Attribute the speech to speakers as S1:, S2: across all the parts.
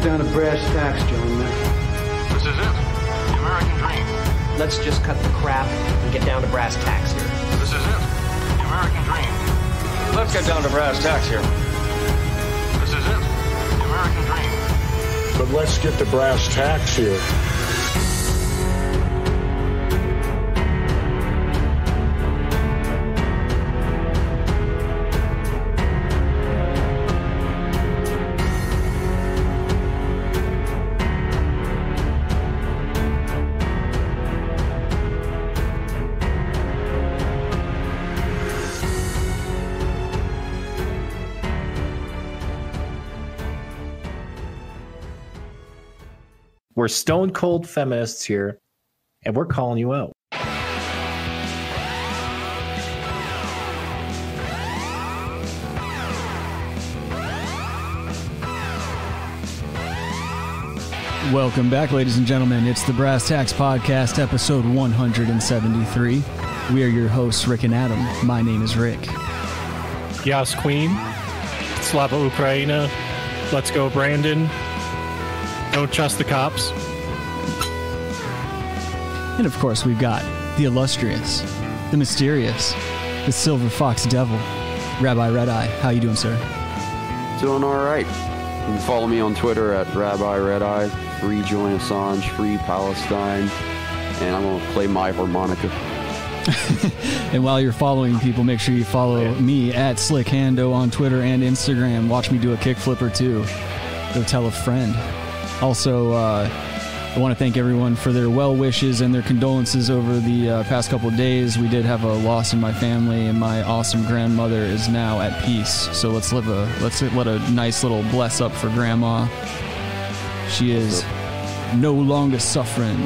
S1: down to brass tacks, gentlemen.
S2: This is it. The American dream.
S3: Let's just cut the crap and get down to brass tacks here.
S2: This is it. The American dream.
S4: Let's get down to brass tacks here.
S2: This is it. The American dream.
S5: But let's get to brass tacks here.
S6: We're stone cold feminists here, and we're calling you out.
S7: Welcome back, ladies and gentlemen. It's the Brass Tacks Podcast, episode 173. We are your hosts, Rick and Adam. My name is Rick.
S8: Yas Queen, Slava Ukraina, Let's Go Brandon, Don't Trust the Cops.
S7: And of course, we've got the illustrious, the mysterious, the Silver Fox Devil, Rabbi Red Eye. How you doing, sir?
S9: Doing all right. You can follow me on Twitter at Rabbi Red Eye. Free Julian Assange, free Palestine, and I'm gonna play my harmonica.
S7: And while you're following people, make sure you follow me at Slick Hando on Twitter and Instagram. Watch me do a kickflip or two. Go tell a friend. Also, uh, I want to thank everyone for their well wishes and their condolences over the uh, past couple of days. We did have a loss in my family, and my awesome grandmother is now at peace. So let's live a let's let a nice little bless up for grandma. She is no longer suffering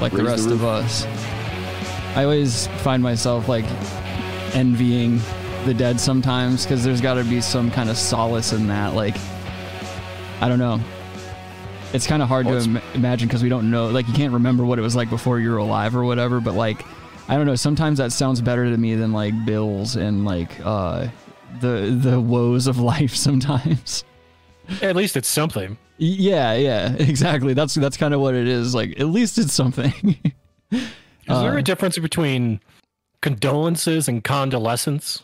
S7: like the
S9: Raise
S7: rest
S9: the
S7: of
S9: roof.
S7: us. I always find myself like envying the dead sometimes because there's got to be some kind of solace in that. Like, I don't know. It's kind of hard
S4: Well,
S7: to
S4: it's-
S7: im- imagine because we don't know. Like, you can't remember what it was like before you were alive or whatever. But like, I don't know. Sometimes that sounds better to me than like bills and like uh, the the woes of life. Sometimes.
S8: At least it's something.
S7: Yeah, yeah, exactly. That's that's kind of what it is. Like, at least it's something.
S8: Is there
S7: Uh,
S8: a difference between condolences and convalescence?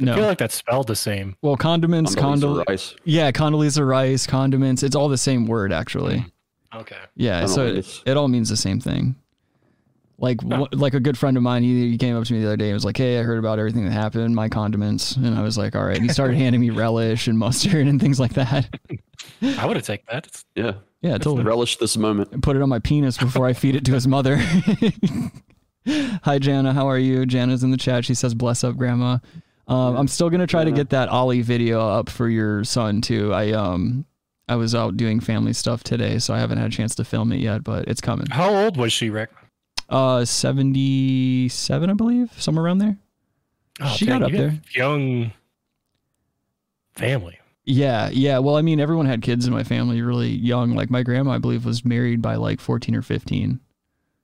S8: I feel
S7: no,
S8: like that's spelled the same.
S7: well, condiments, condol.
S9: Condoleezza Rice.
S7: Yeah, Condoleezza Rice, condiments. It's all the same word, actually.
S8: Okay.
S7: Yeah, so it,
S9: Condoleezza.
S7: it all means the same thing. Like wh- like a good friend of mine, he, he came up to me the other day and was like, "Hey, I heard about everything that happened. My condiments," and I was like, "All right." And he started handing me relish and mustard and things like that.
S8: I would have taken that. It's,
S9: Yeah.
S7: Yeah, totally.
S9: Relish this moment.
S7: Put it on my penis before I feed it to his mother. Hi, Jana. How are you? Jana's in the chat. She says, "Bless up, Grandma." Um, I'm still gonna try to get that Ollie video up for your son too. I um, I was out doing family stuff today, so I haven't had a chance to film it yet, but it's coming.
S8: how old was she, Rick?
S7: Uh, 77, I believe, somewhere around there. She got up
S8: Oh, you got
S7: there.
S8: Young family.
S7: Yeah, yeah. Well, I mean, everyone had kids in my family really young. Like my grandma, I believe, was married by like 14 or 15.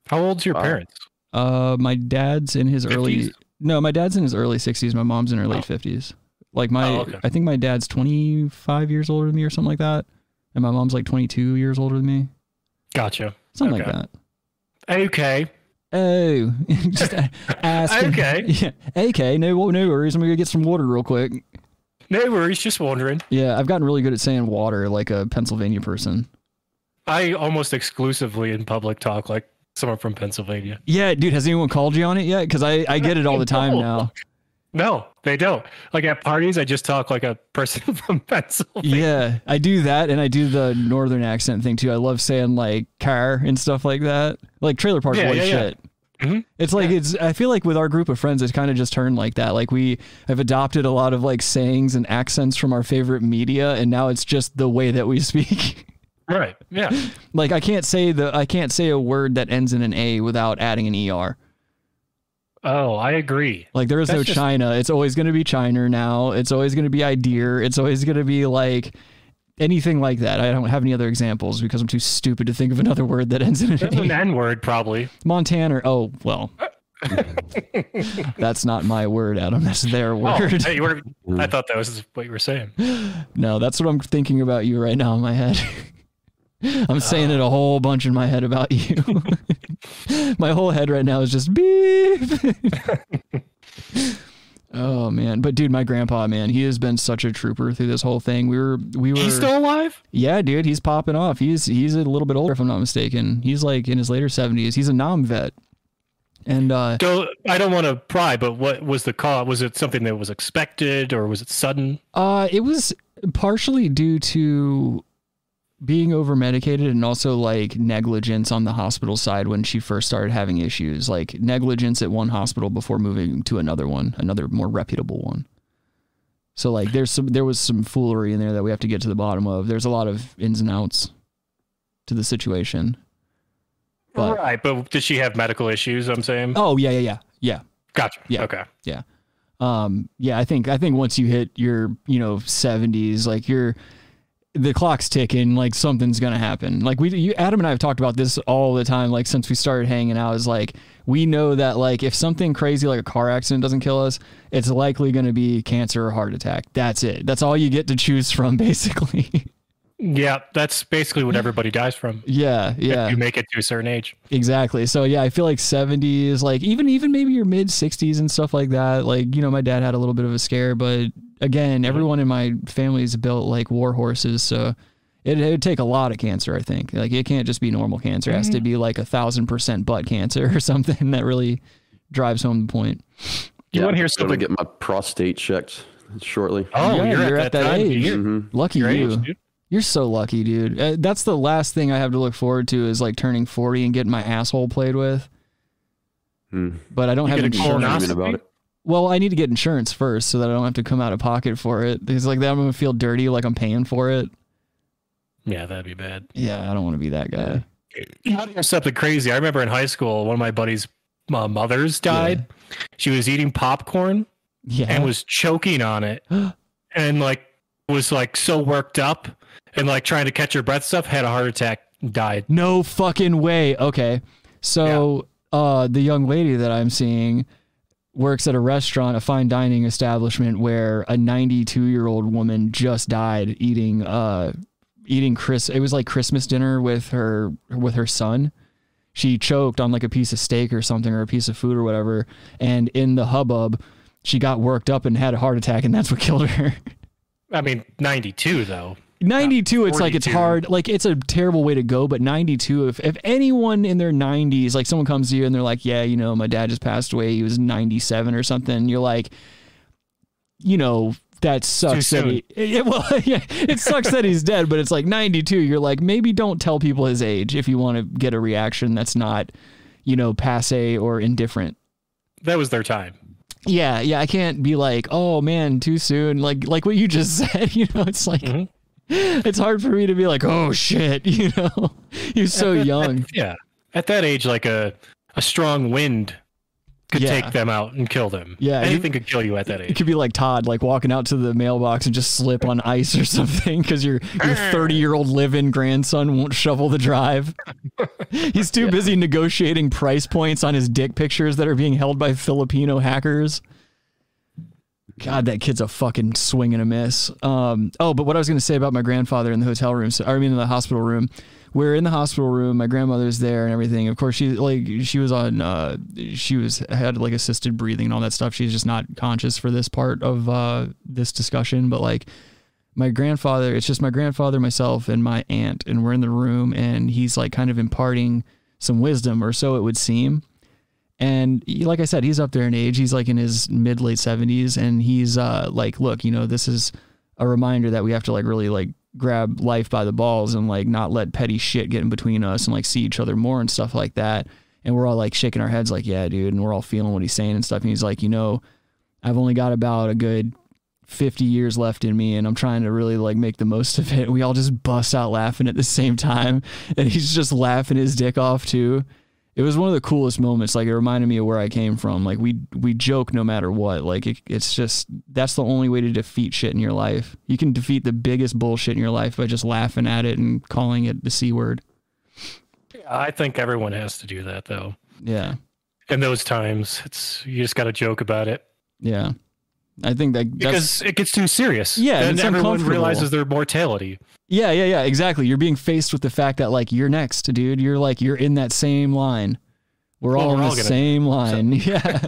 S8: How old's your
S9: Wow.
S8: parents?
S7: Uh, my dad's in his early
S8: 50s?
S7: no, my dad's in his early 60s. My mom's in her late 50s. Like my,
S8: Oh, okay.
S7: I think my dad's 25 years older than me or something like that, and my mom's like 22 years older than me,
S8: Gotcha.
S7: something
S8: Okay.
S7: like that.
S8: Okay.
S7: Oh, just a- ask. him.
S8: Okay.
S7: Yeah. Okay. No, no worries. I'm gonna get some water real quick.
S8: No worries. Just wondering.
S7: Yeah, I've gotten really good at saying water like a Pennsylvania person.
S8: I almost exclusively in public talk like someone from Pennsylvania.
S7: Yeah, dude, has anyone called you on it yet? Because I, I get it all the time
S8: No.
S7: now.
S8: No, they don't. Like at parties, I just talk like a person from Pennsylvania.
S7: Yeah, I do that and I do the northern accent thing too. I love saying like car and stuff like that. Like trailer park
S8: Yeah,
S7: boy
S8: yeah, yeah.
S7: shit.
S8: Mhm.
S7: It's like it's I feel like with our group of friends it's kind of just turned like that. Like we have adopted a lot of like sayings and accents from our favorite media and now it's just the way that we speak.
S8: Right. Yeah.
S7: like I can't say the I can't say a word that ends in an A without adding an ER.
S8: Oh, I agree.
S7: Like there is
S8: That's
S7: no
S8: just-
S7: China. It's always going to be China now. It's always going to be Ideer. It's always going to be like anything like that. I don't have any other examples because I'm too stupid to think of another word that ends in
S8: There's an
S7: an A.
S8: N word, probably.
S7: Montana. Oh well, that's not my word, Adam. That's their
S8: Oh,
S7: word.
S8: hey, you were, I thought that was what you were saying.
S7: No, that's what I'm thinking about you right now in my head. I'm saying it a whole bunch in my head about you. my whole head right now is just beep. oh man, but dude, my grandpa, man, he has been such a trooper through this whole thing. We were, we were.
S8: He's still alive?
S7: Yeah, dude, he's popping off. He's he's a little bit older, if I'm not mistaken. He's like in his later 70s. He's a nom vet, and uh,
S8: So I don't want to pry, but what was the cause? Was it something that was expected or was it sudden?
S7: uh, it was partially due to being over medicated and also like negligence on the hospital side when she first started having issues, like negligence at one hospital before moving to another one, another more reputable one. So like there's some there was some foolery in there that we have to get to the bottom of. There's a lot of ins and outs to the situation. But
S8: right, but did she have medical issues? I'm saying.
S7: Oh yeah, yeah, yeah, yeah,
S8: gotcha.
S7: yeah.
S8: Okay.
S7: yeah. Um, yeah, I think I think once you hit your you know seventies, like you're the clock's ticking, like something's gonna happen. Like we, you, Adam and I have talked about this all the time. Like since we started hanging out, is like we know that like if something crazy like a car accident doesn't kill us, it's likely gonna be cancer or heart attack. That's it. That's all you get to choose from, basically.
S8: Yeah, that's basically what everybody dies from.
S7: yeah, yeah.
S8: You make it to a certain age.
S7: Exactly. So yeah, I feel like 70s, like even even maybe your mid 60s and stuff like that. Like you know, my dad had a little bit of a scare, but again, everyone in my family is built like war horses, so it it would take a lot of cancer. I think like it can't just be normal cancer; it has
S8: Mm-hmm.
S7: to be like a thousand percent butt cancer or something that really drives home the point.
S8: You want to hear
S9: Going to
S8: something?
S9: get my prostate checked shortly. Mm-hmm.
S8: oh,
S7: Yeah,
S8: you're, at, that, time.
S7: age.
S8: You're-
S7: Lucky
S8: your
S7: you.
S8: age, dude.
S7: You're so lucky, dude. Uh, that's the last thing I have to look forward to is like turning 40 and getting my asshole played with.
S9: Mm-hmm.
S7: But I don't have
S8: get a
S7: insurance.
S8: colonoscopy?
S9: Dreaming about it.
S7: Well, I need to get insurance first so that I don't have to come out of pocket for it. It's like that I'm gonna feel dirty, like I'm paying for it.
S8: Yeah, that'd be bad.
S7: Yeah, I don't want to be that guy.
S8: You want to hear something crazy? I remember in high school, one of my buddies' uh, mothers died. She was eating popcorn
S7: Yeah,
S8: and was choking on it, and like was like so worked up and like trying to catch her breath stuff. Had a heart attack, and died.
S7: no fucking way. Okay, so uh, the young lady that I'm seeing works at a restaurant, a fine dining establishment, where a 92 year old woman just died eating uh eating Chris. It was like Christmas dinner with her with her son. she choked on like a piece of steak or something or a piece of food or whatever and in the hubbub she got worked up and had a heart attack and that's what killed her
S8: I mean, ninety-two though.
S7: 92 it's like it's
S8: 42.
S7: hard like it's a terrible way to go but 92 if, if anyone in their 90s like someone comes to you and they're like yeah you know my dad just passed away he was 97 or something you're like you know that sucks that
S8: soon.
S7: he, it, well, yeah, it sucks that he's dead but it's like 92 you're like maybe don't tell people his age if you want to get a reaction that's not you know passe or indifferent
S8: That was their time.
S7: yeah yeah i can't be like oh man too soon like like what you just said you know it's like it's hard for me to be like oh shit you know you're so young
S8: Yeah, at that age, like a a strong wind could
S7: Yeah.
S8: take them out and kill them.
S7: Yeah, you-
S8: anything could kill you at that
S7: it
S8: age.
S7: could be like todd like walking out to the mailbox and just slip on ice or something because your your 30 year old live-in grandson won't shovel the drive he's too busy negotiating price points on his dick pictures that are being held by filipino hackers God, that kid's a fucking swing and a miss. Um, oh, but what I was going to say about my grandfather in the hotel room, so, or I mean, in the hospital room, we're in the hospital room. My grandmother's there and everything. Of course, she like she was on, uh, she was had like assisted breathing and all that stuff. She's just not conscious for this part of uh, this discussion. But like my grandfather, it's just my grandfather, myself, and my aunt, and we're in the room, and he's like kind of imparting some wisdom, or so it would seem and he- like I said, he's up there in age. He's like in his mid late seventies, and he's uh like, look, you know, this is a reminder that we have to like really like grab life by the balls and like not let petty shit get in between us and like see each other more and stuff like that. And we're all like shaking our heads, like, yeah, dude, and we're all feeling what he's saying and stuff. And he's like, you know, I've only got about a good 50 years left in me and I'm trying to really like make the most of it. We all just bust out laughing at the same time and he's just laughing his dick off too. It was one of the coolest moments. Like it reminded me of where I came from. Like we we joke no matter what. Like it, it's just that's the only way to defeat shit in your life. You can defeat the biggest bullshit in your life by just laughing at it and calling it the c word.
S8: I think everyone has to do that though.
S7: Yeah.
S8: In those times, it's you just got to joke about it.
S7: Yeah. I think that that's,
S8: because it gets too serious.
S7: Yeah, and
S8: and
S7: it's
S8: everyone
S7: uncomfortable.
S8: realizes their mortality.
S7: yeah, yeah, yeah, exactly. You're being faced with the fact that like you're next, dude. You're like you're in that same line. We're
S8: Well,
S7: all
S8: we're
S7: in the
S8: all gonna-
S7: same line. Yeah.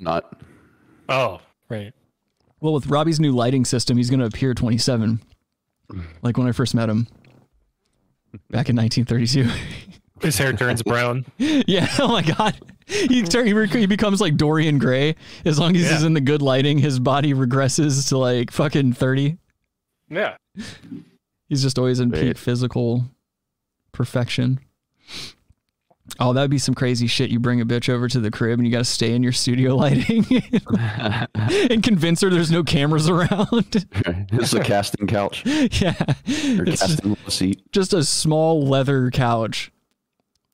S9: Not.
S8: Oh, right.
S7: Well, with Robbie's new lighting system, he's going to appear 27, like when I first met him back in 1932.
S8: His hair turns brown.
S7: yeah. Oh my God. He turn, he, rec- he becomes like Dorian Gray. As long as he's
S8: Yeah.
S7: in the good lighting, his body regresses to like fucking 30.
S8: yeah.
S7: He's just always in peak
S9: Right.
S7: physical perfection. Oh, that'd be some crazy shit. You bring a bitch over to the crib and you got to stay in your studio lighting and convince her there's no cameras around.
S9: it's a casting couch
S7: yeah.
S9: or
S7: It's just-
S9: casting seat.
S7: just a small leather couch.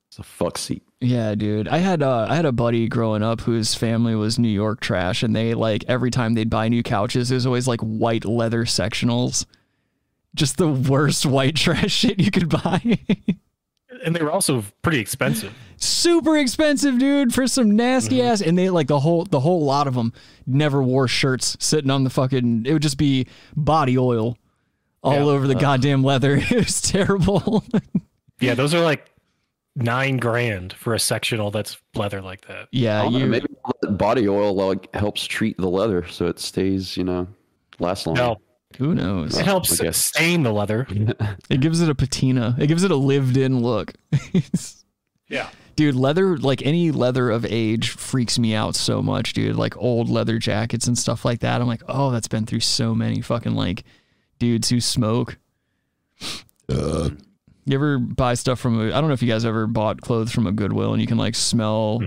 S9: It's a fuck seat.
S7: Yeah, dude. I had uh, I had a buddy growing up whose family was New York trash, and they like every time they'd buy new couches, it was always like white leather sectionals, just the worst white trash shit you could buy.
S8: And they were also pretty expensive.
S7: Super expensive, dude, for some nasty ass. And they like the whole the whole lot of them never wore shirts, sitting on the fucking. It would just be body oil all
S8: Yeah.
S7: over the goddamn leather. It was terrible.
S8: Yeah, those are like nine grand for a sectional that's leather like that.
S7: yeah,
S9: I don't know,
S7: you.
S9: maybe body oil like helps treat the leather so it stays, you know, lasts longer.
S8: No,
S7: Who knows?
S8: it helps
S9: I guess.
S8: stain the leather.
S7: It gives it a patina. It gives it a lived in look.
S8: Yeah.
S7: dude, leather, like any leather of age, freaks me out so much, dude. Like old leather jackets and stuff like that. I'm like, oh, that's been through so many fucking like dudes who smoke. You ever buy stuff from a, I don't know if you guys ever bought clothes from a Goodwill and you can like smell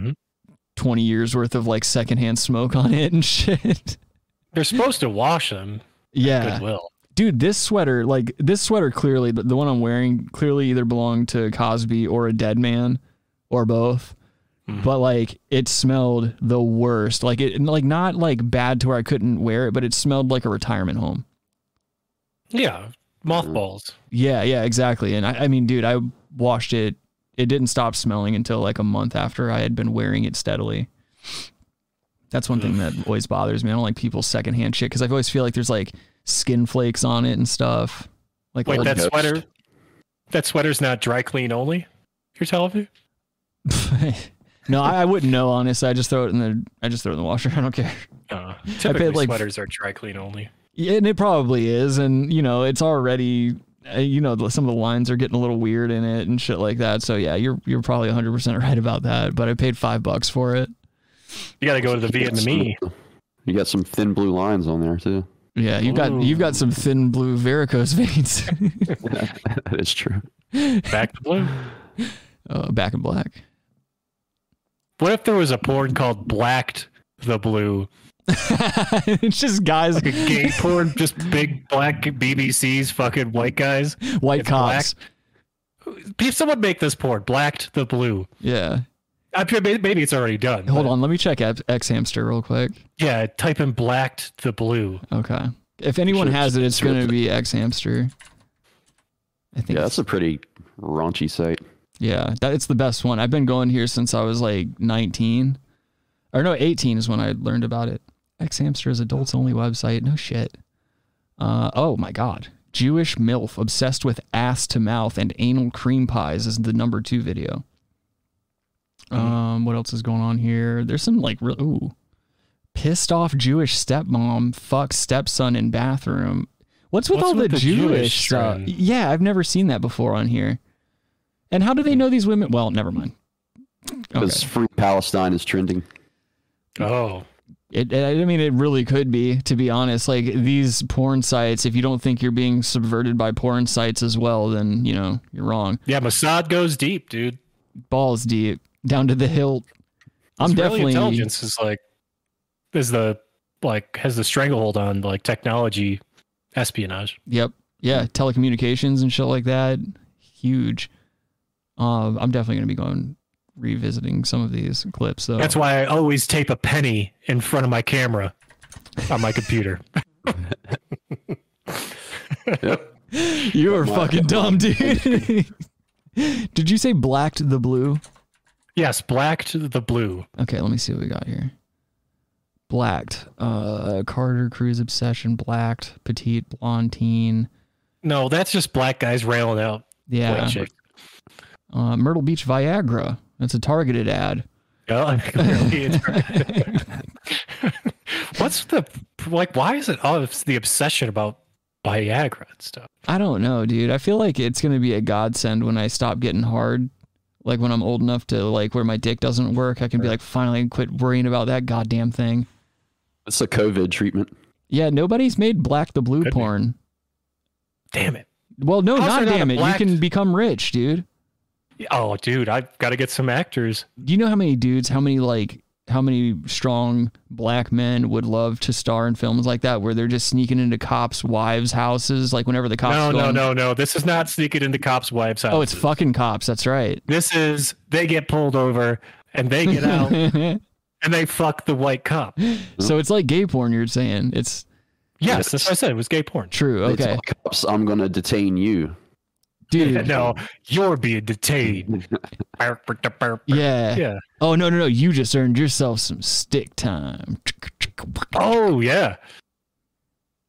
S7: 20 years worth of like secondhand smoke on it and shit.
S8: They're supposed to wash them.
S7: Yeah
S8: Goodwill.
S7: dude this sweater like this sweater clearly the, the one i'm wearing clearly either belonged to cosby or a dead man or both but like it smelled the worst like it like not like bad to where i couldn't wear it but it smelled like a retirement home
S8: Yeah.
S9: Mm-hmm.
S8: Mothballs.
S7: yeah yeah exactly and i, I mean dude i washed it it didn't stop smelling until like a month after i had been wearing it steadily that's one thing that always bothers me i don't like people's secondhand shit because i always feel like there's like skin flakes on it and stuff like
S8: Wait,
S7: old-
S8: that
S9: ghost.
S8: sweater. That sweater's not dry clean only. You're telling me?
S7: no, I, I wouldn't know. Honestly, I just throw it in the I just throw it in the washer. I don't care.
S8: Uh, typically,
S7: like-
S8: sweaters are dry clean only.
S7: Yeah, and it probably is, and you know, it's already uh, you know the- some of the lines are getting a little weird in it and shit like that. So yeah, you're you're probably 100 percent right about that. But I paid five bucks for it.
S8: You got to go to the Vietnamese.
S9: You got some thin blue lines on there too.
S7: Yeah, you've got you've got some thin blue varicose veins.
S9: that is true.
S8: Back to blue.
S7: uh, back in black.
S8: What if there was a porn called Blacked the Blue?
S7: it's just guys,
S8: Like a gay porn, just big black BBC's fucking white guys.
S7: white
S8: it's
S7: cops.
S8: If someone make this porn, Blacked the Blue.
S7: Yeah.
S8: I'm sure may- maybe it's already done.
S7: Hold
S8: but-
S7: on, let me check X Hamster real quick.
S8: Yeah, type in Blacked the Blue.
S7: Okay. If anyone
S9: Sure,
S7: has it, it's
S9: sure.
S7: going to be X Hamster. I think.
S9: Yeah,
S7: Yeah,
S9: that's a pretty raunchy site.
S7: yeah that, it's the best one. I've been going here since I was like 19. Or no, 18 is when I learned about it. X Hamster is adults only website. No shit. Uh, oh my God. Jewish MILF obsessed with ass to mouth and anal cream pies is the number two video.
S8: Mm-hmm.
S7: Um, what else is going on here? There's some like real ooh. Pissed off Jewish stepmom fucks stepson in bathroom. What's with
S8: What's
S7: all
S8: with
S7: the,
S8: the
S7: Jewish,
S8: Jewish
S7: stuff?
S8: trend?
S7: Yeah, I've never seen that before on here. And how do they know these women? Well, never mind.
S9: Because free Palestine is trending.
S8: Oh,
S7: It, it- I mean, it really could be, to be honest. Like these porn sites, if you don't think you're being subverted by porn sites as well, then you know you're wrong.
S8: yeah, Mossad goes deep, dude.
S7: Balls deep, down to the hilt. I'm
S8: Israeli
S7: definitely
S8: intelligence is like is the like has the stranglehold on like technology espionage.
S7: Yep. Yeah. Telecommunications and shit like that. Huge. Um, I'm definitely gonna be going revisiting some of these clips though.
S8: That's why I always tape a penny in front of my camera on my computer.
S7: you are fucking dumb, dude. Did you say blacked the blue?
S8: yes, blacked the blue.
S7: Okay, let me see what we got here. blacked. Uh, Carter Cruz obsession blacked. Petite blonde teen.
S8: No, that's just black guys railing out
S7: Yeah.
S8: white chicks.
S7: Uh, Myrtle Beach Viagra. That's a targeted ad.
S8: Yeah, clearly it's- What's the like? Why is it all it's the obsession about Viagra and stuff?
S7: I don't know, dude. I feel like it's gonna be a godsend when I stop getting hard. Like when I'm old enough to like where my dick doesn't work, I can be like finally quit worrying about that goddamn thing.
S9: It's a COVID treatment.
S7: Yeah, nobody's made black the blue
S8: Could be.
S7: porn.
S8: Damn it!
S7: Well, no,
S8: How's
S7: not
S8: there not a
S7: damn it.
S8: black-
S7: You can become rich, dude.
S8: Oh, dude, I've got to get some actors.
S7: Do you know how many dudes, how many like how many strong black men would love to star in films like that where they're just sneaking into cops' wives' houses, like whenever the cops
S8: no, no,
S7: going-
S8: no, no. This is not sneaking into cops' wives' house.
S7: Oh, it's fucking cops, that's right.
S8: this is they get pulled over and they get out and they fuck the white cop.
S7: so it's like gay porn you're saying. It's
S8: Yes, that's what I said. It was gay porn.
S7: true.
S9: They
S7: Okay.
S9: tell cops, I'm going to detain you.
S7: Dude.
S8: No, you're being detained.
S7: Yeah.
S8: Yeah.
S7: Oh no no no! You just earned yourself some stick time.
S8: Oh yeah.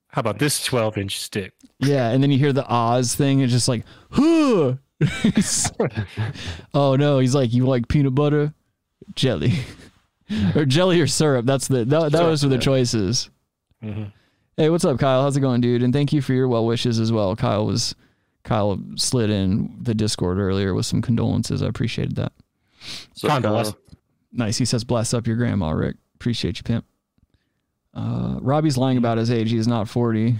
S8: How about this 12 inch stick?
S7: Yeah, and then you hear the Oz thing. It's just like, huh. oh no, he's like, you like peanut butter, jelly, or jelly or syrup. That's the that, that was for the choices.
S8: Mhm.
S7: Hey, what's up, Kyle? How's it going, dude? And thank you for your well wishes as well. Kyle was Kyle slid in the Discord earlier with some condolences. I appreciated that.
S9: So, uh,
S8: Condolences.
S7: Nice. He says, bless up your grandma, Rick. Appreciate you, pimp. Uh, Robbie's lying about his age. He is not 40.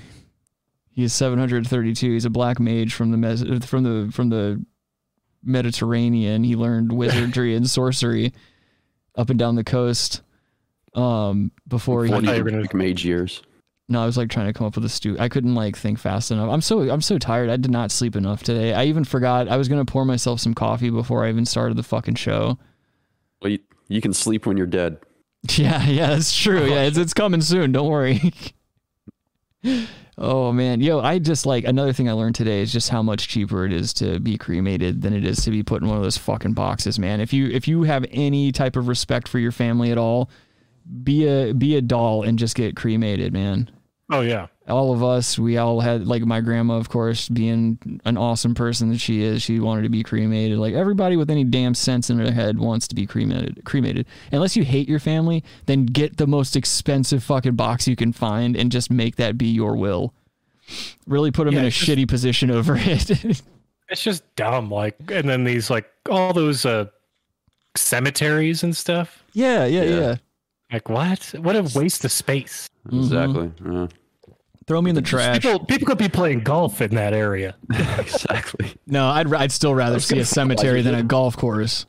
S7: He is 732. He's a black mage from the Mes- from the from the Mediterranean. He learned wizardry and sorcery up and down the coast. Um, before
S9: What
S7: he,
S8: thought you
S9: you
S8: were gonna-
S9: like mage years?
S7: no, I was like trying to come up with a stu. I couldn't like think fast enough. I'm so I'm so tired. I did not sleep enough today. I even forgot I was gonna pour myself some coffee before I even started the fucking show.
S9: Well, you, you can sleep when you're dead.
S7: Yeah, yeah, that's true. Yeah, it's it's coming soon. Don't worry. oh man, yo, I just like another thing I learned today is just how much cheaper it is to be cremated than it is to be put in one of those fucking boxes, man. If you if you have any type of respect for your family at all, be a be a doll and just get cremated, man.
S8: Oh yeah.
S7: All of us, we all had like my grandma, of course, being an awesome person that she is. She wanted to be cremated. Like everybody with any damn sense in their head wants to be cremated. Cremated. Unless you hate your family, then get the most expensive fucking box you can find and just make that be your will. Really put them in
S8: Yeah,
S7: a
S8: it's just-
S7: shitty position over it.
S8: It's just dumb. Like, and then these like all those uh cemeteries and stuff.
S7: yeah, yeah,
S9: Yeah.
S7: yeah.
S8: Like, what? What a waste of space.
S7: Mm-hmm.
S9: Exactly. Yeah,
S7: Throw me in the trash.
S8: People, people could be playing golf in that area.
S9: exactly.
S7: No, I'd I'd still rather see a cemetery than a golf course.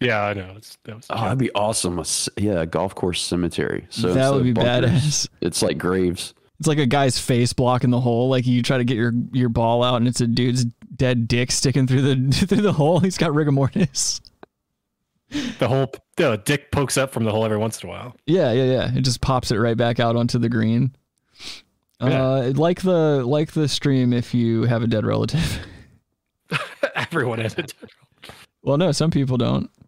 S8: Yeah, I know. It's, that was
S9: Oh, that'd be awesome. A c yeah, a golf course cemetery. So
S7: that
S9: instead
S7: would
S9: of
S7: be
S9: bunkers,
S7: badass.
S9: It's like graves.
S7: It's like a guy's face blocking the hole. Like you try to get your, your ball out, and it's a dude's dead dick sticking through the through the hole. He's got rigor mortis.
S8: the whole the dick pokes up from the hole every once in a while.
S7: Yeah, yeah, yeah. It just pops it right back out onto the green. Uh, like the like the stream if you have a dead relative.
S8: Everyone has it.
S7: well, no, some people don't.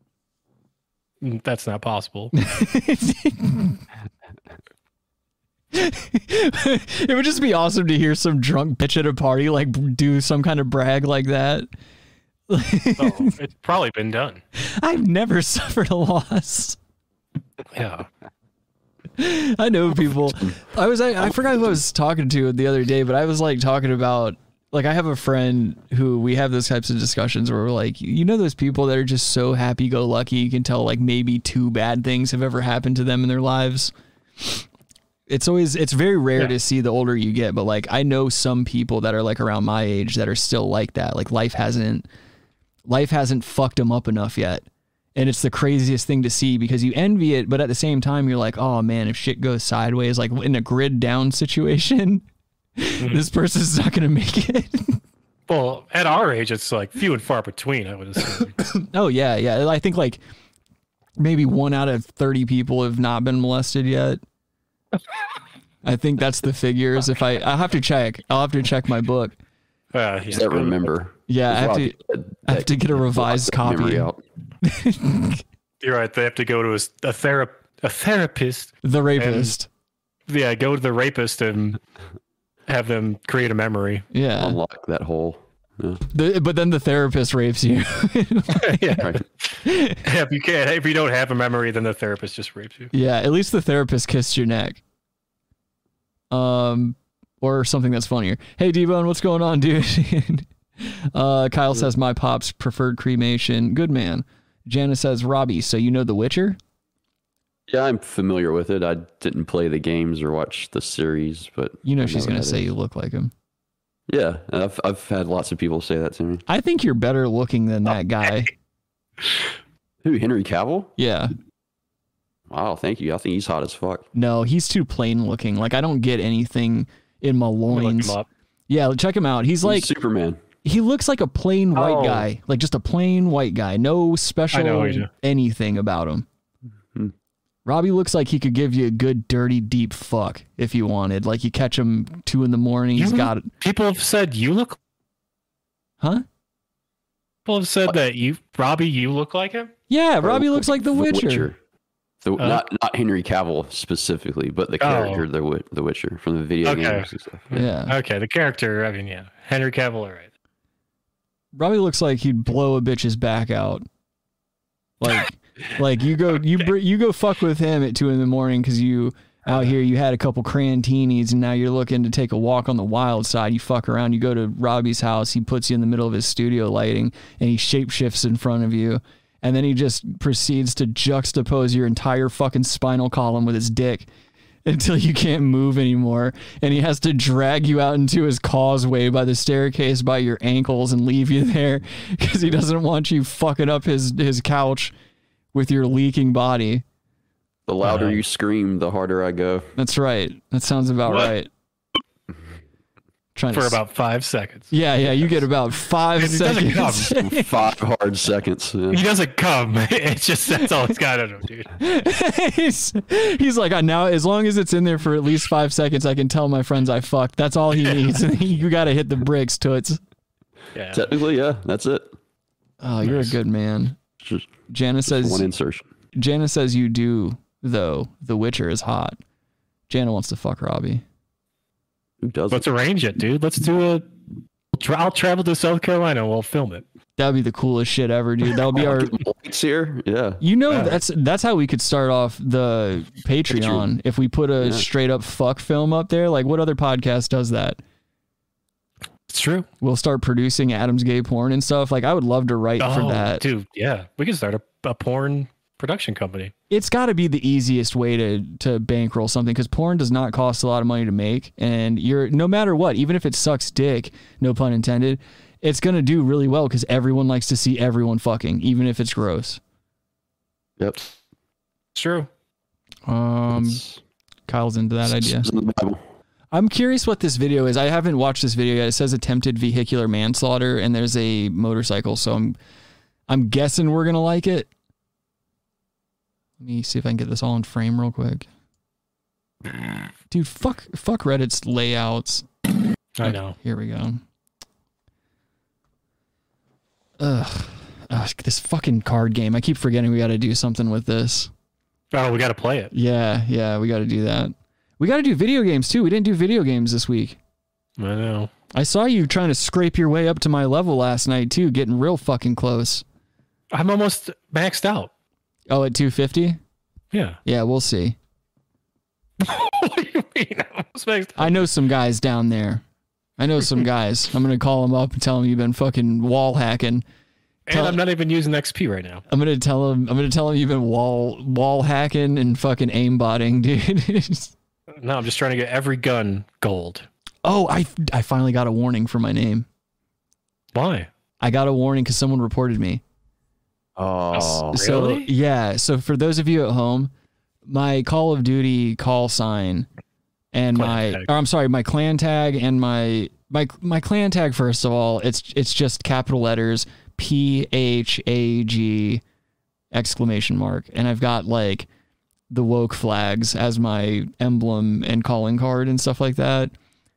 S8: Mm, That's not possible.
S7: It would just be awesome to hear some drunk bitch at a party like do some kind of brag like that.
S8: oh, it's probably been done.
S7: I've never suffered a loss.
S8: Yeah.
S7: I know people. I was I, I forgot who I was talking to the other day, but I was like talking about like I have a friend who we have those types of discussions where we're like, you know, those people that are just so happy go lucky. You can tell like maybe two bad things have ever happened to them in their lives. It's always it's very rare
S8: Yeah.
S7: to see the older you get, but like I know some people that are like around my age that are still like that. Like life hasn't life hasn't fucked them up enough yet. And it's the craziest thing to see because you envy it, but at the same time, you're like, oh man, if shit goes sideways, like in a grid down situation,
S9: Mm-hmm.
S7: this person's not going to make it.
S8: Well, at our age, it's like few and far between. I would assume.
S7: oh, yeah, yeah. I think like maybe one out of 30 people have not been molested yet. I think that's the figures. If I, I'll have to check. I'll have to check my book.
S8: Uh, yeah.
S9: Just that remember.
S7: Yeah, I
S9: There's a
S7: have
S9: lot of
S7: to.
S9: people that-
S7: I have to get a
S9: that block
S7: revised
S9: that memory
S7: copy.
S9: out.
S8: You're right. They have to go to a, a therap a therapist.
S7: The rapist.
S8: Yeah, go to the rapist and have them create a memory.
S7: yeah.
S9: Unlock that hole. Yeah.
S7: The- but then the therapist rapes you.
S8: yeah.
S9: Right.
S8: If you can't, if you don't have a memory, then the therapist just rapes you.
S7: yeah. At least the therapist kissed your neck. Um, or something that's funnier. Hey, D Bone, what's going on, dude? uh, Kyle says my pops preferred cremation. Good man. Janice says Robbie. So you know The Witcher?
S9: Yeah, I'm familiar with it. I didn't play the games or watch the series, but
S7: You know
S9: I
S7: she's
S9: what
S7: gonna
S9: that
S7: say
S9: is.
S7: you look like him.
S9: Yeah, and I've I've had lots of people say that to me.
S7: I think you're better looking than that guy.
S9: Who? Henry Cavill?
S7: Yeah.
S9: Wow, thank you. I think he's hot as fuck.
S7: No, he's too plain looking. Like I don't get anything in my
S8: Let me Look
S7: loins.
S8: him up.
S7: Yeah, check him out. He's
S9: He's
S7: like
S9: Superman.
S7: he looks like a plain white
S8: Oh.
S7: guy, like just a plain white guy. No
S8: I know what
S7: special
S8: you-
S7: anything about him.
S9: Hmm.
S7: Robbie looks like he could give you a good, dirty, deep fuck if you wanted. Like you catch him two in the morning, he's
S8: You-
S7: got it,
S8: People have said you look.
S7: huh?
S8: People have said that you, Robbie, you look like him.
S7: Yeah, Robbie looks like The Witcher.
S9: The,
S8: Huh?
S9: not not Henry Cavill specifically, but the character the Wi- the Witcher from the video
S8: Okay.
S9: games and stuff.
S7: Yeah,
S8: Okay, the character. I mean, yeah, Henry Cavill. All right.
S7: Robbie looks like he'd blow a bitch's back out. Like, like you go you br- you go fuck with him at two in the morning because you out here you had a couple crantinis and now you're looking to take a walk on the wild side. You fuck around. You go to Robbie's house. He puts you in the middle of his studio lighting and he shapeshifts in front of you. And then he just proceeds to juxtapose your entire fucking spinal column with his dick until you can't move anymore and he has to drag you out into his causeway by the staircase by your ankles and leave you there because he doesn't want you fucking up his his couch with your leaking body
S9: The louder
S7: Uh-huh.
S9: you scream, the harder I go.
S7: that's right that sounds about
S8: What?
S7: right trying
S8: For
S7: to
S8: about five seconds.
S7: yeah yeah you get about five
S8: It doesn't
S7: seconds
S9: Five hard seconds. yeah.
S8: He doesn't come. It's just that's all he's got out of him, dude.
S7: he's, he's like I now as long as it's in there for at least five seconds I can tell my friends I fucked that's all he needs you gotta hit the bricks toots
S8: Yeah.
S9: Technically, yeah, that's it.
S7: oh you're a good man
S9: Just
S7: Janice says
S9: one insertion.
S7: Jana says you do, though. The Witcher is hot. Jana wants to fuck Robbie.
S9: Who does
S8: Let's arrange it, dude. Let's do a. Tra- I'll travel to South Carolina. and We'll film it.
S7: That'd be the coolest shit ever, dude. That'll be our.
S9: Lights here. Yeah.
S7: You know, that's that's how we could start off the Patreon if we put a
S9: Yeah.
S7: straight up fuck film up there. Like, what other podcast does that?
S8: It's true.
S7: We'll start producing Adam's gay porn and stuff. Like, I would love to write
S8: oh,
S7: for that.
S8: dude. Yeah, we can start a, a porn production company.
S7: It's got to be the easiest way to to bankroll something because porn does not cost a lot of money to make, and you're no matter what, even if it sucks dick, no pun intended, it's gonna do really well because everyone likes to see everyone fucking, even if it's gross.
S9: Yep.
S8: It's true.
S7: Um,
S9: It's-
S7: Kyle's into that
S9: it's
S7: idea.
S9: in the Bible.
S7: I'm curious what this video is. I haven't watched this video yet. It says attempted vehicular manslaughter, and there's a motorcycle, so I'm I'm guessing we're gonna like it. Let me see if I can get this all in frame real quick. Dude, fuck fuck Reddit's layouts.
S8: I know.
S7: Here we go. Ugh. Ugh, this fucking card game. I keep forgetting we got to do something with this.
S8: Oh, we got to play it.
S7: Yeah, yeah, we got to do that. We got to do video games too. We didn't do video games this week.
S8: I know.
S7: I saw you trying to scrape your way up to my level last night too, getting real fucking close.
S8: I'm almost maxed out.
S7: Oh, at 250?
S8: Yeah.
S7: Yeah, we'll see.
S8: what do you mean? I'm almost maxed out.
S7: I know some guys down there. I know some guys. I'm going to call them up and tell them you've been fucking wall hacking.
S8: And I'm not even using XP right now.
S7: I'm going to tell them I'm going to tell them you've been wall wall hacking and fucking aimbotting, dude.
S8: No, I'm just trying to get every gun gold.
S7: oh, I I finally got a warning for my name.
S8: Why?
S7: I got a warning cuz someone reported me.
S9: Oh,
S7: So
S8: Really?
S7: yeah, so for those of you at home, my Call of Duty call sign and
S8: Clan
S7: my
S8: tag.
S7: or I'm sorry, my clan tag and my my my clan tag first of all, it's it's just capital letters P H A G exclamation mark and I've got like the woke flags as my emblem and calling card and stuff like that.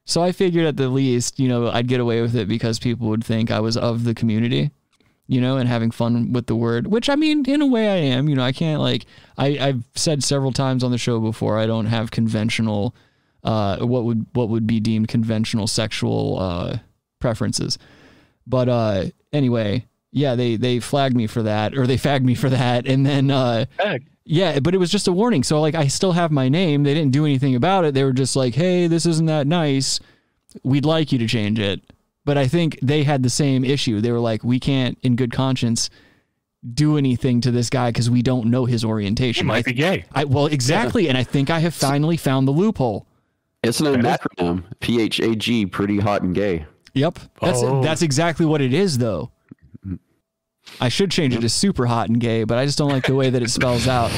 S7: So I figured at the least, you know, I'd get away with it because people would think I was of the community. you know, and having fun with the word, which I mean, in a way I am, you know, I can't like, I, I've said several times on the show before, I don't have conventional, uh, what would, what would be deemed conventional sexual, uh, preferences. But, uh, anyway, yeah, they, they flagged me for that or they fagged me for that. And then, uh,
S8: Heck,
S7: yeah, but it was just a warning. So like I still have my name. They didn't do anything about it. They were just like, "Hey, this isn't that nice. We'd like you to change it." But I think they had the same issue. They were like, "We can't in good conscience do anything to this guy cuz we don't know his
S8: He
S7: orientation." I,
S8: might be gay.
S7: I well, exactly, and I think I have finally found the loophole.
S9: It's an acronym. P H A G, pretty hot and gay.
S7: Yep. That's
S8: Oh.
S7: that's exactly what it is though. I should change it to super hot and gay, but I just don't like the way that it spells out.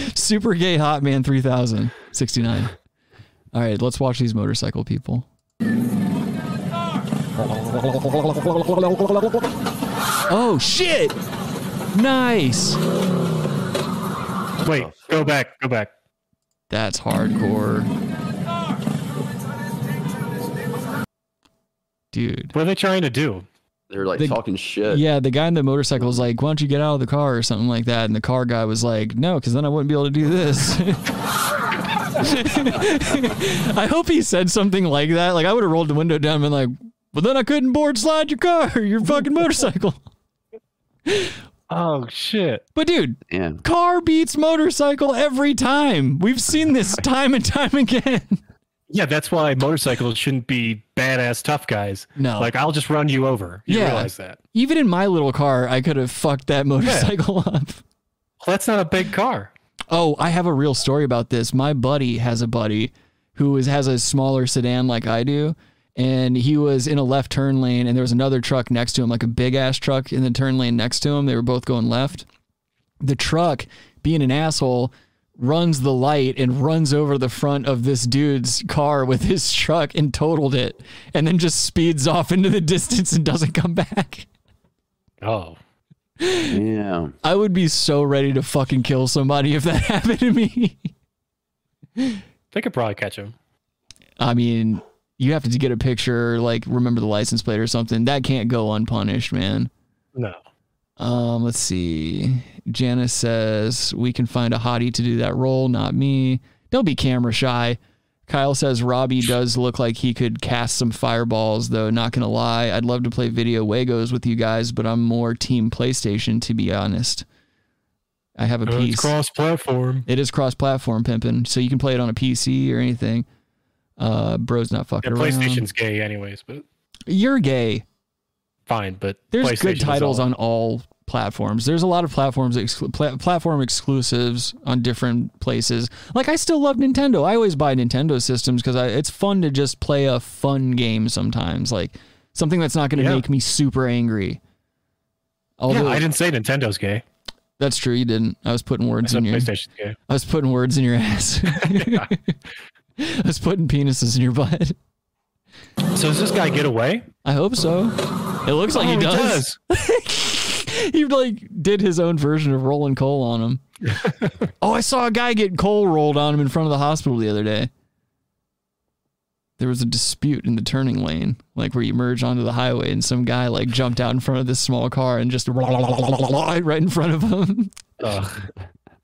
S7: super gay hot man 3069. All right, let's watch these motorcycle people. Oh shit. Nice.
S8: Wait, go back, go back.
S7: That's hardcore. Dude.
S8: What are they trying to do?
S9: They're like
S7: The-
S9: talking shit.
S7: Yeah, the guy in the motorcycle was like, "Why don't you get out of the car or something like that?" And the car guy was like, "No, because then I wouldn't be able to do this." I hope he said something like that. Like I would have rolled the window down and been like, "But then I couldn't board slide your car, your fucking motorcycle."
S8: Oh shit!
S7: But dude,
S9: Yeah.
S7: car beats motorcycle every time. We've seen this time and time again.
S8: Yeah, that's why motorcycles shouldn't be badass tough guys.
S7: No.
S8: like I'll just run you over. You
S7: Yeah.
S8: realize that?
S7: Even in my little car, I could have fucked that motorcycle up.
S8: Well, that's not a big car.
S7: Oh, I have a real story about this. My buddy has a buddy who is, has a smaller sedan like I do. And he was in a left turn lane, and there was another truck next to him, like a big ass truck in the turn lane next to him. They were both going left. The truck, being an asshole, runs the light and runs over the front of this dude's car with his truck and totaled it, and then just speeds off into the distance and doesn't come back.
S8: Oh,
S9: Yeah.
S7: I would be so ready to fucking kill somebody if that happened to me.
S8: they could probably catch him.
S7: I mean, you have to get a picture, like remember the license plate or something. That can't go unpunished, man.
S8: No.
S7: Um, let's see. Janice says we can find a hottie to do that role, not me. Don't be camera shy. Kyle says Robbie does look like he could cast some fireballs, though. Not gonna lie, I'd love to play video Wagos with you guys, but I'm more Team PlayStation to be honest. I have a
S8: Oh,
S7: piece.
S8: It's cross-platform.
S7: It is cross-platform pimping, so you can play it on a PC or anything. Uh, bro's not
S8: Yeah,
S7: fucking around.
S8: PlayStation's gay, anyways, but
S7: You're gay.
S8: fine. But
S7: There's
S8: PlayStation
S7: good
S8: is
S7: titles
S8: all-
S7: on all platforms. There's a lot of platforms exclu- pla- platform exclusives on different places. Like I still love Nintendo. I always buy Nintendo systems because it's fun to just play a fun game sometimes, like something that's not going to
S8: Yeah.
S7: make me super angry.
S8: Yeah,
S7: Although
S8: I didn't say Nintendo's gay.
S7: that's true, you didn't. I was putting
S8: I
S7: words
S8: said
S7: in your.
S8: PlayStation's gay.
S7: I was putting words in your ass. I was putting penises in your butt.
S8: So does this guy get away?
S7: I hope so. It looks like
S8: Oh,
S7: he does. he like did his own version of rolling coal on him. oh, I saw a guy get coal rolled on him in front of the hospital the other day. There was a dispute in the turning lane, like where you merge onto the highway, and some guy like jumped out in front of this small car and just right in front of him.
S8: Ugh.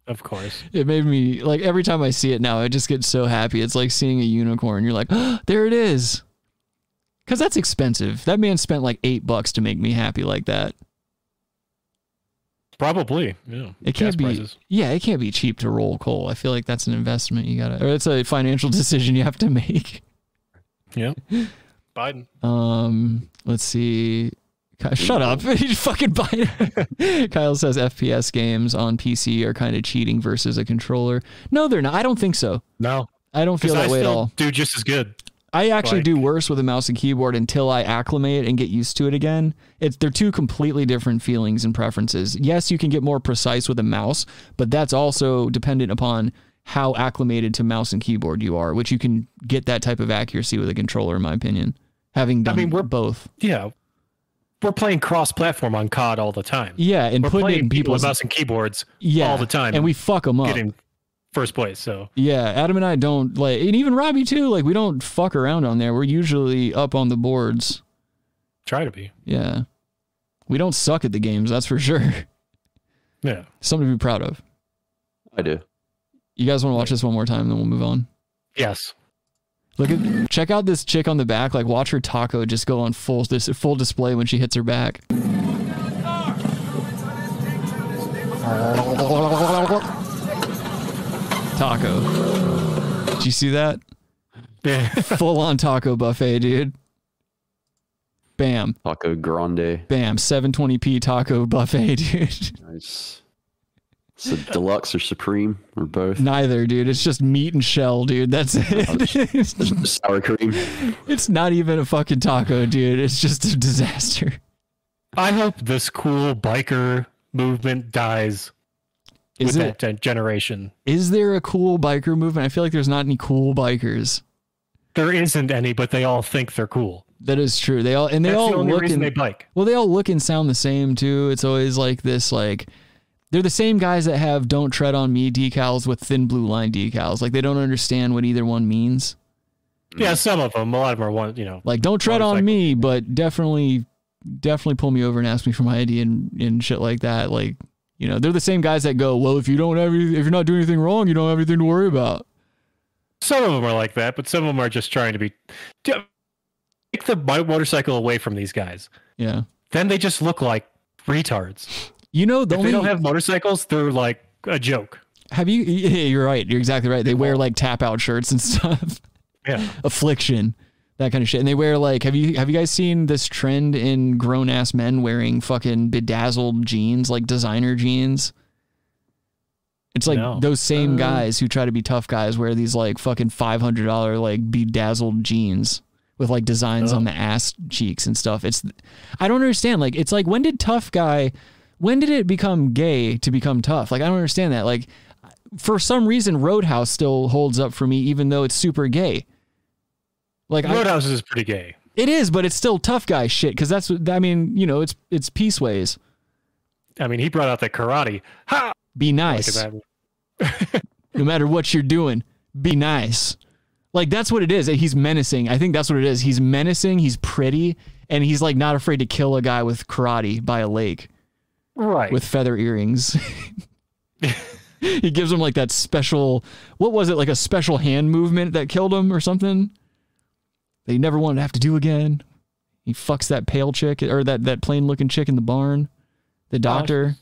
S8: Of course.
S7: It made me like every time I see it now, I just get so happy. It's like seeing a unicorn. You're like, there it is. Cause that's expensive. That man spent like eight bucks to make me happy like that.
S8: Probably. Yeah.
S7: It
S8: Gas
S7: can't be.
S8: prices.
S7: Yeah, it can't be cheap to roll coal. I feel like that's an investment you gotta, or it's a financial decision you have to make.
S8: Yeah. Biden.
S7: Um, let's see. Ky- Shut up! You fucking bite. it. Kyle says FPS games on PC are kind of cheating versus a controller. No, they're not. I don't think so.
S8: No.
S7: I don't feel
S8: Because
S7: that
S8: I
S7: way
S8: still
S7: at all.
S8: do just as good.
S7: I actually
S8: like-
S7: do worse with a mouse and keyboard until I acclimate and get used to it again. It's they're two completely different feelings and preferences. Yes, you can get more precise with a mouse, but that's also dependent upon how acclimated to mouse and keyboard you are, which you can get that type of accuracy with a controller, in my opinion. Having done
S8: mean, we're-
S7: both,
S8: Yeah. We're playing cross-platform on COD all the time.
S7: yeah, and
S8: We're
S7: putting it
S8: playing
S7: in
S8: people
S7: people's
S8: with mouse and keyboards
S7: yeah
S8: all the time.
S7: and we fuck them up.
S8: getting first place. So
S7: Yeah, Adam and I don't like, and even Robbie too. Like we don't fuck around on there. We're usually up on the boards.
S8: try to be.
S7: Yeah. We don't suck at the games, that's for sure.
S8: Yeah.
S7: Something to be proud of.
S9: I do.
S7: You guys want to watch this one more time, then we'll move on.
S8: Yes.
S7: Look at check out this chick on the back. Like watch her taco just go on full this full display when she hits her back. Taco. Did you see that?
S8: Yeah.
S7: Full on taco buffet, dude. Bam,
S9: Taco Grande.
S7: bam, 720p taco buffet, dude.
S9: Nice. It's a deluxe or supreme or both.
S7: Neither, dude. It's just meat and shell, dude. That's
S8: Oh,
S7: it.
S9: Sour cream.
S7: It's not even a fucking taco, dude. It's just a disaster.
S8: I hope this cool biker movement dies
S7: Is
S8: with
S7: it?
S8: that gen- generation.
S7: Is there a cool biker movement? I feel like there's not any cool bikers.
S8: There isn't any, but they all think they're cool.
S7: That is true. They all and they
S8: That's
S7: all
S8: the only
S7: look
S8: reason
S7: and
S8: they bike.
S7: well, they all look and sound the same too. It's always like this, like they're the same guys that have "Don't Tread on Me" decals with thin blue line decals. Like they don't understand what either one means.
S8: Yeah, some of them. A lot of them are one. You know,
S7: Like "Don't Tread on
S8: Motorcycle.
S7: Me," but definitely, definitely pull me over and ask me for my ID and, and shit like that. Like you know, they're the same guys that go, "Well, if you don't have any, if you're not doing anything wrong, you don't have anything to worry about."
S8: some of them are like that, but some of them are just trying to be. Yeah, Take the mi- motorcycle away from these guys.
S7: Yeah,
S8: Then they just look like retards.
S7: you know the
S8: If
S7: only
S8: they don't have motorcycles, they're like a joke.
S7: Have you? Yeah, you're right. You're exactly right. They wear like tap out shirts and stuff.
S8: Yeah.
S7: Affliction, that kind of shit. And they wear like, have you have you guys seen this trend in grown ass men wearing fucking bedazzled jeans, like designer jeans? It's like
S8: No. Uh.
S7: those same guys who try to be tough guys wear these like fucking five hundred dollar like bedazzled jeans with like designs
S8: Uh.
S7: on the ass cheeks and stuff. It's I don't understand. Like it's like when did tough guy when did it become gay to become tough? Like I don't understand that. Like for some reason Roadhouse still holds up for me even though it's super gay. Like I,
S8: Roadhouse is pretty gay.
S7: it is, but it's still tough guy shit cuz that's what I mean, you know, it's it's peace ways.
S8: I mean, he brought out the karate. Ha!
S7: Be
S8: Look at
S7: nice.
S8: that.
S7: no matter what you're doing, be nice. Like that's what it is. He's menacing. I think that's what it is. He's menacing, he's pretty, and he's like not afraid to kill a guy with karate by a lake.
S8: Right.
S7: with feather earrings. he gives him like that special what was it like a special hand movement that killed him or something that he never wanted to have to do again he fucks that pale chick or that that plain looking chick in the barn the doctor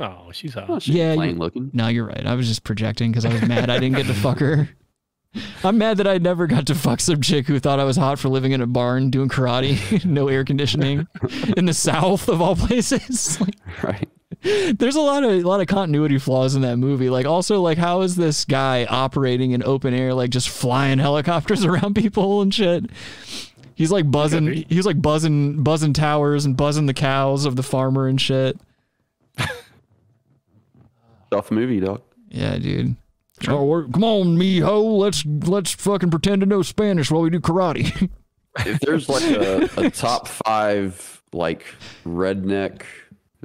S8: oh, she's hot.
S9: Oh, she's
S7: Yeah,
S9: plain
S7: you-
S9: looking.
S7: no you're right i was just projecting because i was mad i didn't get to fuck her i'm mad that i never got to fuck some chick who thought i was hot for living in a barn doing karate no air conditioning in the south of all places Like,
S9: Right.
S7: there's a lot of a lot of continuity flaws in that movie. Like also like how is this guy operating in open air like just flying helicopters around people and shit? He's like buzzing he's like buzzing buzzing towers and buzzing the cows of the farmer and shit.
S9: Tough movie, dog.
S7: Yeah, dude. Oh, we're- come on, mijo, let's let's fucking pretend to know Spanish while we do karate.
S9: If there's like a, a top five like redneck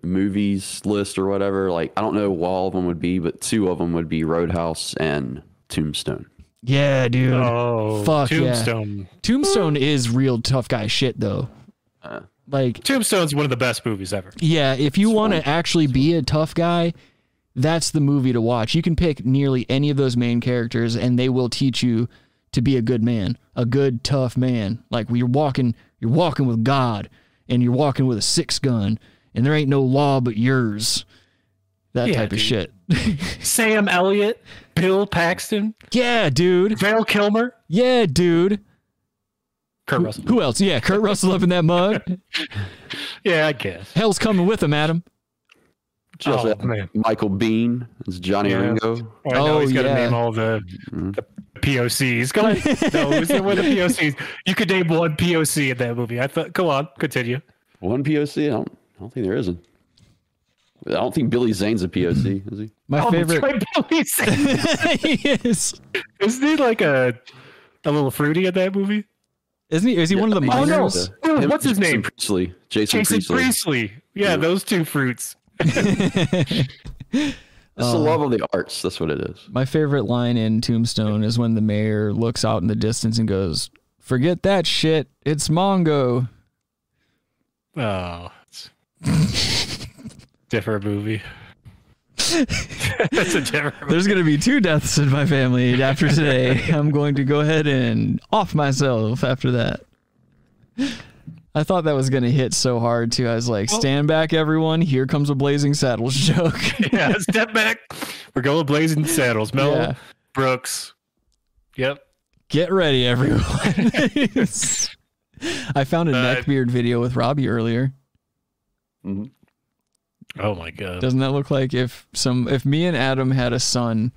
S9: movies list or whatever, like I don't know what all of them would be, but two of them would be Roadhouse and Tombstone.
S7: yeah, dude.
S8: Oh,
S7: Fuck yeah.
S8: Tombstone.
S7: Tombstone is real tough guy shit though.
S9: Uh.
S7: Like
S8: Tombstone's one of the best movies ever.
S7: Yeah, if you want to actually be a tough guy, that's the movie to watch. You can pick nearly any of those main characters, and they will teach you to be a good man, a good tough man. Like we are walking, you're walking with God, and you're walking with a six gun, and there ain't no law but yours. That
S8: Yeah,
S7: type of
S8: dude.
S7: shit.
S8: Sam Elliott, Bill Paxton,
S7: yeah, dude.
S8: Val Kilmer,
S7: Yeah, dude.
S8: Kurt Russell.
S7: Who else? Yeah, Kurt Russell up in that mug.
S8: Yeah, I guess.
S7: Hell's coming with him, Adam.
S9: Just
S8: Oh,
S9: that
S8: man.
S9: Michael Bean. It's Johnny
S8: Yeah.
S9: Ringo.
S8: I know
S7: Oh,
S8: he's got to
S7: yeah.
S8: name all the, the POCs. Come on. no, it's the one of the POCs. You could name one POC in that movie. I thought, come on, continue.
S9: One POC. I don't, I don't think there isn't. I don't think Billy Zane's a POC, is he?
S7: My
S8: Oh, that's
S7: favorite.
S8: right, Billy Zane.
S7: yes.
S8: Isn't he like a a little fruity in that movie?
S7: Isn't he? Is he one of the
S9: Yeah, I
S8: Oh,
S9: think
S8: no.
S7: miners?
S9: he's a-
S8: Dude,
S9: him-
S8: what's his
S9: Jason
S8: name?
S9: Priestley. Jason,
S8: Jason
S9: Priestley.
S8: Priestley. Yeah, those two fruits.
S9: It's
S8: Oh.
S9: the love of the arts. That's what it is.
S7: My favorite line in Tombstone is when the mayor looks out in the distance and goes, "Forget that shit. It's Mongo."
S8: Oh, it's different movie. That's a different movie.
S7: There's going to be two deaths in my family after today. I'm going to go ahead and off myself after that. I thought that was going to hit so hard, too. I was like, stand back, everyone. Here comes a Blazing Saddles joke.
S8: Yeah, step back. We're going blazing saddles. Mel
S7: Yeah.
S8: Brooks. Yep.
S7: Get ready, everyone. I found a
S8: Uh,
S7: neckbeard video with Robbie earlier.
S8: Oh my god.
S7: Doesn't that look like if some if me and Adam had a son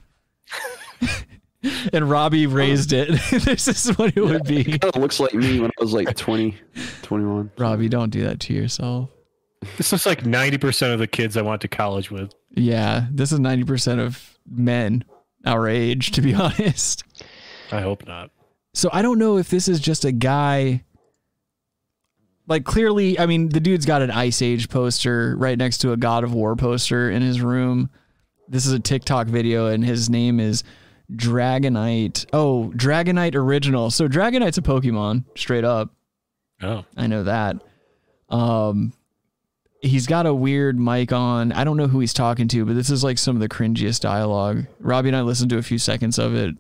S7: and Robbie raised it, this is what it would be.
S9: Kind of looks like me when I was like 20, 21.
S7: Robbie, don't do that to yourself.
S8: This looks like ninety percent of the kids I went to college with.
S7: Yeah, this is 90% of men our age, to be honest.
S8: I hope not.
S7: So I don't know if this is just a guy. Like, clearly, I mean, the dude's got an Ice Age poster right next to a God of War poster in his room. This is a TikTok video, and his name is Dragonite. Oh, Dragonite Original. So Dragonite's a Pokemon, straight up.
S8: Oh.
S7: I know that. Um, he's got a weird mic on. I don't know who he's talking to, but this is like some of the cringiest dialogue. Robbie and I listened to a few seconds of it.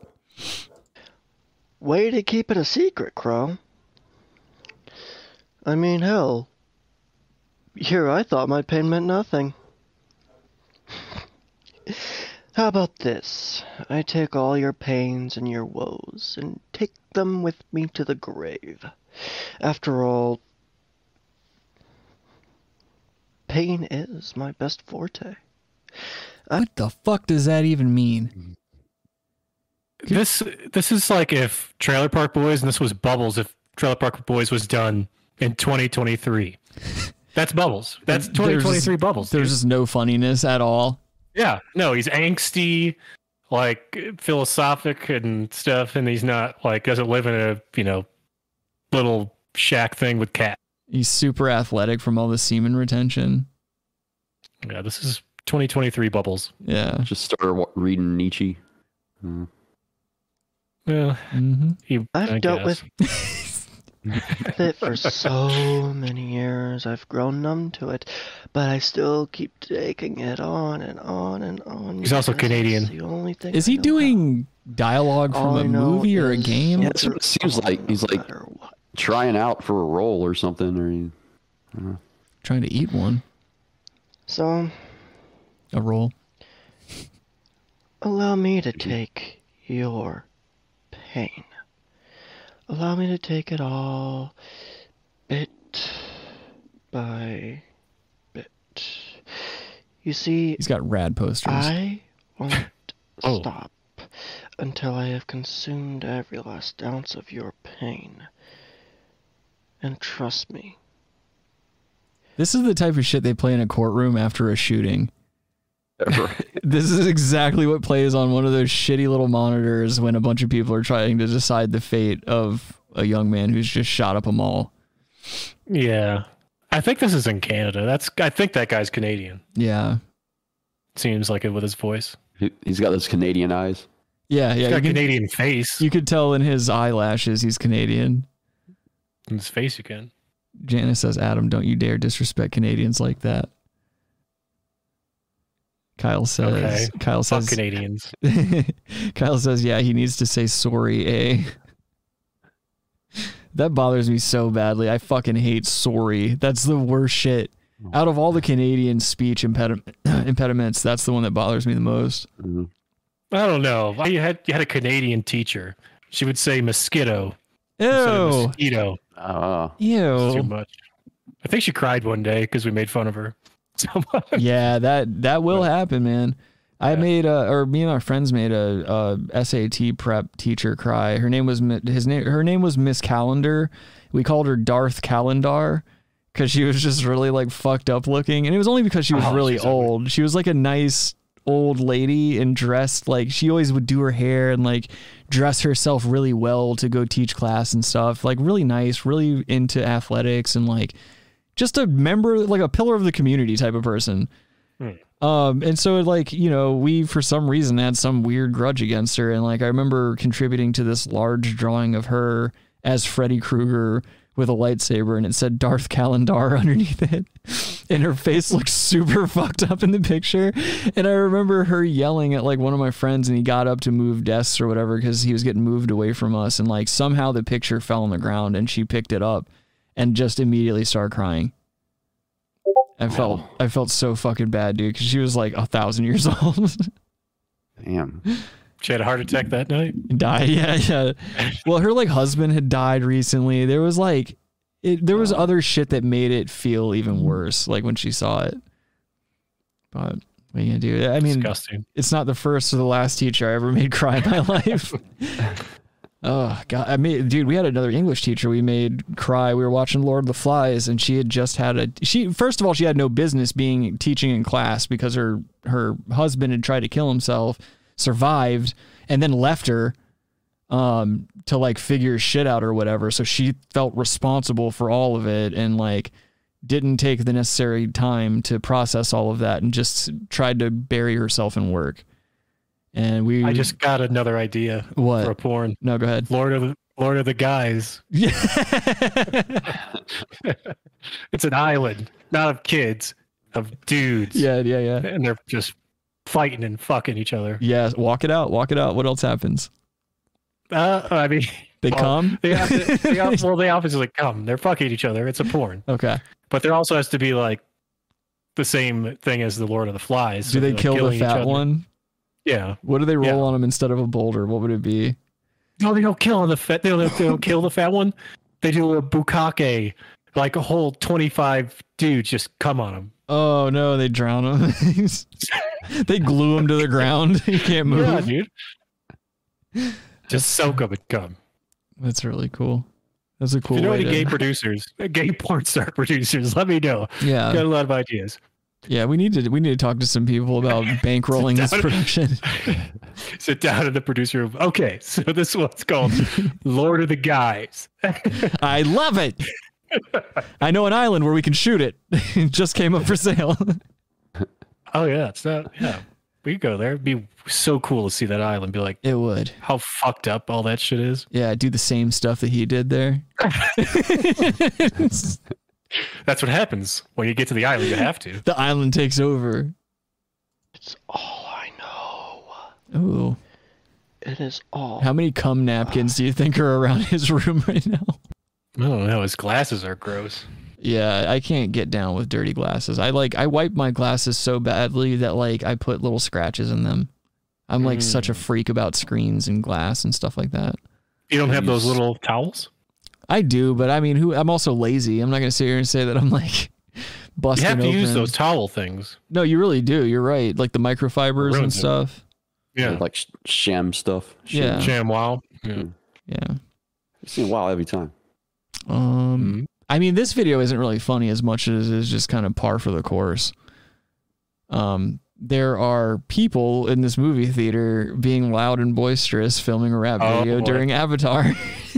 S1: Way to keep it a secret, Crow. I mean, hell. Here I thought my pen meant nothing. How about this? I take all your pains and your woes and take them with me to the grave. After all, pain is my best forte.
S7: What the fuck does that even mean?
S8: This this is like if Trailer Park Boys and this was Bubbles if Trailer Park Boys was done in 2023. That's Bubbles. That's
S7: There's-
S8: 2023 Bubbles.
S7: There's just no funniness at all.
S8: yeah. No, he's angsty, like philosophic and stuff, and he's not like doesn't live in a you know little shack thing with cats.
S7: He's super athletic from all the semen retention.
S8: Yeah, this is 2023 Bubbles.
S7: Yeah.
S9: Just started wa- reading Nietzsche. Mm.
S8: Yeah,
S7: hmm
S8: he,
S1: I've
S8: I
S1: dealt
S8: guess.
S1: with it for so many years. I've grown numb to it, but I still keep taking it on and on and on.
S8: He's also
S1: because it's
S8: Canadian.
S1: The only thing
S7: Is
S1: I
S7: he
S1: know
S7: doing dialogue
S1: how.
S7: from
S1: All
S7: a
S1: I know
S7: movie or a
S1: is
S7: game?
S9: Yeah, that's what it seems like.
S1: no
S9: He's like-
S1: matter what.
S9: Trying out for a role or something. Or he-
S7: Trying to eat one,
S1: So
S7: a roll.
S1: allow me to take your pain. Allow me to take it all, bit by bit. You see,
S7: He's got rad posters.
S1: I won't
S8: Oh.
S1: stop until I have consumed every last ounce of your pain. And trust me,
S7: This is the type of shit they play in a courtroom after a shooting.
S9: Right.
S7: This is exactly what plays on one of those shitty little monitors when a bunch of people are trying to decide the fate of a young man who's just shot up a mall.
S8: Yeah, I think this is in Canada. That's I think that guy's Canadian.
S7: Yeah.
S8: Seems like it with his voice.
S9: He- He's got those Canadian eyes.
S7: Yeah,
S8: He's
S7: yeah.
S8: got
S7: You
S8: a
S7: can,
S8: Canadian face.
S7: you could tell in his eyelashes he's Canadian.
S8: In his face, you can.
S7: Janice says, Adam, don't you dare disrespect Canadians like that. Kyle says
S8: Okay.
S7: Kyle
S8: Fuck
S7: says
S8: Canadians.
S7: Kyle says, "Yeah, he needs to say sorry, eh?" That bothers me so badly. I fucking hate sorry. That's the worst shit.
S8: Oh,
S7: Out of all the Canadian speech impediment, impediments, that's the one that bothers me the most.
S9: Mhm.
S8: I don't know. Why You had you had a Canadian teacher. She would say mosquito instead of
S7: Ew.
S8: mosquito.
S9: Ah.
S8: It's Too
S7: Ew.
S8: much. I think she cried one day because we made fun of her. So much.
S7: Yeah, that that will happen, man. I
S8: Yeah.
S7: made a, or me and our friends made a, a SAT prep teacher cry. Her name was Mi- his name. Her name was Miss Calendar. We called her Darth Calendar because she was just really like fucked up looking, and it was only because she was
S8: Oh,
S7: really
S8: she's ugly.
S7: old. She was like a nice old lady and dressed like she always would do her hair and like dress herself really well to go teach class and stuff. Like really nice, really into athletics and like just a member, like a pillar of the community type of person. Um, and so like, you know, we for some reason had some weird grudge against her. And like I remember contributing to this large drawing of her as Freddy Krueger with a lightsaber and it said Darth Kalendar underneath it. And her face looked super fucked up in the picture. And I remember her yelling at like one of my friends and he got up to move desks or whatever because he was getting moved away from us. And like somehow the picture fell on the ground and she picked it up and just immediately started crying. I felt I felt so fucking bad, dude, because she was like a thousand years old.
S9: Damn.
S8: She had a heart attack that night.
S7: die yeah yeah well her like husband had died recently there was like it, there was other shit that made it feel even worse like when she saw it but what are you gonna do i mean
S8: Disgusting.
S7: it's not the first or the last teacher i ever made cry in my life oh god i mean dude we had another english teacher we made cry we were watching lord of the flies and she had just had a she first of all she had no business being teaching in class because her her husband had tried to kill himself survived and then left her um to like figure shit out or whatever so she felt responsible for all of it and like didn't take the necessary time to process all of that and just tried to bury herself in work and we
S8: I just got another idea
S7: What?
S8: for a porn.
S7: no go ahead
S8: Lord of the Lord of the Guys. It's an island, not of kids, of dudes.
S7: yeah yeah yeah
S8: And they're just fighting and fucking each other.
S7: yeah walk it out walk it out what else happens
S8: Uh, I mean,
S7: they
S8: well,
S7: come
S8: They have to, they have, well, they obviously come. They're fucking each other. It's a porn.
S7: okay
S8: But there also has to be like the same thing as the Lord of the Flies.
S7: do
S8: so
S7: they
S8: they're, like,
S7: kill the
S8: killing each
S7: fat
S8: other.
S7: one
S8: Yeah.
S7: what do they roll
S8: Yeah.
S7: on him instead of a boulder what would it be
S8: No, they don't kill on the fat. They don't, they don't kill the fat one. They do a bukake, like a whole twenty-five dudes just come on him.
S7: Oh no, they drown him. they glue him to the ground. he can't move.
S8: Yeah, dude. Just soak up and come.
S7: That's really cool. That's a cool
S8: If you know
S7: way
S8: any
S7: to,
S8: gay producers, gay porn star producers, let me know. Got
S7: Yeah,
S8: a lot of ideas.
S7: yeah. We need to we need to talk to some people about bankrolling this
S8: Down-
S7: production.
S8: Sit down in the producer room. Okay, so this one's called Lord of the Guys.
S7: I love it. I know an island where we can shoot it. it just came up for sale.
S8: Oh yeah, it's not. Yeah, we could go there. It'd be so cool to see that island. Be like,
S7: it would.
S8: how fucked up all that shit is.
S7: Yeah, do the same stuff that he did there. the
S8: That's what happens when you get to the island. You have to.
S7: island takes over.
S1: It's all I know.
S7: Ooh.
S1: It is all.
S7: How many cum napkins do you think are around his room right now?
S8: Oh no, his glasses are gross.
S7: Yeah, I can't get down with dirty glasses. I like I wipe my glasses so badly that like I put little scratches in them. I'm like such a freak about screens and glass and stuff like that.
S8: You don't have those
S9: Jeez.
S8: little towels.
S7: I do, but I mean, who? I'm also lazy. I'm not gonna sit here and say that I'm like
S8: You
S7: busting
S8: have to
S7: open.
S8: use those towel things.
S7: No, you really do. You're right. Like the microfibers and
S8: Ruins it.
S7: stuff.
S8: Yeah.
S9: Like sh- sham stuff. Sham.
S7: Yeah.
S8: Jam wow.
S7: Yeah.
S9: I've seen wow every time.
S7: Um.
S8: Mhm.
S7: I mean, this video isn't really funny as much as it's just kind of par for the course. Um, there are people in this movie theater being loud and boisterous, filming a rap
S8: Oh,
S7: video
S8: boy.
S7: during Avatar.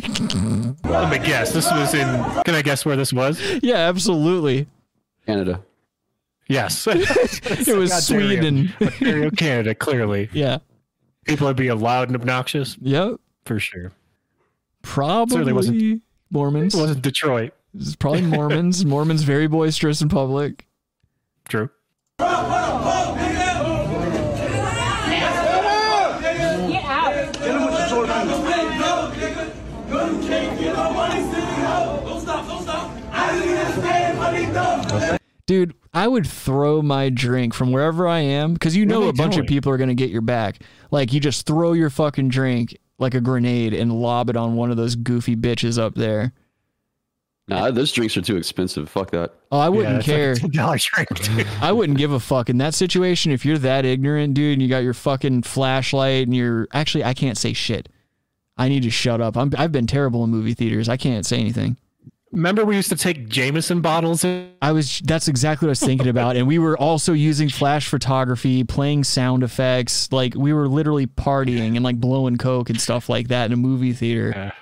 S8: Let me guess. This was in. Can I guess where this was?
S7: yeah, absolutely.
S9: Canada.
S8: Yes.
S7: It was Sweden.
S8: Ontario, Canada. Clearly,
S7: Yeah.
S8: people are being loud and obnoxious
S7: Yep.
S8: for sure.
S7: Probably
S8: wasn't-
S7: Mormons.
S8: It wasn't Detroit.
S7: It's probably Mormons. Mormons very boisterous in public.
S8: True.
S7: Dude, I would throw my drink from wherever I am because you know
S8: are
S7: a
S8: they
S7: bunch of
S8: doing?
S7: people are going to get your back. Like, you just throw your fucking drink like a grenade and lob it on one of those goofy bitches up there.
S9: Nah, those drinks are too expensive. Fuck that.
S7: Oh, I wouldn't care.
S8: Ten dollar drink. dude.
S7: I wouldn't give a fuck. In that situation, if you're that ignorant, dude, and you got your fucking flashlight and you're actually, I can't say shit. I need to shut up. I'm, I've been terrible in movie theaters. I can't say anything.
S8: Remember, we used to take Jameson bottles. In?
S7: I was that's exactly what I was thinking about. And we were also using flash photography, playing sound effects, like we were literally partying and like blowing coke and stuff like that in a movie theater.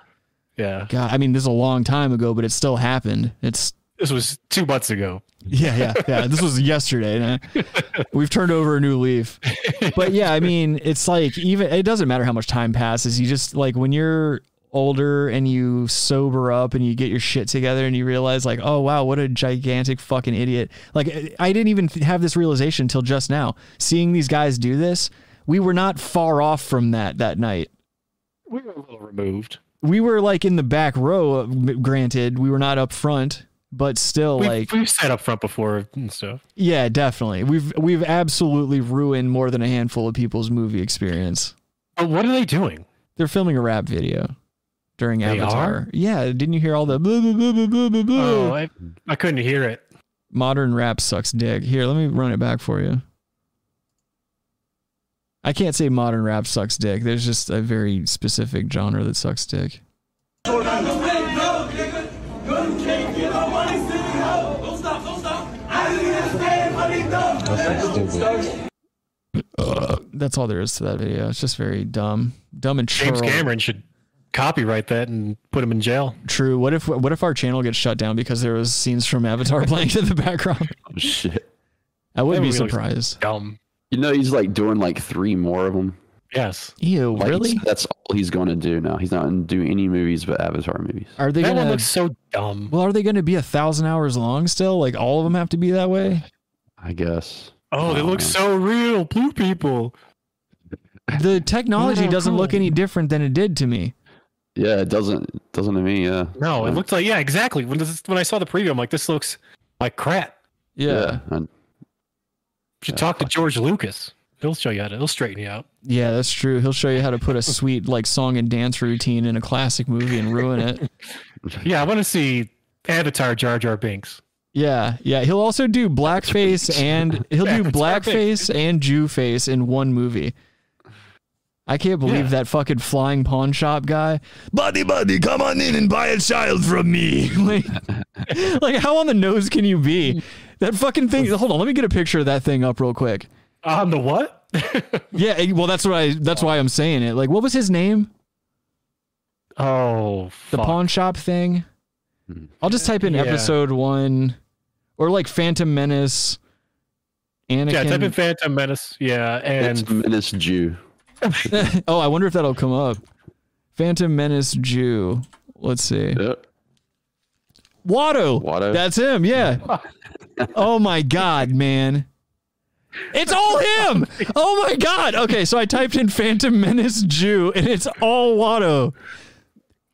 S8: Yeah.
S7: God, I mean, this is a long time ago, but it still happened. It's
S8: This was two months ago.
S7: yeah, yeah, yeah. This was yesterday. and I- We've turned over a new leaf. But yeah, I mean, it's like even it doesn't matter how much time passes. You just like when you're older and you sober up and you get your shit together and you realize like, oh wow, what a gigantic fucking idiot. Like I didn't even have this realization until just now. Seeing these guys do this, we were not far off from that that night.
S8: We were a little removed.
S7: We were like in the back row. Granted, we were not up front, but still,
S8: We've,
S7: like,
S8: we've sat up front before and stuff.
S7: yeah, definitely, we've we've absolutely ruined more than a handful of people's movie experience.
S8: But what are they doing?
S7: They're filming a rap video during
S8: They
S7: Avatar.
S8: are?
S7: Yeah, didn't you hear all the blah, blah, blah, blah, blah, blah, blah?
S8: Oh, I, I couldn't hear it.
S7: modern rap sucks dick. Here, let me run it back for you. I can't say modern rap sucks dick. There's just a very specific genre that sucks dick. Uh, that's all there is to that video. It's just very dumb, dumb and
S8: James
S7: churl.
S8: Cameron should copyright that and put him in jail.
S7: True. What if what if our channel gets shut down because there was scenes from Avatar playing in the background?
S9: Oh, Shit.
S7: I wouldn't
S8: That
S7: be
S8: would really-
S7: surprised.
S8: Dumb.
S9: You know he's like doing like three more of them.
S8: Yes.
S7: Ew,
S9: Like,
S7: really?
S9: That's all he's going to do now. He's not going to do any movies but Avatar movies.
S7: Are they
S8: That
S7: gonna?
S8: one looks so dumb.
S7: well, are they gonna be a thousand hours long still? Like all of them have to be that way?
S9: I guess.
S8: Oh, they look
S9: man.
S8: so real. Blue people.
S7: The technology
S8: Oh,
S7: doesn't look
S8: cool.
S7: any different than it did to me.
S9: Yeah, it doesn't doesn't to me. Yeah. Uh,
S8: No, it
S9: Yeah.
S8: looked like yeah, exactly. When this, when I saw the preview, I'm like, this looks like crap.
S7: Yeah. yeah.
S9: I-
S8: You should talk to George Lucas. He'll show you how to. He'll straighten you out.
S7: that's true. He'll show you how to put a sweet like song and dance routine in a classic movie and ruin it.
S8: Yeah, I want to see Avatar Jar Jar Binks.
S7: Yeah, yeah. He'll also do blackface and he'll do
S8: Avatar Binks.
S7: blackface and Jew face in one movie. I can't believe
S8: Yeah.
S7: that fucking flying pawn shop guy. Buddy, buddy, come on in and buy a child from me. like, like, how on the nose can you be? That fucking thing. Hold on, let me get a picture of that thing up real quick.
S8: On the what?
S7: Yeah, eh, well, that's what I. That's why I'm saying it. Like, what was his name?
S8: oh,
S7: The
S8: fuck.
S7: pawn shop thing. I'll just type in
S8: Yeah.
S7: episode one, or like Phantom Menace. Anakin.
S8: Yeah, type in Phantom Menace. Yeah,
S9: It's
S8: and
S9: Menace Jew.
S7: oh, I wonder if that'll come up. Phantom Menace Jew. Let's see.
S9: Yep.
S7: Watto.
S9: Watto.
S7: That's him. Yeah. oh my god, man. It's all him. Oh my god. Okay, so I typed in Phantom Menace Jew, and it's all Watto.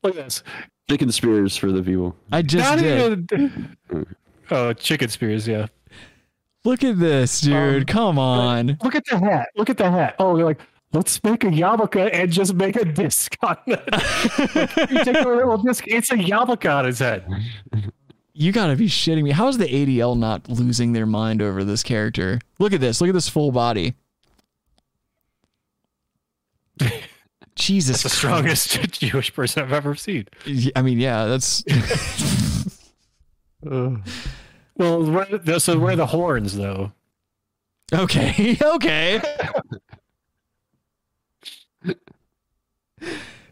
S8: look at this.
S9: Chicken spears for the people.
S7: I just
S8: Not
S7: did.
S8: even. A, oh, chicken spears. Yeah.
S7: Look at this,
S8: Um,
S7: dude. Come on.
S8: Look at the hat. Look at the hat. Oh, you're like, let's make a yarmulke and just make a disc on it. you take a little disc. It's a yarmulke on his head.
S7: You gotta be shitting me. How's the ADL not losing their mind over this character? Look at this. Look at this full body. Jesus
S8: It's the strongest Jewish person I've ever seen.
S7: Christ. I mean, yeah, that's
S8: Well, where, the- so where are the horns though?
S7: okay. Okay.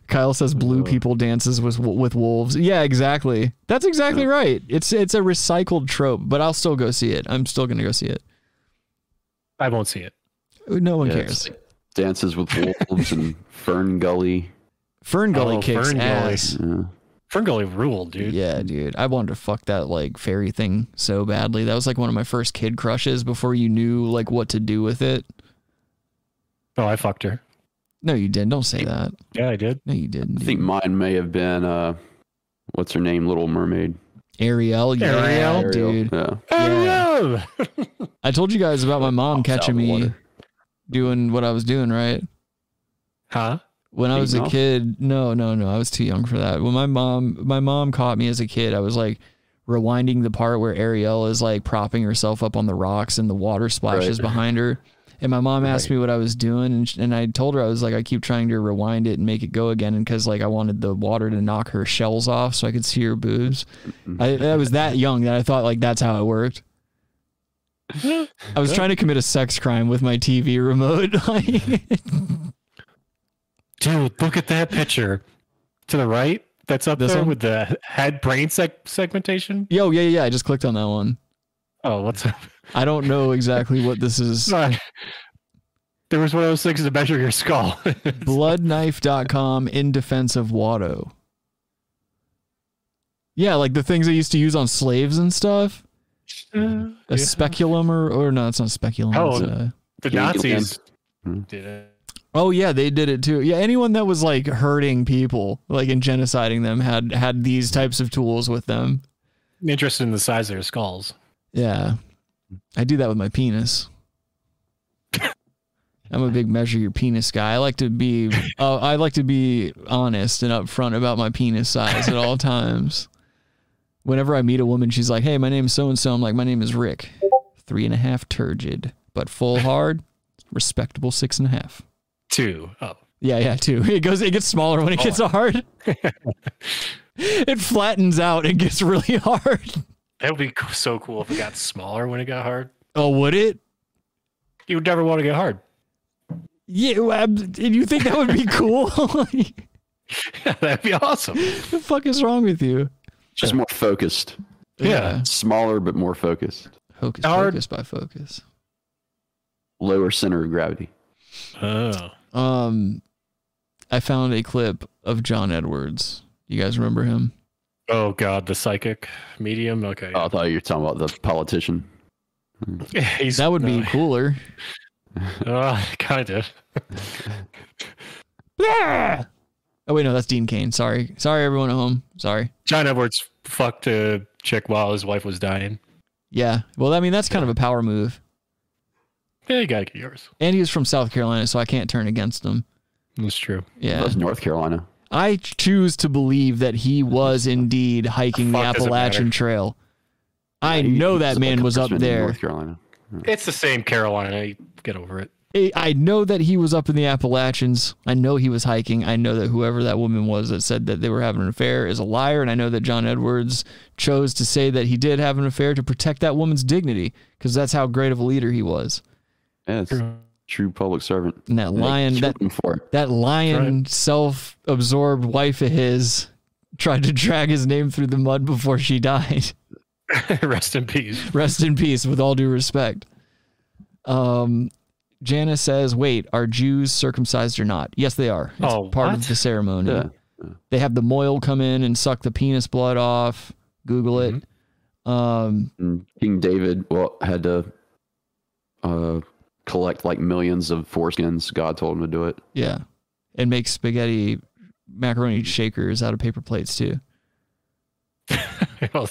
S7: Kyle says blue people dances with with wolves. Yeah, exactly. That's exactly right. It's it's a recycled trope, but I'll still go see it. I'm still gonna go see it.
S8: I won't see it.
S7: No one
S9: Yeah, it's
S7: cares.
S9: like Dances with wolves and Fern Gully.
S7: Fern Gully
S8: Oh,
S7: kicks
S8: Fern Gully.
S7: ass.
S9: Yeah.
S8: Ferngully ruled, dude.
S7: Yeah, dude. I wanted to fuck that like fairy thing so badly. That was like one of my first kid crushes before you knew like what to do with it.
S8: Oh, I fucked her.
S7: No, you didn't. Don't say that.
S8: Yeah, I did.
S7: No, you didn't.
S9: I
S7: dude.
S9: think mine may have been uh, what's her name, Little Mermaid.
S7: Ariel, yeah,
S8: Ariel?
S7: dude.
S9: Yeah.
S8: Oh no!
S7: I told you guys about my mom
S9: Pops out
S7: catching
S9: of the
S7: me
S9: water.
S7: doing what I was doing, right?
S8: Huh?
S7: when I was a
S9: Female?
S7: kid, no, no, no, I was too young for that. When my mom, my mom caught me as a kid, I was like rewinding the part where Ariel is like propping herself up on the rocks and the water splashes
S9: Right.
S7: behind her. And my mom asked me what I was doing, and, sh- and I told her I was like, I keep trying to rewind it and make it go again, and because like I wanted the water to knock her shells off so I could see her boobs. I, I was that young that I thought like that's how it worked. I was trying to commit a sex crime with my TV remote. like-
S8: Dude, look at that picture to the right. That's up
S7: This
S8: there
S7: one?
S8: with the head brain seg- segmentation.
S7: Yo, yeah, yeah, yeah. I just clicked on that one.
S8: Oh, what's up?
S7: I don't know exactly what this is.
S8: Sorry. There was one of those things to measure your skull.
S7: Bloodknife.com in defense of Watto. Yeah, like the things they used to use on slaves and stuff. A speculum or, or no, it's not speculum.
S8: Oh,
S7: it's, uh,
S8: The
S9: Yeah, you can.
S8: Nazis did it.
S7: oh yeah, they did it too. Yeah, anyone that was like hurting people, like and genociding them, had had these types of tools with them.
S8: Interested in the size of their skulls.
S7: Yeah, I do that with my penis. I'm a big measure your penis guy. I like to be, uh, I like to be honest and upfront about my penis size at all times. Whenever I meet a woman, she's like, "Hey, my name's so and so." I'm like, "My name is Rick, three and a half turgid, but full hard, respectable six and a half."
S8: Two. Oh.
S7: Yeah, yeah, too. It goes, it gets smaller when it gets hard. it flattens out and gets really hard.
S8: That would be c- so cool if it got smaller when it got hard.
S7: Oh, would it?
S8: You would never want to get hard.
S7: Yeah, well, I'm- and you think that would be cool? Like,
S8: That'd be awesome.
S7: the fuck is wrong with you?
S9: Just more focused.
S8: Yeah.
S9: Smaller, but more focused.
S7: Hocus
S8: Howard?
S7: pocus by focus.
S9: Lower center of gravity.
S8: Oh.
S7: Um, I found a clip of John Edwards. You guys remember him?
S8: Oh God, the psychic medium. Okay.
S9: Oh, I thought you were talking about the politician.
S8: He's-
S7: That would be
S8: no.
S7: cooler.
S8: Uh, kind of.
S7: Oh wait, no, that's Dean Kane. Sorry, sorry, everyone at home. Sorry.
S8: John Edwards fucked a chick while his wife was dying.
S7: Yeah. Well, I mean, that's kind of a power move.
S8: Yeah, you gotta get yours.
S7: And he was from South Carolina, so I can't turn against him.
S8: That's true.
S7: Yeah.
S9: That's North Carolina.
S7: I choose to believe that he was indeed hiking the
S8: Fuck, doesn't
S7: Appalachian
S8: matter.
S7: Trail. I know that man was up there.
S9: North Carolina.
S8: It's the same Carolina. You Get over it.
S7: I I know that he was up in the Appalachians. I know he was hiking. I know that whoever that woman was that said that they were having an affair is a liar. And I know that John Edwards chose to say that he did have an affair to protect that woman's dignity because that's how great of a leader he was.
S9: Yeah, it's a true public servant.
S7: And that
S9: They
S7: lion,
S9: killed
S7: that
S9: him for it.
S7: that lion self-absorbed wife of his tried to drag his name through the mud before she died
S8: Rest in peace.
S7: rest in peace with all due respect um janice says wait are jews circumcised or not yes they are it's
S8: Oh,
S7: part of
S8: what?
S7: the ceremony
S9: Yeah.
S7: they have the moil come in and suck the penis blood off google it um
S9: And Mm, King David well, had to uh, collect like millions of foreskins. God told him to do it.
S7: yeah and make spaghetti macaroni shakers out of paper plates too
S8: Well,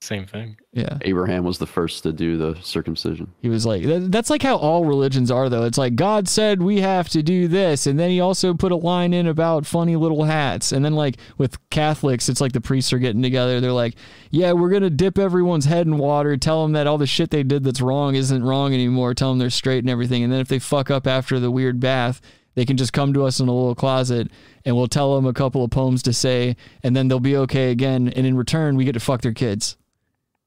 S8: same thing.
S7: yeah
S9: Abraham was the first to do the circumcision.
S7: He was like, that, that's like how all religions are, though. It's like God said we have to do this, and then he also put a line in about funny little hats. And then, like with Catholics, it's like the priests are getting together. They're like, yeah, we're gonna dip everyone's head in water, tell them that all the shit they did that's wrong isn't wrong anymore, tell them they're straight and everything. And then if they fuck up after the weird bath, they can just come to us in a little closet, and we'll tell them a couple of poems to say, and then they'll be okay again. And in return, we get to fuck their kids.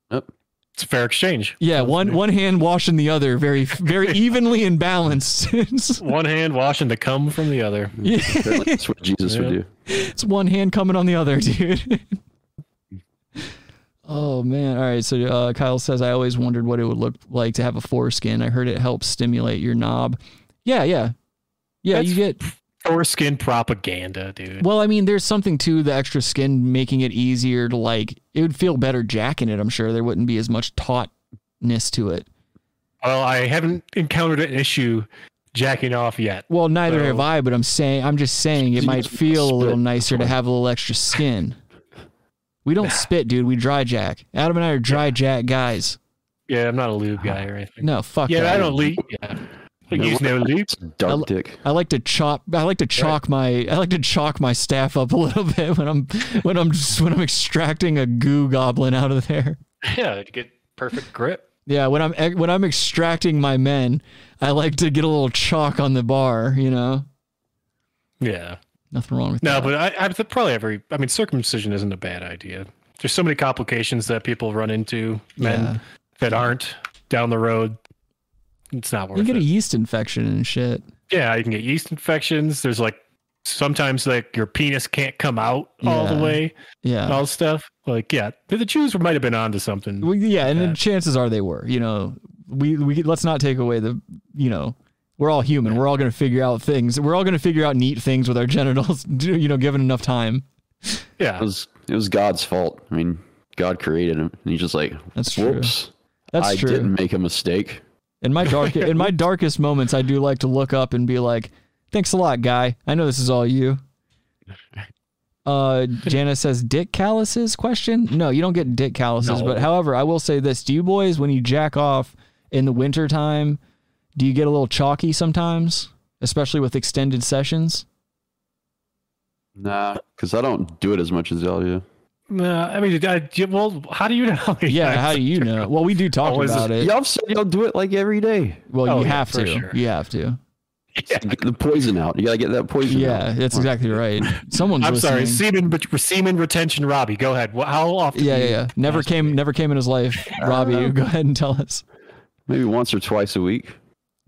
S9: Nope.
S8: It's a fair exchange.
S7: Yeah, one one hand washing the other, very very evenly and balanced. it's,
S8: One hand washing the cum from the other.
S9: That's what Jesus would do.
S7: it's one hand coming on the other, dude. oh man! All right, so uh, Kyle says I always wondered what it would look like to have a foreskin. I heard it helps stimulate your knob. Yeah, yeah, yeah.
S8: That's-
S7: you get
S8: Foreskin propaganda, dude.
S7: well. I mean, there's something to the extra skin making it easier to like. It would feel better jacking it. I'm sure there wouldn't be as much tautness to it.
S8: Well, I haven't encountered an issue jacking off yet.
S7: Well, neither
S8: So-
S7: have I, but I'm saying I'm just saying it
S9: You
S7: might
S9: just
S7: feel a little
S9: spit.
S7: nicer to have a little extra skin. We don't spit, dude. We dry jack. Adam and I are dry jack guys.
S8: Yeah, I'm not a lube guy or anything.
S7: No, fuck.
S8: yeah,
S7: that.
S8: I don't leak. Yeah. I use no lube.
S9: It's dark
S7: I'll-
S9: dick.
S7: I like to chop. I like to chalk my. I like to chalk my staff up a little bit when I'm when I'm just, when I'm extracting a goo goblin out of there.
S8: Yeah, to get perfect grip.
S7: Yeah, when I'm ex- when I'm extracting my men, I like to get a little chalk on the bar. You know,
S8: Yeah.
S7: nothing wrong with
S8: No,
S7: that.
S8: but I, I th- probably every. I mean, circumcision isn't a bad idea. There's so many complications that people run into, men
S7: Yeah.
S8: that aren't down the road. It's not worth
S7: you get
S8: it.
S7: a yeast infection and shit.
S8: yeah, you can get yeast infections. There's like sometimes like your penis can't come out all
S7: Yeah.
S8: the way.
S7: Yeah.
S8: all stuff. Like, yeah, the Jews might have been onto something.
S7: Well, yeah, and the
S8: that.
S7: chances are they were. You know, we we let's not take away the. You know, we're all human. We're all going to figure out things. We're all going to figure out neat things with our genitals. You know, given enough time.
S8: Yeah.
S9: It was it was God's fault. I mean, God created him, and he's just like,
S7: That's true.
S9: whoops,
S7: That's
S9: I
S7: true.
S9: didn't make a mistake.
S7: In my dark in my darkest moments, I do like to look up and be like, "Thanks a lot, guy. I know this is all you." Uh, Jana says, "Dick calluses?" Question? No, you don't get dick calluses.
S6: No.
S7: But however, I will say this: Do you boys, when you jack off in the winter time, do you get a little chalky sometimes, especially with extended sessions?
S9: Nah, because I don't do it as much as y'all do.
S8: No, Uh, I mean, I, you- well, how do you know? how many
S7: Yeah.
S8: times-
S7: How do you know? Well, we do talk
S8: Always
S7: about it.
S9: Y'all said y'all do it like every day.
S7: Well,
S8: Oh,
S7: you
S8: yeah,
S7: have
S8: for
S7: to.
S8: sure.
S7: You have to.
S9: Get the poison out. You gotta get that poison.
S7: Yeah,
S9: out.
S7: that's exactly right. Someone's
S8: I'm sorry,
S7: listening.
S8: semen, but semen retention, Robbie. Go ahead. Wha- How often?
S7: Yeah,
S8: do
S7: yeah,
S8: you-
S7: yeah. Never came, never came in his life. Robbie, go ahead and tell us.
S9: Maybe once or twice a week.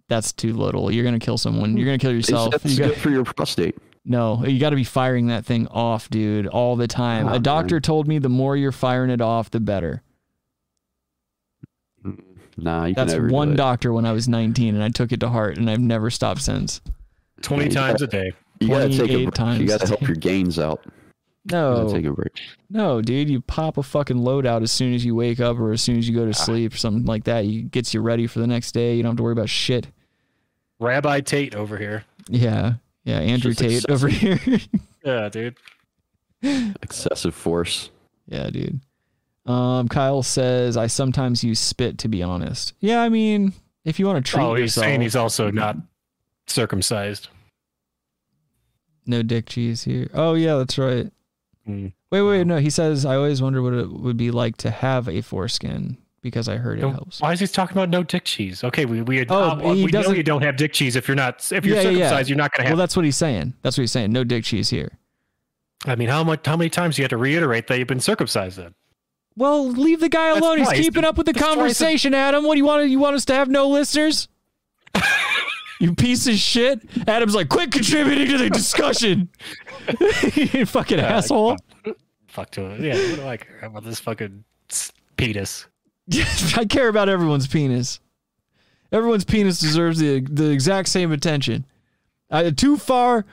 S7: That's too little. You're gonna kill someone. You're gonna kill
S9: It's,
S7: yourself.
S9: that's
S7: You got-
S9: good for your prostate.
S7: no, you got to be firing that thing off, dude, all the time.
S9: Oh,
S7: A doctor told me the more you're firing it off, the better.
S9: Nah, you
S7: That's
S9: can never
S7: one
S9: do it.
S7: doctor when I was 19, and I took it to heart, and I've never stopped since.
S8: Twenty
S9: Yeah, you
S8: times
S9: gotta-
S8: a day.
S9: You gotta take
S7: 28
S9: a break. You
S7: times. Oh.
S9: gotta help your gains out. You gotta
S7: No,
S9: take a break.
S7: no, dude, you pop a fucking load out as soon as you wake up or as soon as you go
S9: Ah.
S7: to sleep or something like that. You gets you ready for the next day. You don't have to worry about shit.
S8: Rabbi Tate over here.
S7: Yeah, yeah, Andrew
S9: just like
S7: Tate over here.
S8: Yeah, dude.
S9: Excessive force.
S7: Yeah, dude. Um, Kyle says I sometimes use spit to be honest. Yeah, I mean, if you want to treat
S8: Oh, he's
S7: yourself,
S8: saying he's also not circumcised.
S7: no dick cheese here. Oh yeah, that's right.
S8: Mm.
S7: Wait, wait, no. He says I always wonder what it would be like to have a foreskin because I heard it
S8: Then
S7: helps.
S8: Why is he talking about no dick cheese? Okay, we we,
S7: Oh,
S8: uh,
S7: he
S8: we know
S7: doesn't-
S8: you don't have dick cheese if you're not if you're
S7: Yeah, yeah, yeah.
S8: circumcised. You're not gonna
S7: Well,
S8: have.
S7: that's what he's saying. That's what he's saying. No dick cheese here.
S8: I mean, how much how many times do you have to reiterate that you've been circumcised? Then
S7: Well, leave the guy
S8: That's
S7: alone. He's
S8: twice.
S7: keeping up with the
S8: That's twice.
S7: conversation, Adam. What do you want? You want us to have no listeners? you piece of shit. Adam's like, quit contributing to the discussion. you fucking
S8: Yeah,
S7: asshole.
S8: fuck to it. Yeah, what do I care about this fucking s- penis?
S7: I care about everyone's penis. Everyone's penis deserves the the exact same attention. Uh, too far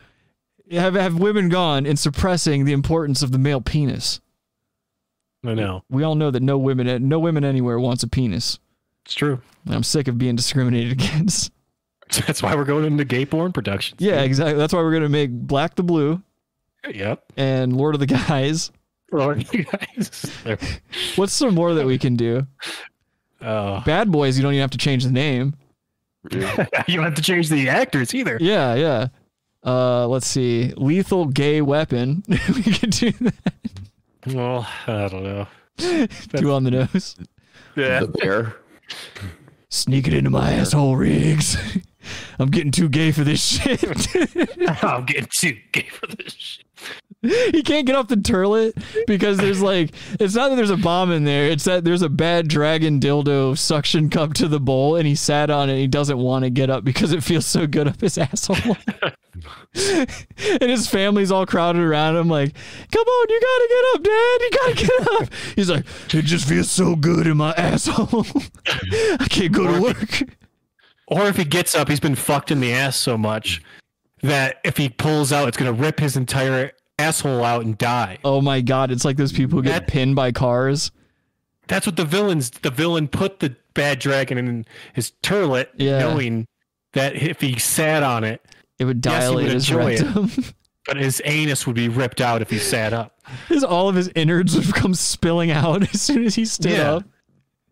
S7: have have women gone in suppressing the importance of the male penis.
S8: I know
S7: We all know that no women no women anywhere wants a penis.
S8: it's true.
S7: And I'm sick of being discriminated against.
S8: That's why we're going into gay porn productions.
S7: Yeah, exactly. That's why we're gonna make Black the Blue
S8: Yep.
S7: and Lord of the Guys.
S8: Well, you guys, there-
S7: What's some more that we can do?
S8: oh.
S7: Bad Boys. You don't even have to change the name.
S8: you don't have to change the actors either.
S7: Yeah, yeah. Uh, let's see. Lethal Gay Weapon. we could do that.
S8: Well, I don't know.
S7: Do on the nose.
S8: Yeah.
S9: The bear.
S7: Sneak it into my asshole, Riggs. I'm getting too gay for this shit.
S8: I'm getting too gay for this shit.
S7: he can't get off the turlet because there's like it's not that there's a bomb in there. It's that there's a bad dragon dildo suction cup to the bowl, and he sat on it. and He doesn't want to get up because it feels so good up his asshole. and his family's all crowded around him, like, "Come on, you gotta get up, Dad. You gotta get up." He's like, "It just feels so good in my asshole. I can't go to work."
S8: Or if he gets up, he's been fucked in the ass so much that if he pulls out, it's gonna rip his entire asshole out and die.
S7: Oh my god, it's like those people who get
S8: That-
S7: pinned by cars.
S8: That's what the villains. The villain put the bad dragon in his turlet,
S7: Yeah.
S8: knowing that if he sat on it,
S7: It would
S8: Yes, he would
S7: dilate his
S8: enjoy it.
S7: rectum.
S8: but his anus would be ripped out if he sat up.
S7: His all of his innards would come spilling out as soon as he stood
S8: Yeah.
S7: up.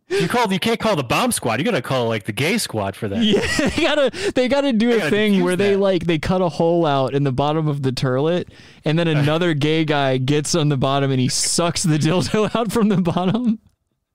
S8: You called. You can't call the bomb squad. You gotta call like the gay squad for that.
S7: Yeah, they gotta they gotta do a
S8: gotta
S7: thing
S8: diffuse
S7: where they
S8: that.
S7: like they cut a hole out in the bottom of the turlet, and then another gay guy gets on the bottom and he sucks the dildo out from the bottom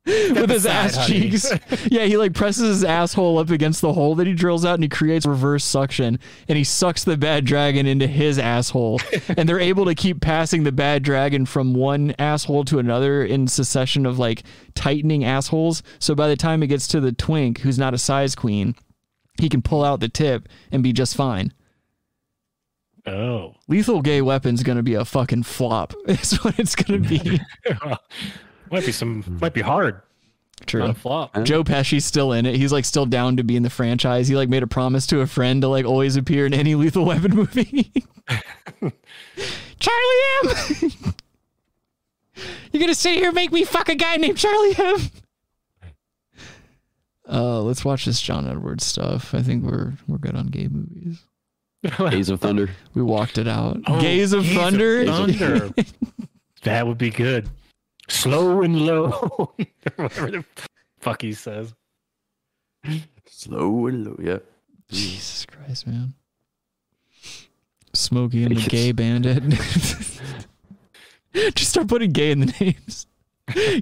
S7: with his
S8: aside,
S7: ass
S8: honey.
S7: cheeks. yeah, he like presses his asshole up against the hole that he drills out, and he creates reverse suction, and he sucks the bad dragon into his asshole, and they're able to keep passing the bad dragon from one asshole to another in succession of like tightening assholes. So by the time it gets to the twink, who's not a size queen he can pull out the tip and be just fine.
S8: Oh.
S7: Lethal Gay Weapon's gonna be a fucking flop. Is what it's gonna be.
S8: might be some. Might be hard.
S7: True.
S8: flop.
S7: Joe Pesci's still in it. He's like still down to be in the franchise. He like made a promise to a friend to like always appear in any Lethal Weapon movie. Charlie M. You're gonna sit here and make me fuck a guy named Charlie Him. Uh, let's watch this John Edwards stuff. I think we're we're good on gay movies.
S9: Days of Thunder.
S7: We walked it out.
S8: Oh,
S7: Gaze of
S8: Gaze of
S7: Thunder.
S8: Thunder. that would be good. Slow and low. Whatever the fuck he says.
S9: Slow and low. Yeah.
S7: Jesus Christ, man. Smokey and the
S9: Yes.
S7: Gay Bandit. Just start putting gay in the names.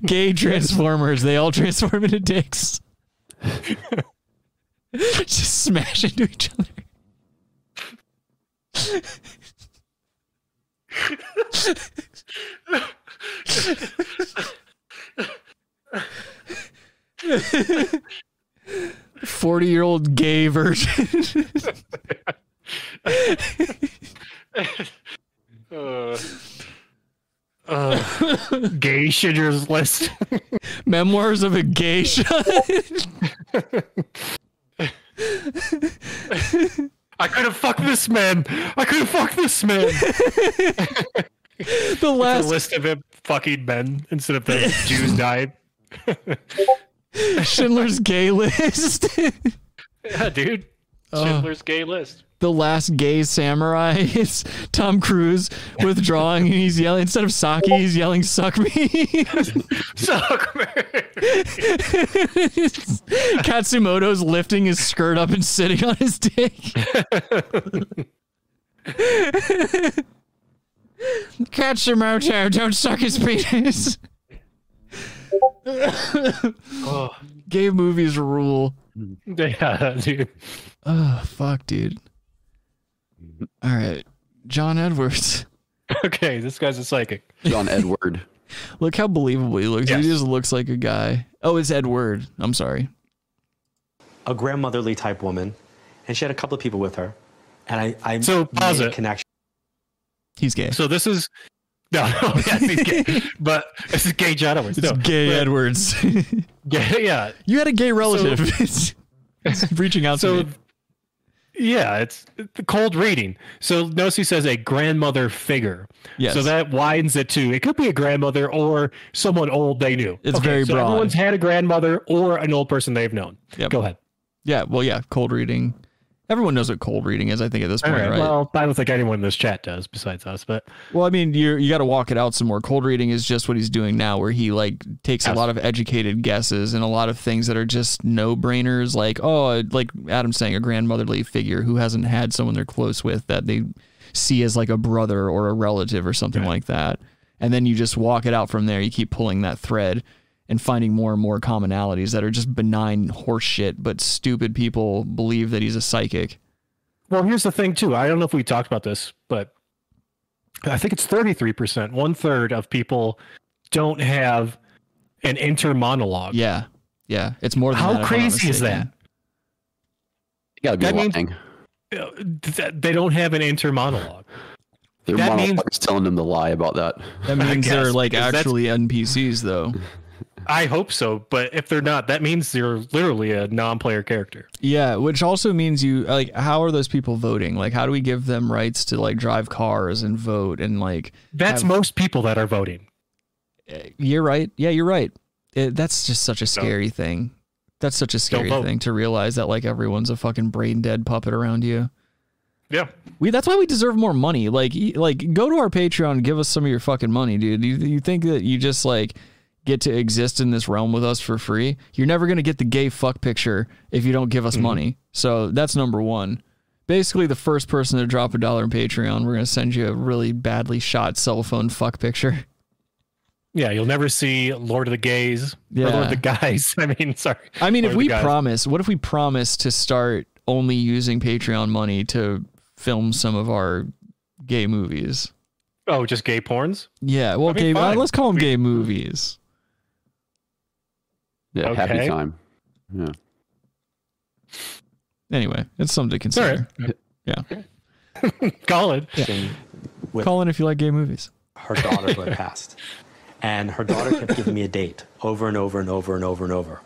S7: Gay Transformers. They all transform into dicks. Just smash into each other. Forty-year-old gay version.
S8: Uh, uh, gay Schindler's List.
S7: Memoirs of a Geisha.
S8: I could have fucked this man. I could have fucked this man.
S7: the
S8: A
S7: last
S8: list of him fucking men instead of the Jews died.
S7: Schindler's Gay list.
S8: Yeah, dude. Schindler's gay list.
S7: the last gay samurai is Tom Cruise withdrawing and he's yelling instead of Saki, he's yelling suck me.
S8: Suck me.
S7: Katsumoto's lifting his skirt up and sitting on his dick. Katsumoto, don't suck his penis. Gay movies rule.
S8: Yeah, dude.
S7: Oh fuck, dude. All right. John Edwards.
S8: Okay, this guy's a psychic.
S9: John Edward.
S7: Look how believable he looks.
S8: Yes.
S7: He just looks like a guy. Oh, it's Edward. I'm sorry.
S3: A grandmotherly type woman, and she had a couple of people with her, and I, I
S8: So, pause
S3: made a
S8: it.
S3: connection.
S7: He's gay.
S8: So this is no, no, yes, he's gay, but this is gay John Edwards.
S7: It's
S8: No,
S7: gay
S8: but-
S7: Edwards.
S8: Yeah, yeah.
S7: you had a gay relative. It's reaching out
S8: So
S7: to me.
S8: yeah, it's it's cold reading. So notice he says a grandmother figure.
S7: Yes.
S8: So that widens it to it could be a grandmother or someone old they knew.
S7: It's very
S8: so
S7: broad.
S8: Everyone's had a grandmother or an old person they've known.
S7: Yep.
S8: Go ahead.
S7: Yeah, well, yeah, cold reading. Everyone knows what cold reading is, I think, at this
S8: All
S7: point,
S8: right.
S7: right?
S8: Well, I don't think anyone in this chat does besides us, but
S7: Well, I mean, you you got to walk it out some more. Cold reading is just what he's doing now, where he like takes a lot of educated guesses and a lot of things that are just no brainers. Like, oh, like Adam's saying, a grandmotherly figure who hasn't had someone they're close with that they see as like a brother or a relative or something like that. And then you just walk it out from there. You keep pulling that thread and finding more and more commonalities that are just benign horseshit, but stupid people believe that he's a psychic.
S8: Well, here's the thing too. I don't know if we talked about this, but I think it's 33%, one third of people don't have an inter monologue.
S7: Yeah, yeah, it's more than
S8: How
S7: that, if I'm not
S8: crazy is
S7: mistaken.
S8: that?
S9: You gotta be
S8: That means-
S9: lying.
S8: Uh, th- They don't have an inter monologue.
S9: Their
S8: that
S9: mom
S8: means-
S9: always telling them to lie about that.
S7: That means they're
S8: guess,
S7: like
S8: because that's-
S7: actually NPCs, though.
S8: I hope so, but if they're not, that means they're literally a non player character.
S7: Yeah, which also means you like. How are those people voting? Like, how do we give them rights to like drive cars and vote and like?
S8: That's
S7: Have-
S8: most people that are voting.
S7: You're right. Yeah, you're right. It, that's just such a scary thing. That's such a scary
S8: vote.
S7: thing to realize that like everyone's a fucking brain dead puppet around you.
S8: Yeah.
S7: We that's why we deserve more money. Like y- like go to our Patreon, and give us some of your fucking money, dude. You, you think that you just like get to exist in this realm with us for free? You're never gonna get the gay fuck picture if you don't give
S8: Mm-hmm.
S7: us money. So that's number one. Basically, the first person to drop a dollar in Patreon, we're gonna send you a really badly shot cell phone fuck picture.
S8: Yeah. You'll never see Lord of the Gays or Lord
S7: Yeah.
S8: of the Guys. I mean, sorry.
S7: I mean, if
S8: Lord of the
S7: we
S8: Guys.
S7: promise, what if we promise to start only using Patreon money to film some of our gay movies?
S8: Oh, just gay porns?
S7: Yeah, well,
S8: That'd be
S7: gay. uh,
S8: fine.
S7: let's call them
S8: We-
S7: gay movies.
S9: Yeah, happy
S8: Okay.
S9: time. Yeah.
S7: anyway, it's something to
S8: All right.
S7: consider.
S8: Colin.
S3: With
S7: Call in if you like gay movies.
S3: her daughter who had passed. And her daughter kept giving me a date over and over and over and over and over.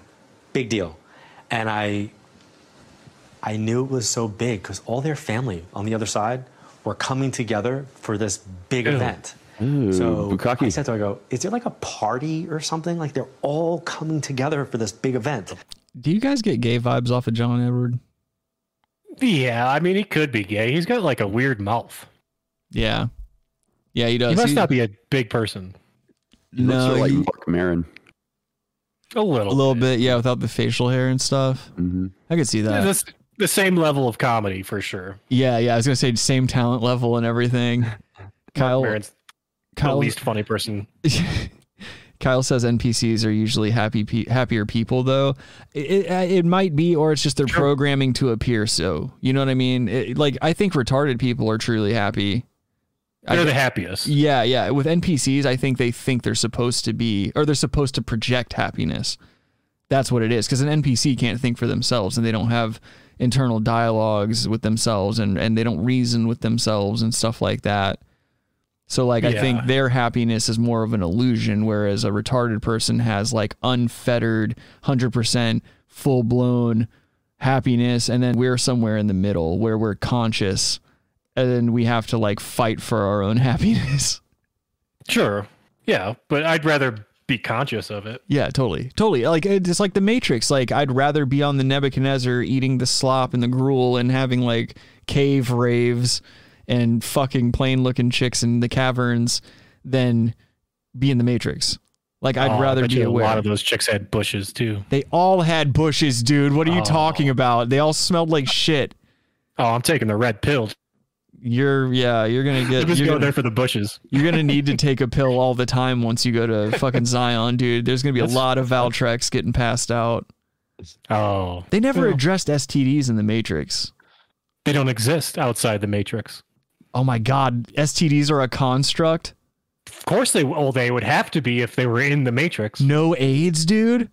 S3: Big deal. And I I knew it was so big because all their family on the other side were coming together for this big event.
S9: Ooh,
S3: so
S9: bukkake.
S3: I said to her, I go, is there like a party or something? Like they're all coming together for this big event.
S7: Do you guys get gay vibes off of John Edward?
S8: Yeah, I mean, he could be gay. He's got like a weird mouth.
S7: Yeah. Yeah, he does.
S8: He must
S7: He-
S8: not be a big person.
S9: Looks
S7: no,
S9: like
S7: he-
S9: Mark Maron.
S8: A little.
S7: a little bit, yeah, without the facial hair and stuff.
S9: hmm
S7: I could see that.
S8: This, the same level of comedy for sure.
S7: Yeah, yeah. I was gonna say same talent level and everything. Kyle,
S8: Maron's the
S7: Kyle,
S8: least funny person.
S7: Kyle says NPCs are usually happy, pe- happier people though. It, it, uh, it might be, or it's just their programming to appear so. You know what I mean? It, like I think retarded people are truly happy. I
S8: They're
S7: g-
S8: the happiest.
S7: Yeah, yeah. With NPCs, I think they think they're supposed to be, or they're supposed to project happiness. That's what it is. Because an NPC can't think for themselves and they don't have internal dialogues with themselves and, and they don't reason with themselves and stuff like that. So, like, I think
S8: Yeah.
S7: their happiness is more of an illusion, whereas a retarded person has like unfettered, 100% full blown happiness. And then we're somewhere in the middle where we're conscious and then we have to like fight for our own happiness.
S8: Sure. Yeah, but I'd rather be conscious of it.
S7: yeah, totally, totally. Like it's like the Matrix. Like I'd rather be on the Nebuchadnezzar eating the slop and the gruel and having like cave raves and fucking plain looking chicks in the caverns than be in the Matrix. Like I'd
S8: Oh, I
S7: rather
S8: bet
S7: be
S8: you
S7: aware.
S8: A lot of those chicks had bushes too.
S7: they all had bushes, dude. What are you
S8: Oh.
S7: talking about? They all smelled like shit.
S8: Oh, I'm taking the red pill.
S7: You're yeah, you're gonna
S8: I'm
S7: get
S8: just
S7: you're
S8: going
S7: gonna,
S8: there for the bushes.
S7: You're gonna need to take a pill all the time once you go to fucking Zion, dude. There's gonna be a lot of Valtrex getting passed out.
S8: Oh,
S7: They never
S8: Well.
S7: addressed STDs in the Matrix.
S8: they don't exist outside the Matrix.
S7: Oh my god, STDs are a construct.
S8: Of course they. Oh, they would have to be if they were in the Matrix.
S7: No AIDS, dude.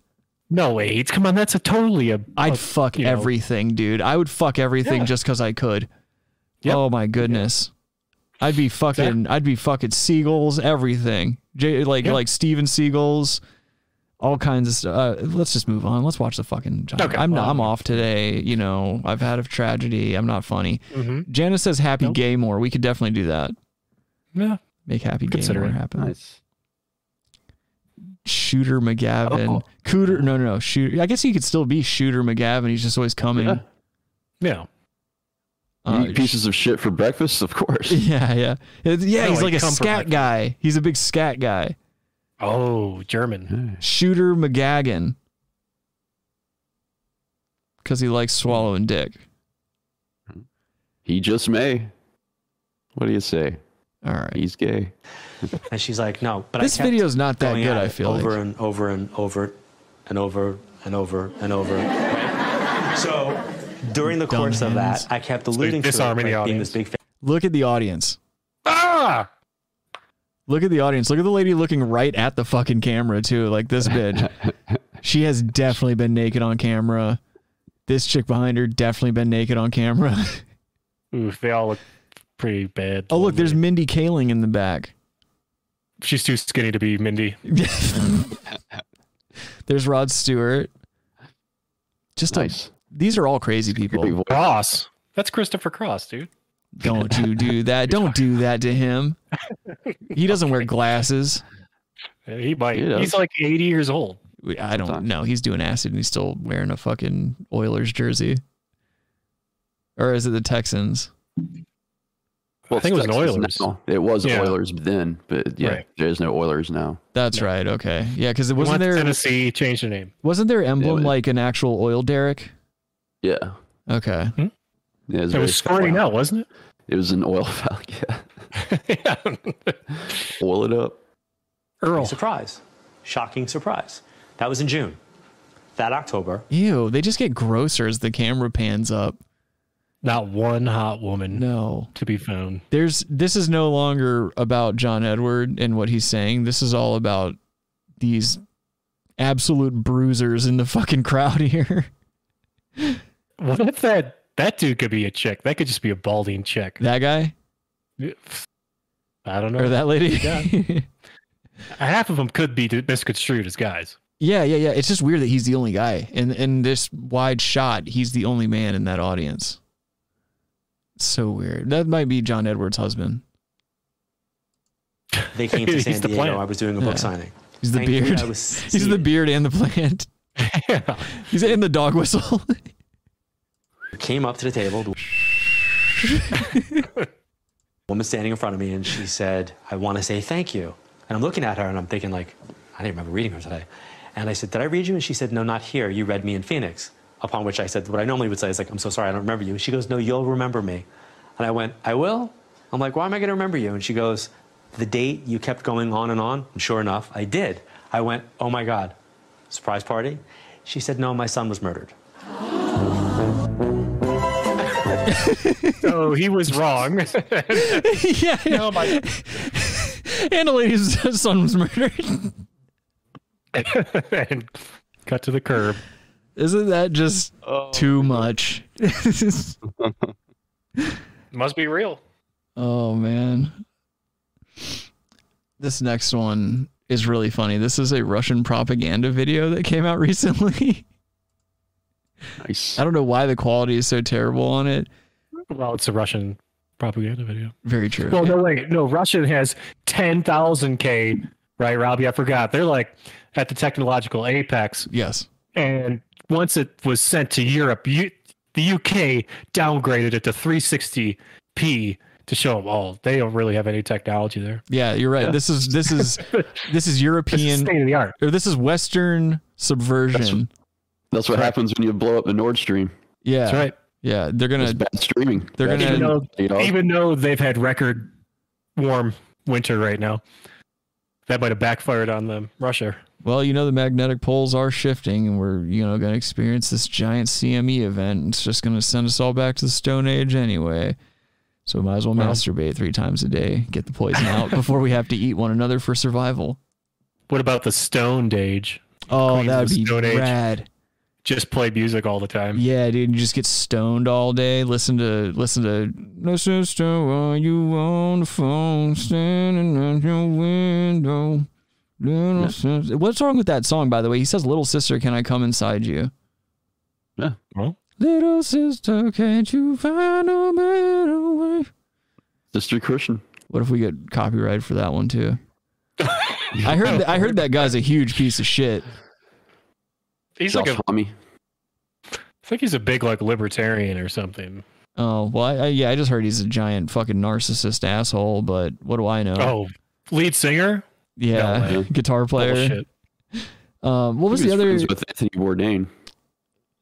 S8: No AIDS. Come on, that's a totally a.
S7: I'd
S8: a-
S7: fuck
S8: you know.
S7: everything, dude. I would fuck everything
S8: Yeah.
S7: just because I could.
S8: Yep.
S7: Oh my goodness. I'd be fucking. I'd be fucking seagulls. Everything. J- like
S8: Yeah.
S7: like Steven Seagulls. All kinds of stuff. Uh, let's just move on. Let's watch the fucking. John.
S8: Okay.
S7: I'm not, I'm
S8: Um,
S7: off today. You know, I've had a tragedy. I'm not funny.
S8: Mhm.
S7: Janice says happy
S8: Nope.
S7: gay more. We could definitely do that.
S8: Yeah.
S7: Make happy gay
S8: Consider
S7: more
S8: it.
S7: happen.
S9: Nice.
S7: Shooter
S3: Oh.
S7: McGavin. Cooter. No, no, no. Shooter. I guess he could still be Shooter McGavin. He's just always coming.
S9: Yeah.
S8: Yeah.
S7: Uh,
S9: you eat pieces of shit for breakfast, of course.
S7: Yeah, yeah, It's- yeah.
S8: No,
S7: he's
S8: he
S7: like a
S8: come from
S7: scat
S8: Mexico.
S7: guy. He's a big scat guy.
S8: Oh, German.
S7: Shooter McGagan, because he likes swallowing dick.
S9: He just may. What do you say?
S7: All right,
S9: He's gay.
S3: And she's like, no. But
S7: this
S3: I kept
S7: video's not that
S3: going
S7: good.
S3: at
S7: I
S3: it
S7: feel
S3: over
S7: like.
S3: and over and over and over and over and over. right? so during the
S7: Dumb
S3: course of
S7: hands.
S3: that, I kept alluding to it,
S8: disarming the
S3: right, being
S8: audience.
S3: this big fan.
S7: Look at the audience.
S8: Ah.
S7: Look at the audience. Look at the lady looking right at the fucking camera too, like this bitch. she has definitely been naked on camera. This chick behind her definitely been naked on camera.
S8: Oof, they all look pretty bad.
S7: oh look, there's Mindy Kaling in the back.
S8: She's too skinny to be Mindy.
S7: There's Rod Stewart. Just a-
S9: Nice.
S7: these are all crazy
S9: Great
S7: people.
S9: voice.
S8: Cross. That's Christopher Cross, dude.
S7: Don't you do that. Don't do that to him. He doesn't wear glasses.
S8: Uh, He might.
S9: He does.
S8: He's like 80 years old.
S7: We- I don't know. He's doing acid and he's still wearing a fucking Oilers jersey. Or is it the Texans?
S9: Well,
S8: I think it was
S9: it's
S8: an Oilers.
S9: Texas now. It was
S8: Yeah.
S9: Oilers then, but yeah,
S8: Right.
S9: there's no Oilers now.
S7: That's right. Okay. Yeah, because it
S8: He
S7: wasn't
S8: went to
S7: there
S8: Tennessee changed the name.
S7: wasn't their emblem
S9: but-
S7: like an actual oil derrick?
S9: Yeah.
S7: Okay.
S9: yeah
S8: It was squirting out, wasn't
S9: It was an oil valve. Yeah.
S8: it? yeah.
S9: Oil it up.
S8: Earl.
S3: Surprise. Shocking surprise. That was in June. That October,
S7: Ew, they just get grosser as the camera pans up.
S8: Not one hot woman
S7: No.
S8: to be found.
S7: there's this is no longer about John Edward and what he's saying. This is all about these absolute bruisers in the fucking crowd here.
S8: What if that that dude could be a chick? That could just be a balding chick.
S7: That guy
S8: I don't know.
S7: or that lady.
S8: Yeah. Half of them could be misconstrued as guys.
S7: yeah, yeah, yeah. It's just weird that he's the only guy. And in this wide shot, he's the only man in that audience. So weird. That might be John Edwards' husband.
S3: They came to
S8: He's
S3: San
S8: the
S3: Diego.
S8: plant.
S3: I was doing a book
S7: Yeah.
S3: signing.
S7: He's the
S3: Thank you,
S7: beard.
S3: I was
S7: He's the
S3: seeing-
S7: beard and the plant. He's in the dog whistle.
S3: came up to the table. the woman standing in front of me, and she said, "I want to say thank you." And I'm looking at her, and I'm thinking, like, I didn't remember reading her today. And I said, "Did I read you?" And she said, "No, not here. You read me in Phoenix." Upon which I said, "What I normally would say is like, I'm so sorry, I don't remember you." And she goes, "No, you'll remember me." And I went, "I will." I'm like, "Why am I going to remember you?" And she goes, "The date you kept going on and on." And sure enough, I did. I went, "Oh my God, surprise party." She said, "No, my son was murdered."
S8: So he was wrong.
S7: yeah.
S8: no, my
S7: And a lady's son was murdered.
S8: and cut to the curb.
S7: Isn't that just
S8: Oh.
S3: Oh,
S7: too much?
S8: Must be real.
S7: oh man. This next one is really funny. This is a Russian propaganda video that came out recently.
S9: Nice.
S7: I don't know why the quality is so terrible on it.
S8: Well, it's a Russian propaganda video.
S7: Very true.
S8: Well, no, wait, no. Russian has ten thousand k. Right, Robbie? I forgot. They're like at the technological apex,
S7: yes.
S8: and once it was sent to Europe, U- the UK downgraded it to 360p to show them all. they don't really have any technology there.
S7: Yeah, you're right. This is this is this is
S8: It's
S7: European
S8: state of the art.
S7: or this is Western subversion.
S9: That's what happens when you blow up the Nord Stream.
S7: yeah,
S8: That's right.
S7: Yeah, they're
S9: It's
S7: gonna
S9: bad streaming.
S7: they're
S9: Bad
S7: gonna-
S8: Even though,
S9: streaming, dog.
S8: even though they've had record warm winter right now, that might have backfired on them. Russia.
S7: well, you know, the magnetic poles are shifting, and we're you know gonna experience this giant CME event. It's just gonna send us all back to the Stone Age anyway. So we might as well
S8: Well.
S7: masturbate three times a day, get the poison out before we have to eat one another for survival.
S8: What about the Stoned Age?
S7: Oh,
S8: Queens
S7: that
S8: of
S7: would
S8: the
S7: be
S8: Stone Age.
S7: rad.
S8: Just play music all the time.
S7: Yeah, dude, you just get stoned all day. Listen to listen to no sister, are you on the phone standing at your window? Little sister. What's wrong with that song, by the way? He says, "Little sister, can I come inside you?"
S9: Yeah.
S8: Well.
S7: Little sister, can't you find a better way?
S9: Sister Christian.
S7: What if we get copyright for that one too? I heard th- I heard that guy's a huge piece of shit.
S8: He's
S9: Josh
S8: like a,
S9: Homme.
S8: I think he's a big like libertarian or something.
S7: Oh well, I, I, yeah, I just heard he's a giant fucking narcissist asshole. But what do I know?
S8: Oh, lead singer?
S7: Yeah,
S8: No way.
S7: guitar player.
S8: Bullshit.
S7: Um, what was
S9: He
S7: the other?
S9: friends With Anthony Bourdain.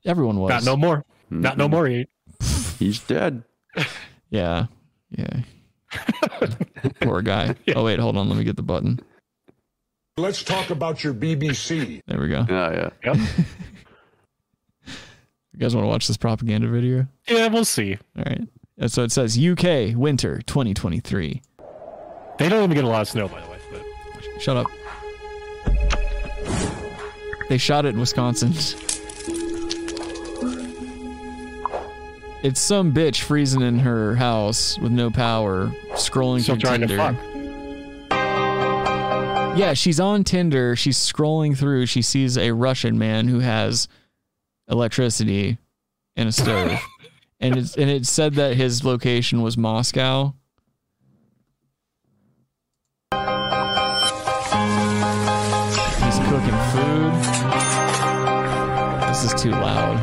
S7: Everyone was.
S8: Not no more. Not no
S9: Mm-mm.
S8: more. He-
S9: He's dead.
S7: Yeah, yeah. Poor guy. Oh wait, hold on. Let me get the button.
S10: Let's talk about your BBC.
S7: There we go.
S9: Oh, yeah.
S8: Yep.
S7: You guys want to watch this propaganda video?
S8: yeah, we'll see.
S7: All right. And so it says UK winter 2023.
S8: They don't even get a lot of snow, by the way. But
S7: Shut up. They shot it in Wisconsin. It's some bitch freezing in her house with no power, scrolling
S8: still
S7: through
S8: trying
S7: Tinder.
S8: to fuck.
S7: Yeah, she's on Tinder. She's scrolling through. She sees a Russian man who has electricity and a stove. and it's and it said that his location was Moscow. He's cooking food. This is too loud.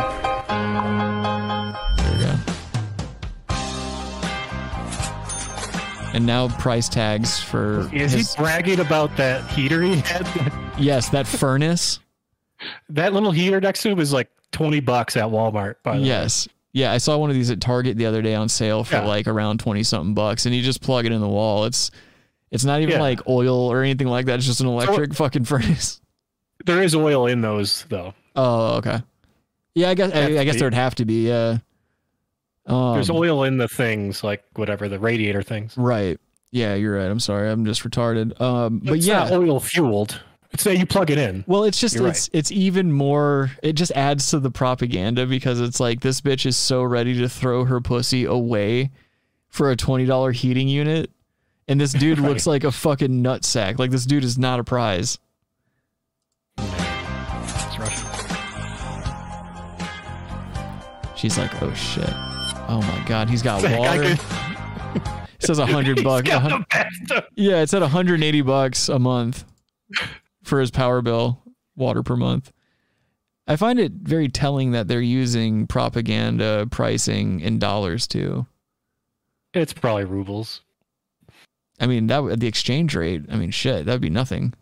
S7: There we go. And now price tags for
S8: Is
S7: his-
S8: he bragging about that heater he had?
S7: Yes, that furnace.
S8: that little heater next to him is like twenty bucks at Walmart. By the way.
S7: Yes. Yeah, I saw one of these at Target the other day on sale for
S8: Yeah.
S7: like around 20 something bucks and you just plug it in the wall. It's it's not even
S8: Yeah.
S7: like oil or anything like that. It's just an electric fucking furnace.
S8: there is oil in those though.
S7: Oh, okay. Yeah, I guess I, I guess
S8: Hefty.
S7: there would have to be. Yeah. Um,
S8: There's oil in the things like whatever the radiator things.
S7: Right. Yeah, you're right. I'm sorry. I'm just retarded. Um, but
S8: it's
S7: yeah.
S8: not oil fueled. It's that you plug it in.
S7: Well, it's just
S8: You're right.
S7: it's it's even more. It just adds to the propaganda because it's like this bitch is so ready to throw her pussy away for a twenty dollar heating unit, and this dude looks like a fucking nutsack. Like this dude is not a prize.
S8: It's Russian.
S7: She's like, oh shit, oh my god, he's got
S8: I
S7: water.
S8: could-
S7: He's says a hundred bucks. a hun- yeah, it's at 180 bucks a month for his power bill, water per month. I find it very telling that they're using propaganda pricing in dollars too.
S8: It's probably rubles.
S7: I mean, that would- the exchange rate. I mean, shit, that'd be nothing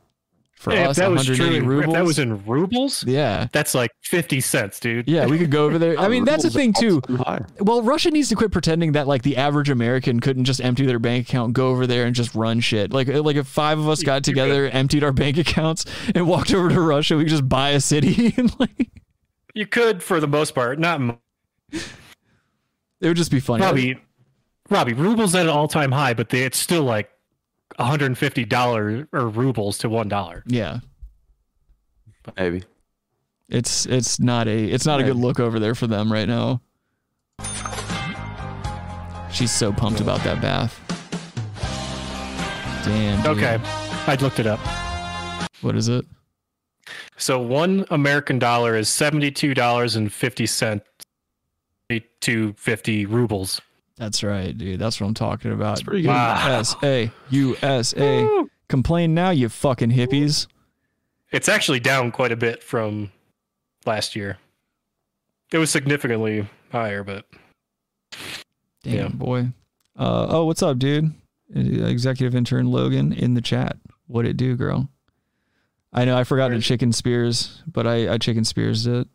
S7: for
S8: Hey,
S7: us.
S8: if that was
S7: 180
S8: true, in-
S7: rubles.
S8: if that was in rubles,
S7: yeah,
S8: that's like fifty cents, dude.
S7: yeah, we could go over there. I mean, that's the thing too.
S9: Higher.
S7: Well, Russia needs to quit pretending that like the average American couldn't just empty their bank account, go over there and just run shit. Like uh, like if five of us got together, emptied our bank accounts, and walked over to Russia, we could just buy a city and like
S8: You could, for the most part, not m-
S7: it would just be funny.
S8: Robbie. Robbie, rubles at an all-time high, but they, it's still like one hundred and fifty dollars or rubles to one dollar.
S7: Yeah.
S9: Maybe.
S7: It's it's not a it's not a good look over there for them right now. She's so pumped about that bath. Damn. dude.
S8: Okay, I looked it up.
S7: What is it?
S8: So one American dollar is seventy-two dollars and fifty cent, to fifty rubles.
S7: That's right, dude. That's what I'm talking about. That's
S9: pretty good.
S8: Wow.
S7: USA. USA. Complain now, you fucking hippies.
S8: It's actually down quite a bit from last year. It was significantly higher, but
S7: Damn,
S8: Yeah.
S7: boy. Uh, oh, what's up, dude? Uh, Executive intern Logan in the chat. What it do, girl? I know I forgot to chicken spears, but I, I chicken spears it.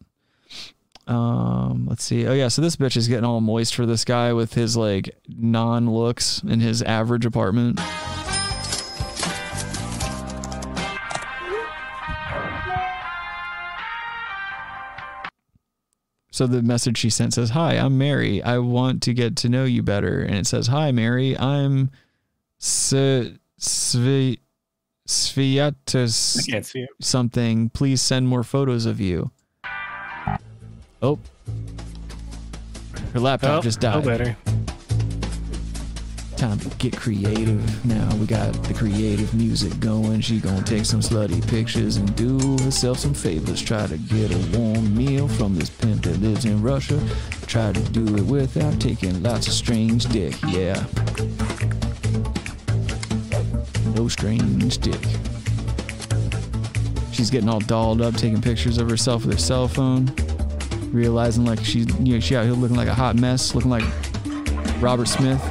S7: Um, let's see. Oh yeah, so this bitch is getting all moist for this guy with his like non looks in his average apartment. So the message she sent says, "Hi, I'm Mary. I want to get to know you better." And it says, "Hi, Mary. I'm Svi Svi
S8: I
S7: Sviatus
S8: can't see it.
S7: something. Please send more photos of you." Oh, her laptop just died.
S8: No Oh, better.
S7: Time to get creative. Now we got the creative music going. She gonna take some slutty pictures and do herself some favors. Try to get a warm meal from this pimp that lives in Russia. Try to do it without taking lots of strange dick. Yeah. No strange dick. She's getting all dolled up, taking pictures of herself with her cell phone. Realizing like she's you know, she out here looking like a hot mess, looking like Robert Smith.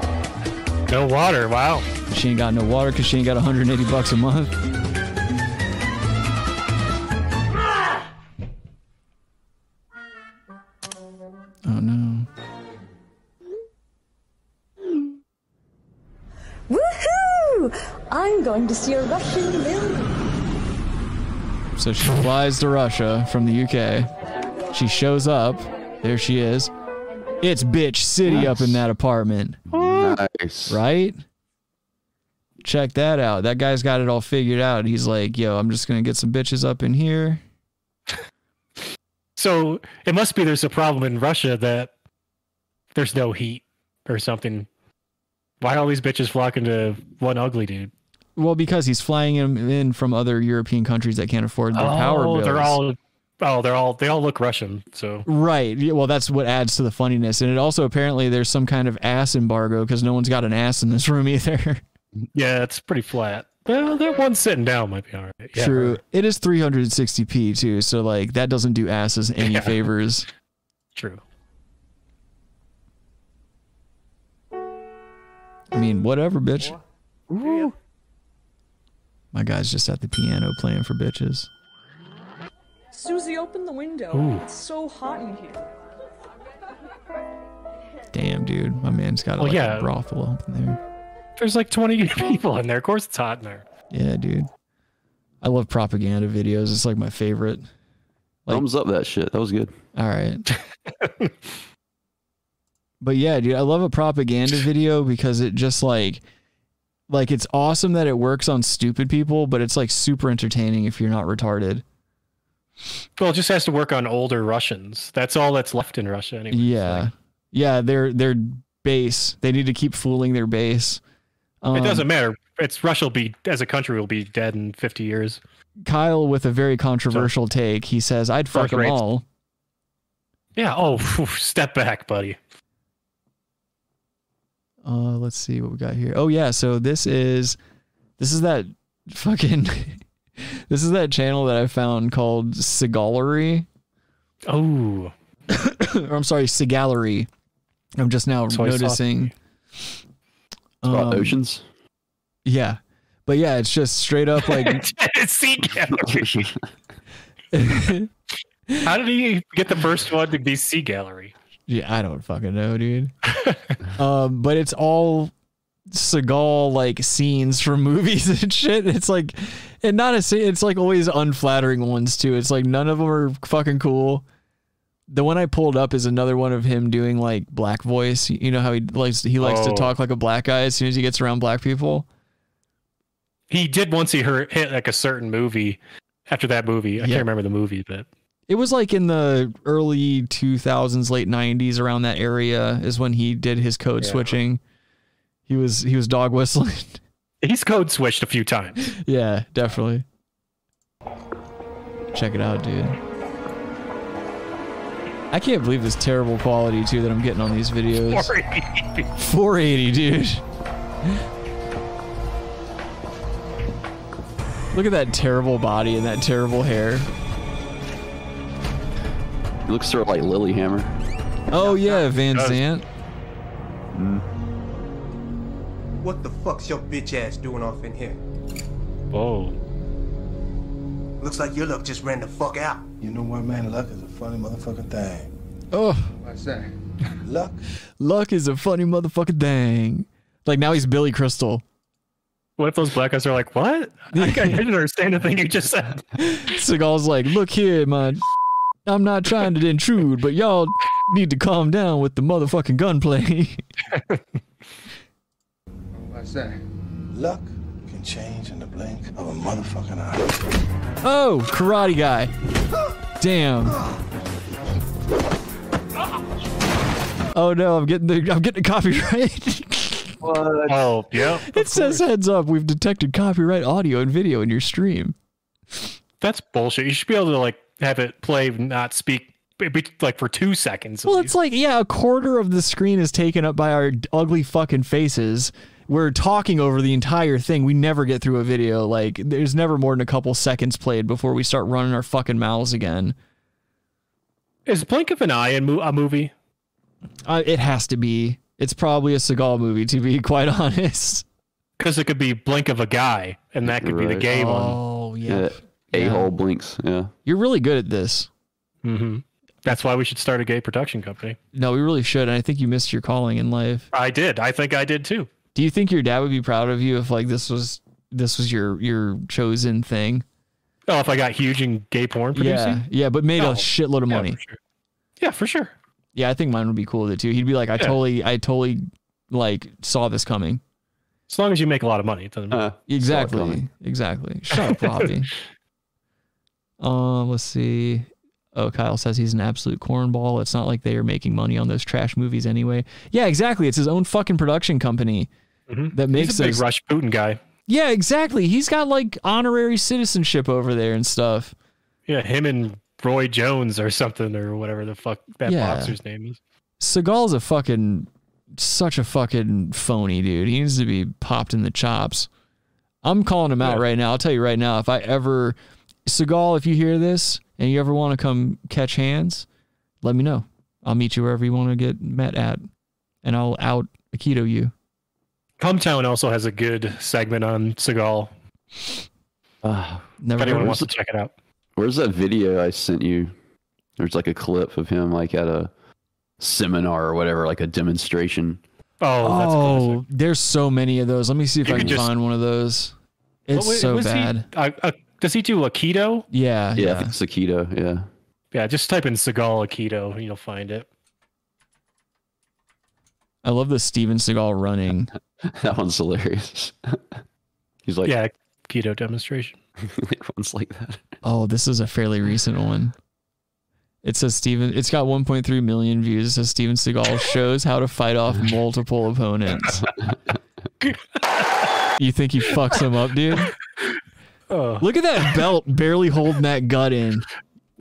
S8: No water. Wow.
S7: She ain't got no water because she ain't got 180 bucks a month. Oh no.
S11: Woohoo! I'm going to see a Russian movie.
S7: So she flies to Russia from the UK. She shows up. There she is. It's bitch city up in that apartment,
S9: Nice.
S7: right? Check that out. That guy's got it all figured out. He's like, yo, I'm just going to get some bitches up in here.
S8: So it must be there's a problem in Russia that there's no heat or something. Why all these bitches flocking to one ugly dude?
S7: Well, because he's flying him in from other European countries that can't afford their power
S8: oh,
S7: bills.
S8: they're all. Oh, they're all. They all look Russian. So
S7: Right. Yeah, well, that's what adds to the funniness. And it also apparently there's some kind of ass embargo because no one's got an ass in this room either.
S8: yeah, it's pretty flat. Well, that one sitting down might be all right. Yeah.
S7: True. It is 360p too. So, like, that doesn't do asses any
S8: Yeah.
S7: favors.
S8: True.
S7: I mean, whatever, bitch. My guy's just at the piano playing for bitches.
S11: Susie, open the window. It's so hot in here.
S7: Damn, dude. My man's got
S8: Well,
S7: like,
S8: yeah.
S7: a brothel up in there.
S8: There's like 20 people in there. Of course, it's hot in there.
S7: Yeah, dude. I love propaganda videos. It's like my favorite. Like-
S9: Thumbs up that shit. That was good.
S7: All right. but yeah, dude, I love a propaganda video because it just like like it's awesome that it works on stupid people, but it's like super entertaining if you're not retarded.
S8: Well, it just has to work on older Russians. That's all that's left in Russia anyway.
S7: Yeah. yeah, their their base. They need to keep fooling their base. Um,
S8: it doesn't matter. It's Russia will be as a country will be dead in 50 years.
S7: Um, Kyle with a very controversial take. He says, "I'd fuck
S8: Birth
S7: them
S8: rates.
S7: all."
S8: Yeah. Oh, phew, step back, buddy.
S7: Uh, let's see what we got here. Oh yeah, so this is this is that fucking this is that channel that I found called Sigallery.
S8: Oh,
S7: or I'm sorry, Sigallery. I'm just now
S9: Soy sauce.
S7: noticing.
S9: about
S7: um,
S9: oceans.
S7: Yeah, but yeah, it's just straight up like
S8: sea gallery. How did he get the first one to be sea gallery?
S7: Yeah, I don't fucking know, dude. um, but it's all Seagal like scenes from movies and shit. It's like, and not a scene. It's like always unflattering ones too. It's like none of them are fucking cool. The one I pulled up is another one of him doing like black voice. You know how he likes he likes to
S8: Oh.
S7: talk like a black guy as soon as he gets around black people.
S8: He did once he hurt, hit like a certain movie. After that movie, I
S7: Yeah.
S8: can't remember the movie, but
S7: It was like in the early 2000s, late 90s, around that area is when he did his code
S8: Yeah.
S7: switching. He was he was dog whistling.
S8: he's code switched a few times.
S7: yeah, definitely. Check it out, dude. I can't believe this terrible quality too that I'm getting on these videos. 480, dude. Look at that terrible body and that terrible hair.
S9: It looks sort of like Lilyhammer.
S7: Oh yeah, Van
S9: does.
S7: Zant.
S12: What the fuck's your bitch ass doing off in here?
S8: Whoa.
S12: Looks like your luck just ran the fuck out.
S13: You know what, man? Luck is a funny motherfucking thing.
S7: Oh.
S13: What's that? Luck.
S7: Luck is a funny motherfucking thing. Like now he's Billy Crystal.
S8: What if those black guys are like, "What? I, I didn't understand the thing you just said."
S7: Seagal's like, look here, man. I'm not trying to intrude, but y'all need to calm down with the motherfucking gunplay.
S13: What's that? Luck can change in the blink of a motherfucking eye.
S7: oh, karate guy. Damn. Oh no, I'm getting the I'm getting the copyright.
S8: Oh, yeah.
S7: it says heads up, we've detected copyright audio and video in your stream.
S8: That's bullshit. You should be able to like have it play, not speak, be- be- like for two seconds.
S7: Well, it's like, yeah, a quarter of the screen is taken up by our d- ugly fucking faces. We're talking over the entire thing. We never get through a video. Like, there's never more than a couple seconds played before we start running our fucking mouths again.
S8: Is Blink of an Eye in mo- a movie?
S7: Uh, it has to be. It's probably a Seagal movie, to be quite honest.
S8: Because it could be Blink of a Guy, and that could be the
S9: Right.
S8: gay
S7: Oh,
S8: one.
S7: yeah.
S9: A hole blinks. Yeah.
S7: You're really good at this.
S8: hmm That's why we should start a gay production company.
S7: No, we really should. And I think you missed your calling in life.
S8: I did. I think I did too.
S7: Do you think your dad would be proud of you if like this was this was your your chosen thing?
S8: Oh, if I got huge in gay porn producing?
S7: Yeah, yeah, but made
S8: No.
S7: a shitload of
S8: Yeah,
S7: money.
S8: for sure. Yeah, for sure.
S7: Yeah, I think mine would be cool with it too. He'd be like, I
S8: Yeah.
S7: totally, I totally like saw this coming.
S8: As long as you make a lot of money, it doesn't matter.
S7: Exactly. Exactly. Shut up, Robbie. um, let's see. Oh, Kyle says he's an absolute cornball. It's not like they are making money on those trash movies anyway. Yeah, exactly. It's his own fucking production company that makes
S8: Mm-hmm. He's a big
S7: those-
S8: Rush Putin guy.
S7: Yeah, exactly. He's got like honorary citizenship over there and stuff.
S8: Yeah, him and Roy Jones or something or whatever the fuck that
S7: Yeah.
S8: boxer's name is.
S7: Seagal's a fucking such a fucking phony dude. He needs to be popped in the chops. I'm calling him out right now. I'll tell you right now, if I ever Seagal, if you hear this and you ever want to come catch hands, let me know. I'll meet you wherever you want to get met at, and I'll out Aikido you.
S8: Cumtown also has a good segment on Seagal.
S7: Never
S8: if anyone
S7: heard
S8: wants
S7: of
S8: to check it out.
S9: Where's that video I sent you? There's like a clip of him like at a seminar or whatever, like a demonstration.
S8: Oh, that's
S7: Oh, there's so many of those. Let me see if
S8: You
S7: I
S8: could
S7: can
S8: just-
S7: find one of those. It's
S8: What wa-
S7: so
S8: was he-
S7: bad.
S8: uh, uh, does he do Aikido?
S7: Uh, Yeah,
S9: Yeah, I think it's Aikido. Yeah.
S8: Yeah, just type in Seagal Aikido and you'll find it.
S7: I love the Steven Seagal running.
S9: that one's hilarious. He's like,
S8: yeah, Aikido demonstration.
S9: one's like that.
S7: Oh, this is a fairly recent one. It says Steven. It's got 1.3 million views. It says Steven Seagal shows how to fight off multiple opponents. you think he fucks him up, dude?
S8: Oh.
S7: Look at that belt barely holding that gut in.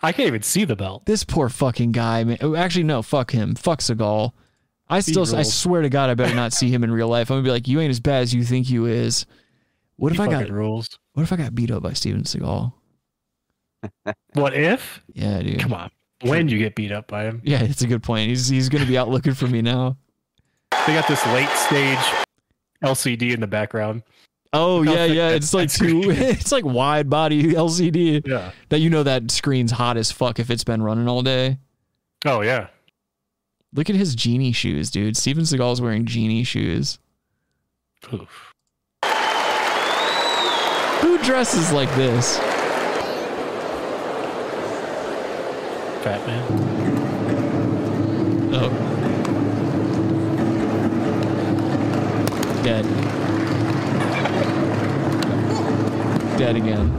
S8: I can't even see the belt.
S7: This poor fucking guy, man. Oh, Actually, no, fuck him. Fuck Seagal. I still, I
S14: rolls.
S7: swear to God, I better not see him in real life. I'm gonna be like, you ain't as bad as you think you is. What if
S8: He
S7: I got
S8: fucking rules?
S7: What if I got beat up by Steven Seagal?
S8: What if?
S7: Yeah, dude.
S8: Come on. When you get beat up by him?
S7: Yeah, it's a good point. He's he's gonna be out looking for me now.
S8: They got this late stage LCD in the background.
S7: Oh
S8: Look how
S7: yeah,
S8: thick
S7: yeah.
S8: that
S7: It's like
S8: screen
S7: two.
S8: is.
S7: It's like wide body LCD.
S8: Yeah.
S7: That you know that screen's hot as fuck if it's been running all day.
S8: Oh yeah.
S7: Look at his genie shoes, dude. Steven Seagal's wearing genie shoes.
S8: Poof.
S7: Who dresses like this?
S8: Fat man.
S7: Oh. Dead. Dead again.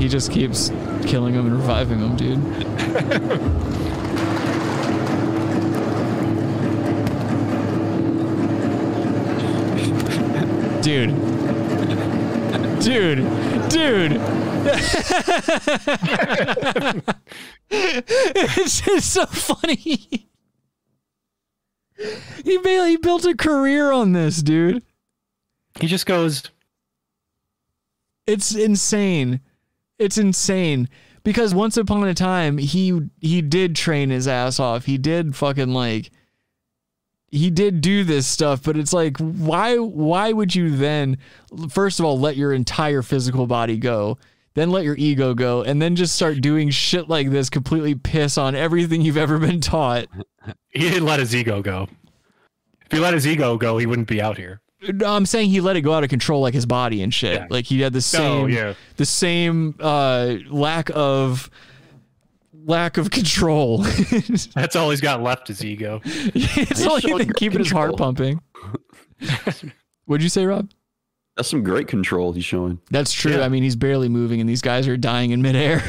S7: He just keeps killing him and reviving him, dude. Dude. Dude. Dude. it's just so funny. He ba- he built a career on this, dude.
S8: He just goes.
S7: It's insane. It's insane because once upon a time he he did train his ass off. He did fucking like he did do this stuff, but it's like why why would you then first of all let your entire physical body go? Then let your ego go and then just start doing shit like this completely piss on everything you've ever been taught.
S8: He didn't let his ego go. If he let his ego go, he wouldn't be out here.
S7: No, I'm saying he let it go out of control, like his body and shit. Like he had the same,
S8: Oh, yeah.
S7: the same uh, lack of lack of control.
S8: That's all he's got left is ego.
S7: it's all you can keep his heart pumping. What'd you say, Rob?
S9: That's some great control he's showing.
S7: That's true. I mean, he's barely moving, and these guys are dying in midair.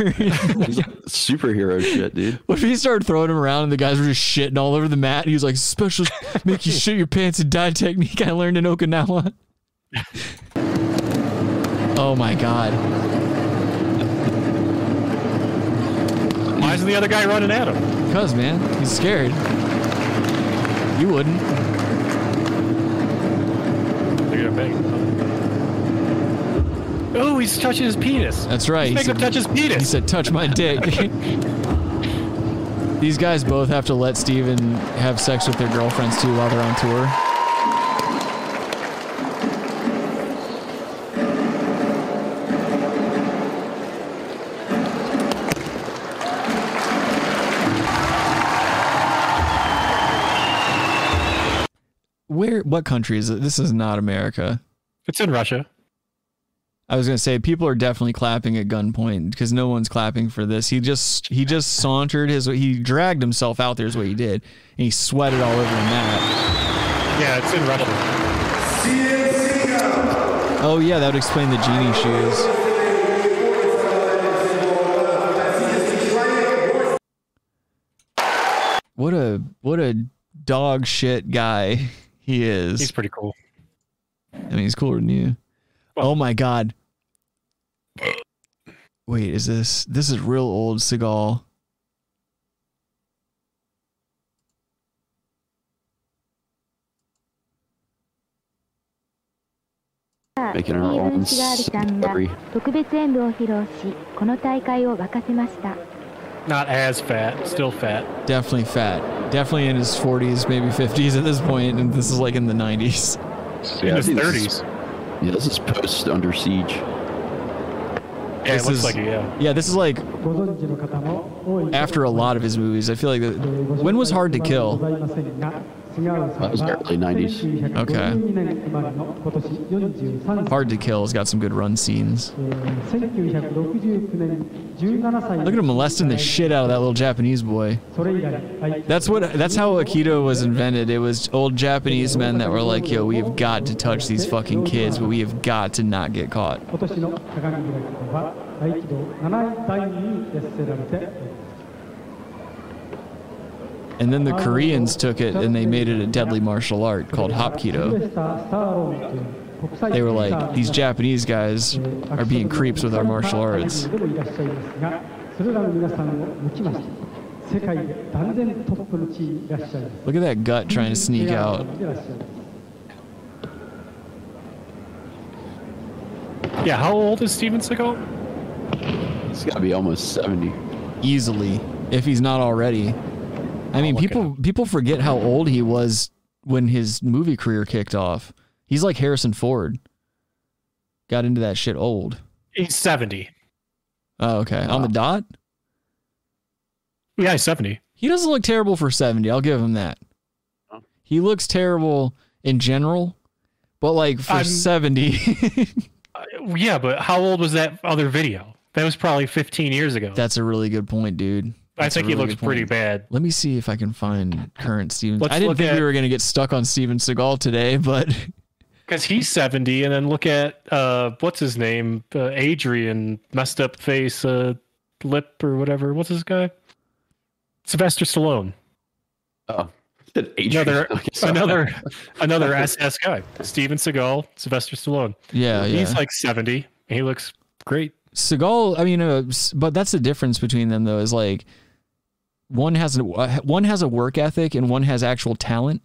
S9: Superhero shit, dude.
S7: what if he started throwing him around, and the guys were just shitting all over the mat? And he was like, "Special, make you shit your pants and die technique I learned in Okinawa." oh my god.
S8: Why isn't the other guy running at him?
S7: Because, man, he's scared. You wouldn't.
S8: They're gonna bang. him. Oh, he's touching his penis.
S7: That's right.
S8: He's
S7: He
S8: making him
S7: said-
S8: touch his penis.
S7: He said, touch my dick. These guys both have to let Steven have sex with their girlfriends too while they're on tour. Where? What country is it? This is not America.
S8: It's in Russia.
S7: I was gonna say people are definitely clapping at gunpoint because no one's clapping for this. He just he just sauntered his he dragged himself out there is what he did, and he sweated all over the mat.
S8: Yeah, it's in Russia.
S7: Oh yeah, that would explain the genie shoes. What a what a dog shit guy he is.
S8: He's pretty cool.
S7: I mean, he's cooler than you. oh my god. Wait, is this this is real old Seagal?
S9: Making our own
S15: スティーブン・シガールさん
S9: celebrity.
S15: が特別演舞を披露しこの大会を沸かせました
S8: Not as fat, still fat.
S7: Definitely fat. Definitely in his 40s, maybe 50s at this point, and this is like in the 90s.
S9: Yeah,
S8: in
S9: I
S8: his
S9: think this
S8: thirties.
S9: is- Yeah, this is post Under Siege.
S8: Yeah,
S7: This
S8: it looks
S7: is-
S8: like it, yeah.
S7: Yeah, this is like after a lot of his movies. I feel like the, when was Hard to Kill?
S9: That was early 90s.
S7: Okay, Hard to Kill has got some good run scenes. Look at him molesting the shit out of that little Japanese boy. That's what. That's how Aikido was invented. It was old Japanese men that were like, "Yo, we have got to touch these fucking kids, but we have got to not get caught."
S2: 今年の高木村君は合気道7第に列せられております
S7: And then the Koreans took it and they made it a deadly martial art called Hopkido.
S2: スタスターローンという国際
S7: They were
S2: スター
S7: like, "These Japanese guys are being creeps with our martial arts."
S2: でもいらっしゃいますがそれらの皆さんを抜きまして世界で断然トップの地位にいらっしゃいます
S7: Look at that gut trying to sneak out.
S2: いらっしゃいます
S8: Yeah, how old is Steven Seagal?
S9: He's got to be almost 70.
S7: Easily, if he's not already. I mean, people people forget how old he was when his movie career kicked off. He's like Harrison Ford. Got into that shit old.
S8: He's 70.
S7: Oh, okay. On the dot?
S8: Yeah, he's 70.
S7: He doesn't look terrible for 70. I'll give him that. He looks terrible in general, but like for
S8: I'm-
S7: 70,
S8: Uh, Yeah, but how old was that other video? That was probably 15 years ago.
S7: that's a really good point, dude.
S8: I
S7: That's a
S8: think he
S7: really
S8: looks
S7: good point.
S8: pretty bad.
S7: Let me see if I can find current Steven.
S8: Let's
S7: I didn't
S8: look
S7: think
S8: at-
S7: we were going to get stuck on Steven Seagal today, but
S8: Because he's 70, and then look at uh, what's his name? Uh, Adrian, messed up face, uh, lip, or whatever. What's this guy? Sylvester Stallone.
S9: Oh, said Adrian.
S8: Another,
S9: Okay, sorry.
S8: another, another SS guy. Steven Seagal, Sylvester Stallone.
S7: Oh, Yeah,
S8: He's
S7: yeah.
S8: like 70. and He looks great.
S7: Seagal, I mean, uh, s- but that's the difference between them though. Is like one has an, uh, one has a work ethic and one has actual talent,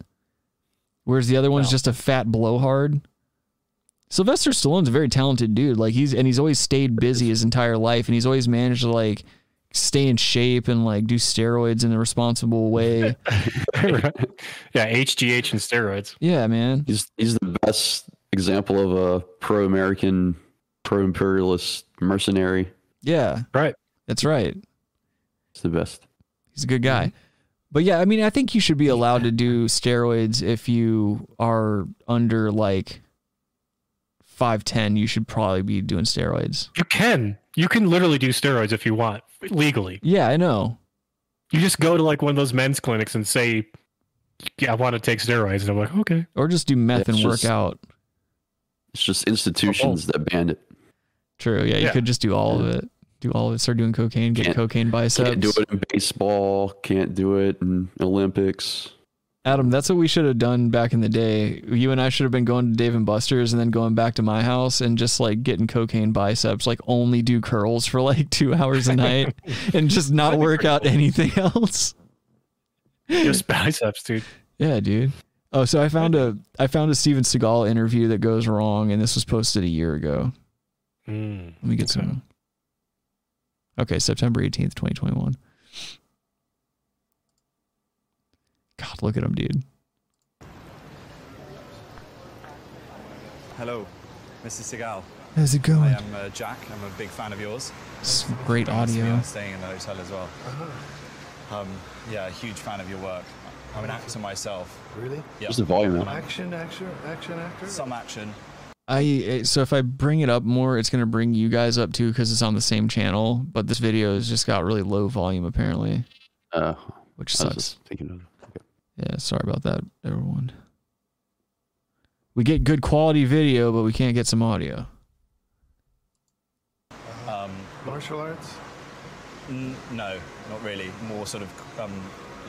S7: whereas the other one's just a fat blowhard. Sylvester Stallone's a very talented dude. Like he's and he's always stayed busy his entire life, and he's always managed to like stay in shape and like do steroids in a responsible way.
S8: Yeah, HGH and steroids.
S7: yeah, man.
S9: He's, he's the best example of a pro American, pro imperialist mercenary.
S7: Yeah,
S8: Right.
S7: that's right.
S9: It's the best.
S7: He's a good guy. But yeah, I mean, I think you should be allowed to do steroids if you are under like 5'10. You should probably be doing steroids.
S8: You can. You can literally do steroids if you want, legally.
S7: Yeah, I know.
S8: You just go to like one of those men's clinics and say, yeah, I want to take steroids. And I'm like, okay.
S7: Or just do meth
S9: It's
S7: and
S9: just-
S7: work out.
S9: It's just institutions
S7: Oh,
S9: that ban it.
S7: True. Yeah, you
S9: Yeah.
S7: could just do all of it. Do all of it. Start doing cocaine, get
S9: Can't-
S7: cocaine biceps.
S9: Can't do it in baseball. Can't do it in Olympics.
S7: Adam, that's what we should have done back in the day. You and I should have been going to Dave and Buster's and then going back to my house and just like getting cocaine biceps, like only do curls for like two hours a night and just not work out anything else.
S8: Just biceps, dude.
S7: Yeah, dude. Oh, so I found a I found a Steven Seagal interview that goes wrong, and this was posted a year ago.
S8: Mm.
S7: Let me get some. Okay, September eighteenth, twenty twenty one. God, look at him, dude.
S5: Hello, Mr. Seagal.
S7: How's it going?
S5: I am uh, Jack. I'm a big fan of yours.
S7: It's great
S5: Very nice to meet you.
S7: audio.
S5: I'm staying in the hotel as well. Um, yeah, huge fan of your work. I'm an actor myself. Really? Yeah.
S9: What's the volume at?
S5: Action, action, action, actor. Some action.
S7: I uh, so if I bring it up more, it's gonna bring you guys up too because it's on the same channel. But this video has just got really low volume apparently,
S9: Uh,
S7: which
S9: I was
S7: sucks.
S9: just thinking of-
S7: Yeah, sorry about that, everyone. We get good quality video, but we can't get some audio.
S5: Um, Martial arts? N- no, not really. More sort of um,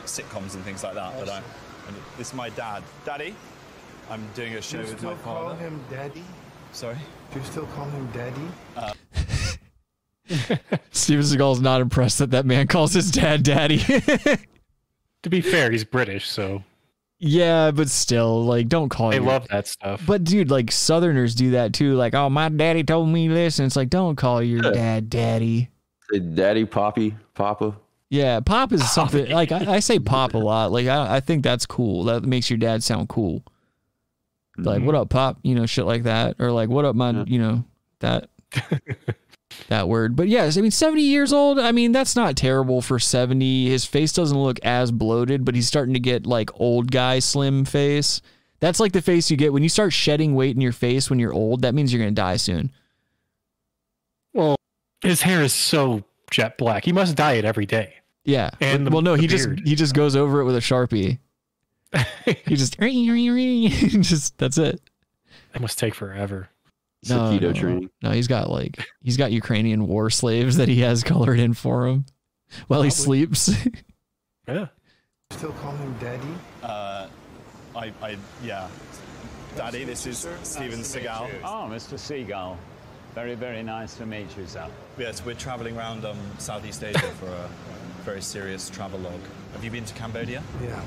S5: sitcoms and things like that. But I, and this is my dad. Daddy, I'm doing a show
S13: Do you
S5: with
S13: still
S5: my father.
S13: call him daddy?
S5: Sorry?
S13: Do you still call him daddy?
S7: Steven Seagal's not impressed that that man calls his dad daddy.
S8: To be fair, he's British, so
S7: yeah, but still, like, don't call
S8: they
S7: your-
S8: love that stuff.
S7: But dude, like Southerners do that too. Like, oh, my daddy told me this, and it's like, don't call your dad daddy.
S9: Say Daddy, Poppy, Papa.
S7: Yeah, pop is something like I, I say pop a lot. Like I, I think that's cool. That makes your dad sound cool. Like
S9: Mm-hmm.
S7: what up, pop? You know, shit like that, or like what up, my you know that that word. But yes, I mean, seventy years old. I mean, that's not terrible for seventy. His face doesn't look as bloated, but he's starting to get like old guy slim face. That's like the face you get when you start shedding weight in your face when you're old. That means you're gonna die soon.
S8: Well, his hair is so jet black. He must dye it every day.
S7: Yeah.
S8: And the-
S7: well, no,
S8: the
S7: he just
S8: beard.
S7: he just goes over it with a sharpie. he just just that's it.
S8: It must take forever.
S9: It's a keto Mm-hmm. training.
S7: No, he's got like he's got Ukrainian war slaves that he has colored in for him while he sleeps.
S8: Yeah.
S13: Still call him daddy?
S5: Uh, I, I, yeah. Daddy, this is Steven Seagal.
S16: Oh, Mr. Seagal. Very, very nice to meet you, sir.
S5: Yes, we're traveling around um, Southeast Asia for a very serious travelogue. Have you been to Cambodia?
S13: Yeah.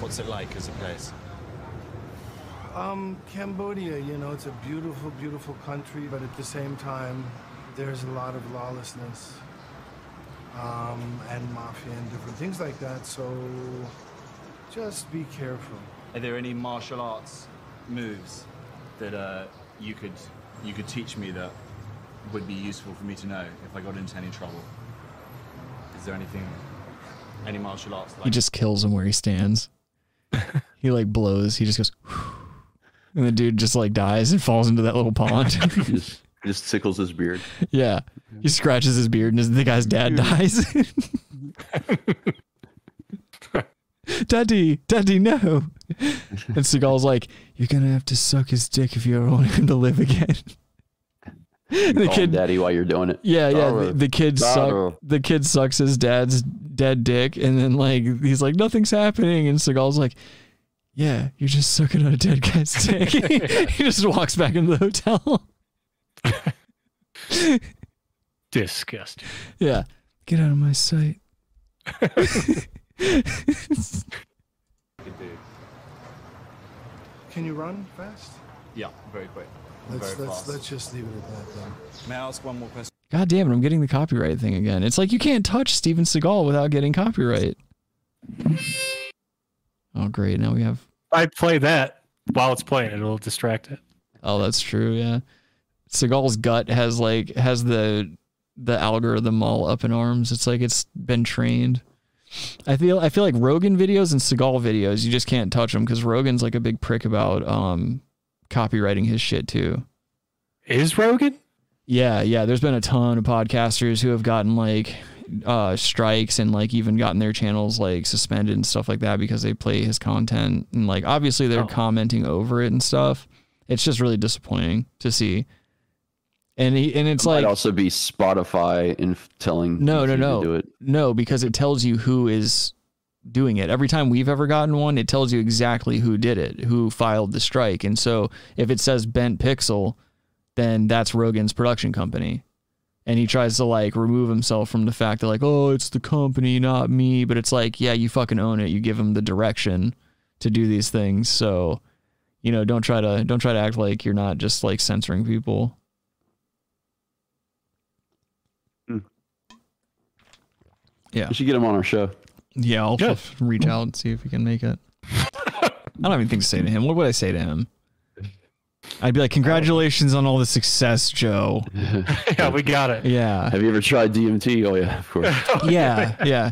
S5: What's it like as a place?
S13: Um, Cambodia, you know, it's a beautiful, beautiful country, but at the same time, there's a lot of lawlessness um, and mafia and different things like that. So just be careful.
S5: Are there any martial arts moves that uh, you could you could teach me that would be useful for me to know if I got into any trouble? Is there anything, any martial arts?
S7: He just kills him where he stands. he like blows. He just goes, and the dude just like dies and falls into that little pond.
S9: He just, he just tickles his beard.
S7: yeah, he scratches his beard, and his, the guy's dad dies. Daddy, Daddy, no! And Seagal's like, "You're gonna have to suck his dick if you ever want him to live again." the
S9: You call him
S7: kid,
S9: daddy while you're doing it.
S7: yeah, yeah. The,
S9: Dollar.
S7: the kid
S9: Dollar.
S7: suck, the kid sucks his dad's dead dick, and then like he's like, "Nothing's happening," and Seagal's like, "Yeah, you're just sucking on a dead guy's dick." he just walks back into the hotel.
S8: Disgusting.
S7: Yeah, get out of my sight.
S13: Can you run fast?
S5: Yeah, very quick.
S13: Let's
S5: very
S13: let's
S5: fast.
S13: let's just leave it at that then.
S5: May I ask one more question?
S7: God damn it! I'm getting the copyright thing again. It's like you can't touch Steven Seagal without getting copyright. Oh great! Now we have
S8: I play that while it's playing. It'll distract it.
S7: Oh, that's true. Yeah, Seagal's gut has like has the the algorithm all up in arms. It's like it's been trained. I feel I feel like Rogan videos and Seagal videos you just can't touch them because Rogan's like a big prick about um copywriting his shit too.
S8: Is Rogan?
S7: Yeah, yeah. There's been a ton of podcasters who have gotten like uh strikes and like even gotten their channels like suspended and stuff like that because they play his content and like obviously they're commenting over it and stuff. It's just really disappointing to see. And he and it's
S9: It
S7: like
S9: might also be Spotify and telling
S7: no, no,
S9: YouTube to
S7: no,
S9: do it.
S7: no, because it tells you who is doing it. Every time we've ever gotten one, it tells you exactly who did it, who filed the strike. And so if it says Bent Pixel, then that's Rogan's production company. And he tries to like remove himself from the fact that like, oh, it's the company, not me. But it's like, yeah, you fucking own it. You give him the direction to do these things. So, you know, don't try to don't try to act like you're not just like censoring people. Yeah.
S9: We should get him on our show.
S7: Yeah, I'll f- reach out and see if we can make it. I don't have anything to say to him. What would I say to him? I'd be like, "Congratulations on all the success, Joe."
S8: yeah, we got it.
S7: Yeah.
S9: Have you ever tried DMT? Oh yeah, of course.
S7: yeah, yeah.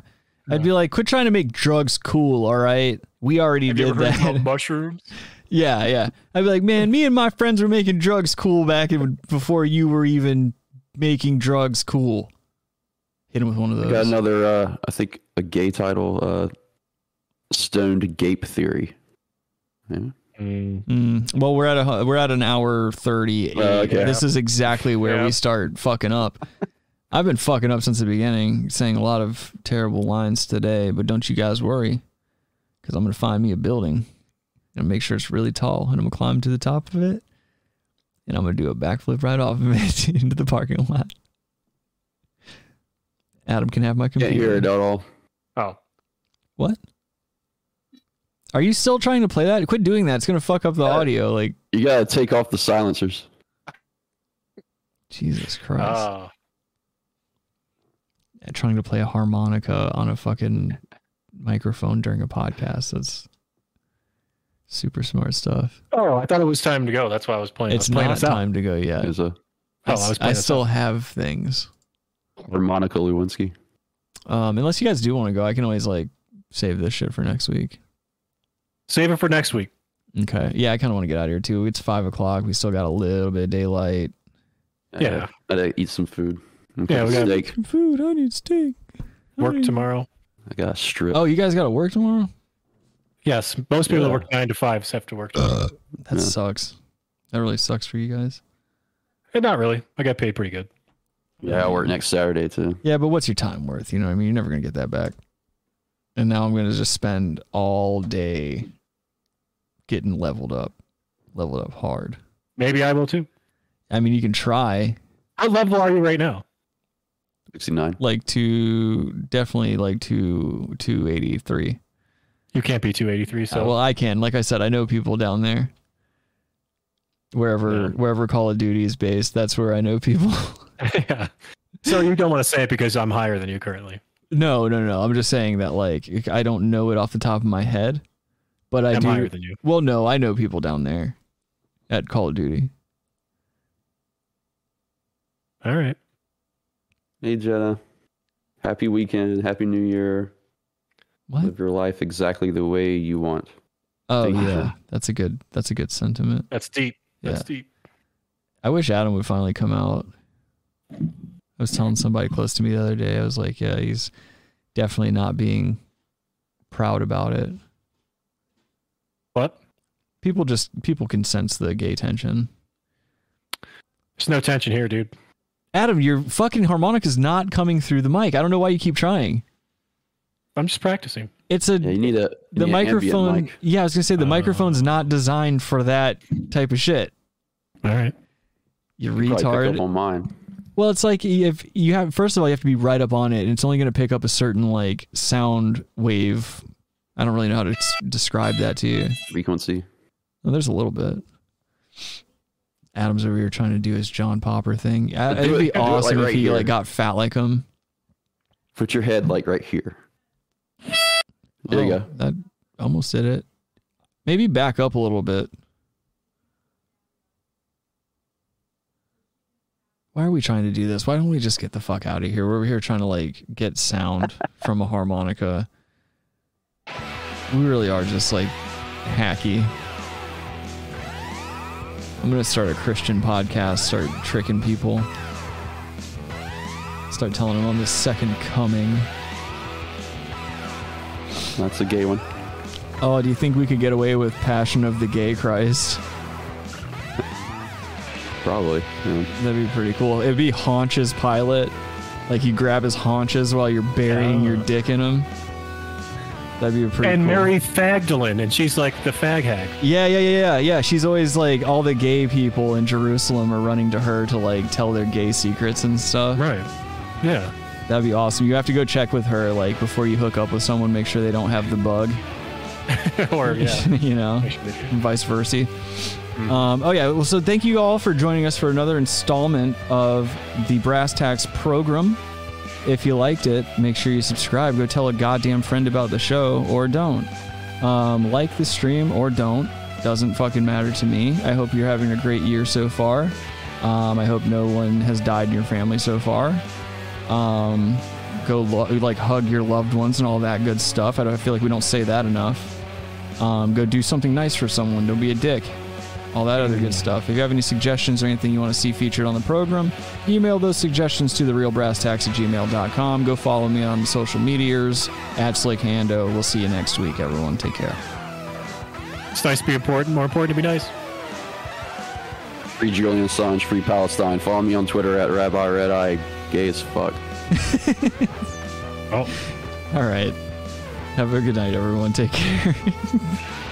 S7: I'd be like, "Quit trying to make drugs cool, all right? We already
S8: You
S7: did
S8: ever heard
S7: that."
S8: about mushrooms?
S7: yeah, yeah. I'd be like, "Man, me and my friends were making drugs cool back in, before you were even making drugs cool." Hit him with one of
S9: I
S7: those.
S9: got another. Uh, I think a gay title. Uh, Stoned Gape Theory. Yeah.
S7: Mm, well, we're at a hu- we're at an hour thirty.
S9: Oh, okay.
S7: This is exactly where we start fucking up. I've been fucking up since the beginning, saying a lot of terrible lines today. But don't you guys worry, because I'm gonna find me a building and make sure it's really tall, and I'm gonna climb to the top of it, and I'm gonna do a backflip right off of it into the parking lot. Adam can have my computer.
S9: Can't hear it at all.
S8: Oh,
S7: What? Are you still trying to play that? Quit doing that. It's gonna fuck up the audio. Like
S9: You gotta take off the silencers.
S7: Jesus Christ.
S8: Ah,
S7: trying to play a harmonica on a fucking microphone during a podcast. That's super smart stuff.
S8: oh, I thought it was time to go. That's why I was playing. I
S7: it's
S8: was playing
S7: not
S8: us out.
S7: time to go yet.
S9: There's a
S7: I,
S8: Oh, I
S7: s- I
S8: was playing us
S7: still have things.
S9: harmonica Lewinsky.
S7: Um, unless you guys do want to go, I can always like save this shit for next week.
S8: Save it for next week.
S7: Okay. Yeah, I kind of want to get out of here too. It's five o'clock. We still got a little bit of daylight.
S8: Yeah.
S9: I gotta eat some food. I'm
S8: Yeah,
S9: cooking
S8: we gotta-
S9: steak.
S7: Food. I need steak.
S8: Work tomorrow.
S9: I got a strip.
S7: Oh, you guys got to work tomorrow?
S8: Yes, most people that
S9: Yeah.
S8: work nine to fives have to work. Eh, Tomorrow.
S7: That sucks. That really sucks for you guys.
S8: Eh, Not really. I got paid pretty good.
S9: Yeah, I work next Saturday too.
S7: Yeah, but what's your time worth? You know what I mean? You're never going to get that back. And now I'm going to just spend all day getting leveled up, leveled up hard.
S8: Maybe I will too.
S7: I mean, you can try.
S8: How level are you right now?
S9: 69.
S7: Like to definitely like to 283.
S8: You can't be 283. So
S7: Uh, well, I can. Like I said, I know people down there. Wherever wherever Call of Duty is based, that's where I know people.
S8: so you don't want to say it because I'm higher than you currently.
S7: no, no, no. I'm just saying that like I don't know it off the top of my head, but I
S8: I'm
S7: do.
S8: higher than you.
S7: Well, no, I know people down there at Call of Duty.
S8: All right.
S9: Hey, Jenna. Happy weekend. Happy New Year.
S7: What?
S9: Live your life exactly the way you want.
S7: Oh
S9: Thank you.
S7: yeah, that's a good that's a good sentiment.
S8: That's deep. That's
S7: Yeah.
S8: deep.
S7: I wish Adam would finally come out. I was telling somebody close to me the other day, I was like, yeah, he's definitely not being proud about it.
S8: What?
S7: People just people can sense the gay tension.
S8: There's no tension here, dude.
S7: Adam, your fucking harmonic is not coming through the mic. I don't know why you keep trying.
S8: I'm just practicing.
S7: It's a
S9: Yeah, you need a you
S7: the
S9: need an ambient
S7: microphone.
S9: mic.
S7: Yeah, I was gonna say the microphone's not designed for that type of shit.
S8: All right.
S7: You
S9: You probably pick
S7: retard.
S9: up on mine.
S7: Well, it's like if you have first of all you have to be right up on it, and it's only going to pick up a certain like sound wave. I don't really know how to s- describe that to you.
S9: Frequency.
S7: Well, there's a little bit. Adam's over here trying to do his John Popper thing. Uh,
S9: Do
S7: It'd
S9: it-
S7: be
S9: do it, like,
S7: awesome
S9: right
S7: if he
S9: here.
S7: like got fat like him.
S9: Put your head like right here. There you
S7: Oh,
S9: go.
S7: That almost did it. Maybe back up a little bit. Why are we trying to do this? Why don't we just get the fuck out of here? We're over here trying to like get sound from a harmonica. We really are just like hacky. I'm gonna start a Christian podcast, start tricking people. Start telling them I'm the second coming.
S9: That's a gay one.
S7: Oh, do you think we could get away with Passion of the Gay Christ?
S9: Probably. yeah.
S7: That'd be pretty cool. It'd be haunches pilot. Like you grab his haunches while you're burying your dick in him. That'd be a pretty
S8: Oh. and
S7: cool.
S8: Mary Fagdalin, and she's like the fag hag.
S7: yeah, yeah, yeah, yeah, yeah. She's always like all the gay people in Jerusalem are running to her to like tell their gay secrets and stuff.
S8: Right. Yeah.
S7: That'd be awesome. You have to go check with her like before you hook up with someone, make sure they don't have the bug.
S8: or yeah.
S7: you know, and vice versa. Um, oh yeah. Well, so thank you all for joining us for another installment of the Brass Tax program. If you liked it, make sure you subscribe. Go tell a goddamn friend about the show, or don't. Um, like the stream, or don't. Doesn't fucking matter to me. I hope you're having a great year so far. Um, I hope no one has died in your family so far um, go lo- like hug your loved ones and all that good stuff. I, don't, I feel like we don't say that enough. Um, go do something nice for someone. Don't be a dick. All that other good stuff. If you have any suggestions or anything you want to see featured on the program, email those suggestions to therealbrasstax at gmail.com. Go follow me on social meteors at SlickHando. We'll see you next week, everyone. Take care.
S8: It's nice to be important. More important to be nice.
S9: Free Julian Assange, free Palestine. Follow me on Twitter at Rabbi Red Eye. Gay as fuck.
S8: Oh.
S7: All right. Have a good night, everyone. Take care.